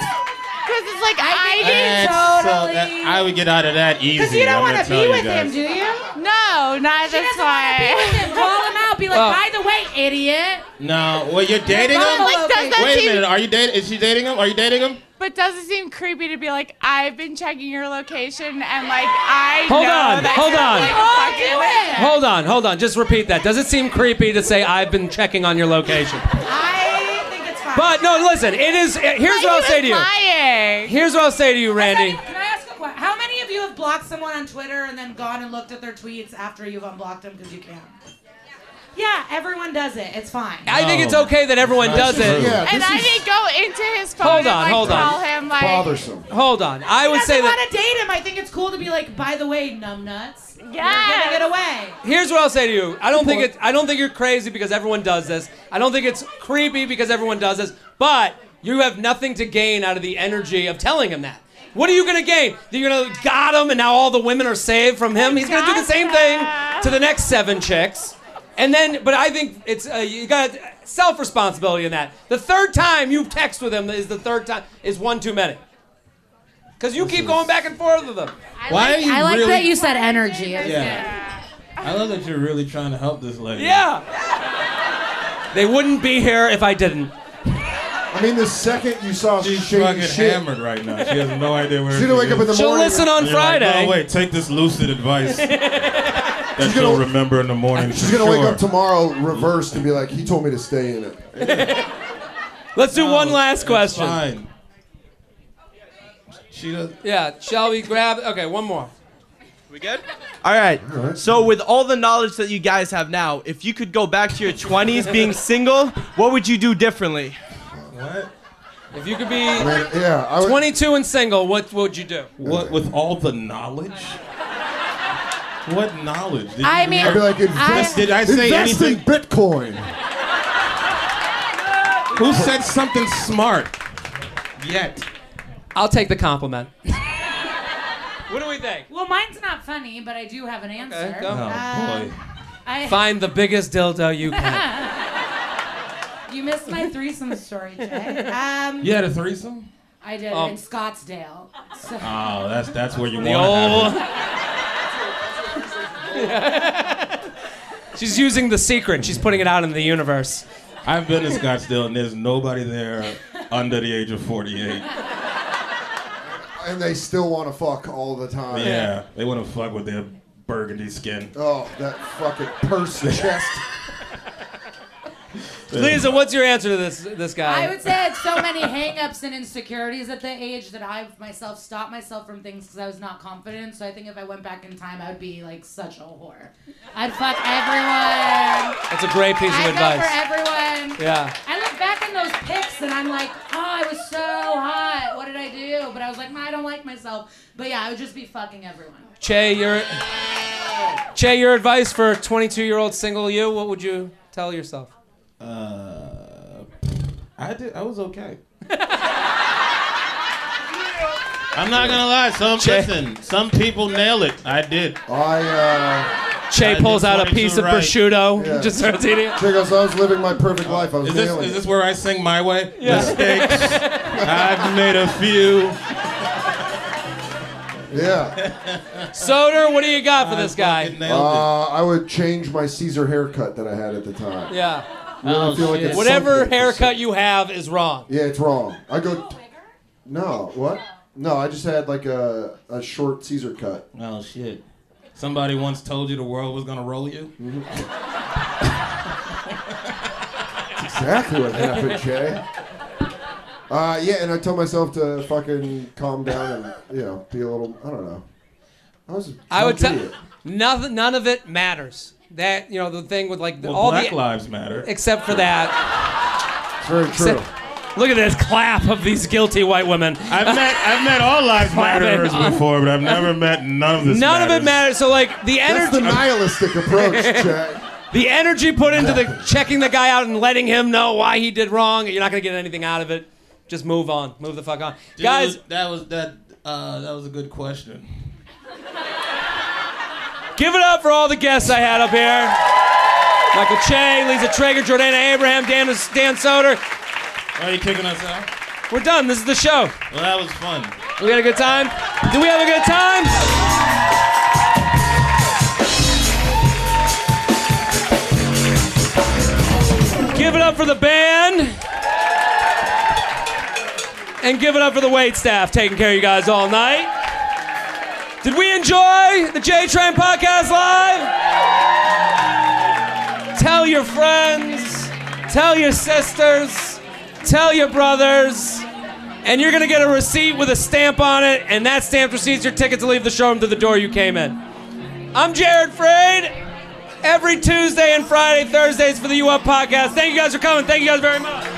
S3: because it's like I,
S8: That's so- that- I would get out of that easy.
S3: Because you don't
S8: I'm
S3: want
S8: gonna
S3: to
S8: tell
S3: be
S8: you
S3: with him,
S8: guys.
S3: do you? No, not
S5: She doesn't want to be with him. Call him out. Be like,
S8: Well-
S5: by the way, idiot.
S8: No, well, you're dating
S3: Well,
S8: him.
S3: like, does that
S8: Wait a
S3: seem-
S8: minute, are you dating? Is she dating him? Are you dating him?
S3: But does it seem creepy to be like, I've been checking your location and like I
S7: Hold
S3: know
S7: on,
S3: that
S7: hold
S3: you're,
S7: on.
S3: like,
S7: Oh,
S3: fucking with him."
S7: Hold on, hold on. Just repeat that. Does it seem creepy to say I've been checking on your location?
S3: I think it's fine.
S7: But no, listen. It is. uh, Here's what I'll say to you.
S3: Lying.
S7: Here's what I'll say to you, Randy.
S5: Can I ask a question? How many of you have blocked someone on Twitter and then gone and looked at their tweets after you've unblocked them because you can? Yeah, everyone does it. It's fine.
S7: I think
S3: Oh.
S7: it's okay that everyone does it.
S3: and I didn't go into his phone
S7: Hold
S3: and
S7: on,
S3: like,
S7: hold on.
S3: call him like.
S7: Hold on. I would say
S5: I
S7: that.
S5: want to date him. I think it's cool to be like, by the way, numbnuts.
S3: Yes.
S5: You're giving it away.
S7: Here's what I'll say to you. I don't think it's. I don't think you're crazy because everyone does this. I don't think it's creepy because everyone does this. But you have nothing to gain out of the energy of telling him that. What are you gonna gain? That You're gonna got him, and now all the women are saved from him. He's gonna do the same thing to the next seven chicks, and then. But I think it's uh, you got self responsibility in that. The third time you text with him is the third time is one too many. Because you keep going back and forth with him.
S8: Why are you
S5: I like
S8: really?
S5: that you said energy.
S8: yeah. I love that you're really trying to help this lady.
S7: Yeah. They wouldn't be here if I didn't.
S9: I mean, the second you saw
S8: She's
S9: shady
S8: fucking
S9: shit,
S8: hammered right now. She has no idea where.
S9: She's gonna wake up in the She'll morning listen and- on
S8: And you're like,
S9: Friday.
S8: no, wait. Take this lucid advice that
S9: She's
S8: you'll
S9: gonna-
S8: remember in the morning.
S9: she's gonna wake up tomorrow reversed and be like, "He told me to stay in it."
S7: Let's do one last question.
S8: fine. She does.
S7: Yeah, shall we grab? Okay, one more.
S14: We good? All right. So, with all the knowledge that you guys have now, if you could go back to your 20s being single, what would you do differently?
S8: What?
S7: If you could be
S9: yeah,
S7: 22 and single, what would you do?
S8: What with all the knowledge? What knowledge? Did
S3: I
S8: you
S3: mean,
S8: read?
S9: I'd be like,
S8: Did-
S9: "Invest,
S8: did I say
S9: invest
S8: anything?
S9: in Bitcoin."
S8: Who said something smart? Yet.
S7: I'll take the compliment. What do we think?
S5: Well, mine's not funny, but I do have an answer.
S7: go.
S3: Uh,
S7: Oh,
S5: Um, I,
S7: Find the biggest dildo you can.
S5: you missed my threesome story, Jay. Um,
S8: You had a threesome?
S5: I did
S8: Oh.
S5: in Scottsdale. So-
S7: Uh,
S8: Oh, that's that's where you
S7: The
S8: want to have it.
S7: She's using the secret. She's putting it out in the universe.
S8: I've been to Scottsdale and there's nobody there under the age of 48.
S9: And they still want to fuck all the time.
S8: Yeah, they want to fuck with their burgundy skin.
S9: Oh, that fucking purse chest.
S7: Lisa, what's your answer to this this guy?
S3: I would say I had so many hangups and insecurities at the age that I myself stopped myself from things because I was not confident. So I think if I went back in time, I would be like such a whore. I'd fuck everyone.
S7: That's a great piece of
S3: I'd go
S7: advice.
S3: for everyone.
S7: Yeah.
S3: I look back in those pics and I'm like, oh, I was so hot. What did I do? But I was like, nah, I don't like myself. But yeah, I would just be fucking everyone.
S7: Che, your Che, your advice for 22 year old single you? What would you tell yourself?
S8: Uh, I did. I was okay. I'm not gonna lie. Some listen. Some people nail it. I did.
S9: I.
S8: Uh,
S7: Che pulls out a piece of prosciutto. Just starts eating it.
S9: Check out, so I was living my perfect life. I was
S8: Oh, Is this,
S9: nailing
S8: is
S9: it.
S8: this where I sing my way? Mistakes. I've made a few.
S9: Yeah.
S7: Soder, what do you got for this guy?
S9: Uh, I would change my Caesar haircut that I had at the time.
S7: Yeah.
S9: Really Oh, feel like shit. it's
S7: Whatever
S9: something.
S7: haircut you have is wrong.
S9: Yeah, it's wrong. I go. No, what? No, I just had like a, a short Caesar cut.
S8: Oh shit. Somebody once told you the world was gonna roll you.
S9: Exactly what happened, Jay. Uh, yeah, and I told myself to fucking calm down and you know be a little. I don't know. I was. a
S7: I would
S9: drunk
S7: tell
S9: idiot.
S7: nothing. None of it matters. That you know the thing with like the,
S8: Well,
S7: all
S8: Black
S7: the
S8: lives matter.
S7: except for that.
S9: Very
S7: true. Look at this clap of these guilty white women.
S8: I've met I've met all lives Murderers before, but I've never met none of this.
S7: None of it matters. So like the
S9: That's
S7: energy.
S9: the nihilistic approach, Jack.
S7: The energy put into the checking the guy out and letting him know why he did wrong. You're not gonna get anything out of it. Just move on. Move the fuck on,
S8: Dude,
S7: guys.
S8: That was that. Uh, that was a good question.
S7: Give it up for all the guests I had up here. Michael Che, Lisa Traeger, Jordana Abraham, Dan, Dan Soder.
S8: Are you kicking us out?
S7: We're done. This is the show.
S8: Well, that was fun.
S7: We had a good time. Did we have a good time? Give it up for the band. And give it up for the wait staff taking care of you guys all night. Did we enjoy the J Train Podcast Live? Tell your friends, tell your sisters, tell your brothers, and you're gonna get a receipt with a stamp on it, and that stamp receipt's your ticket to leave the showroom to the door you came in. I'm Jared Freed. Every Tuesday and Friday, Thursdays for the U Up Podcast. Thank you guys for coming. Thank you guys very much.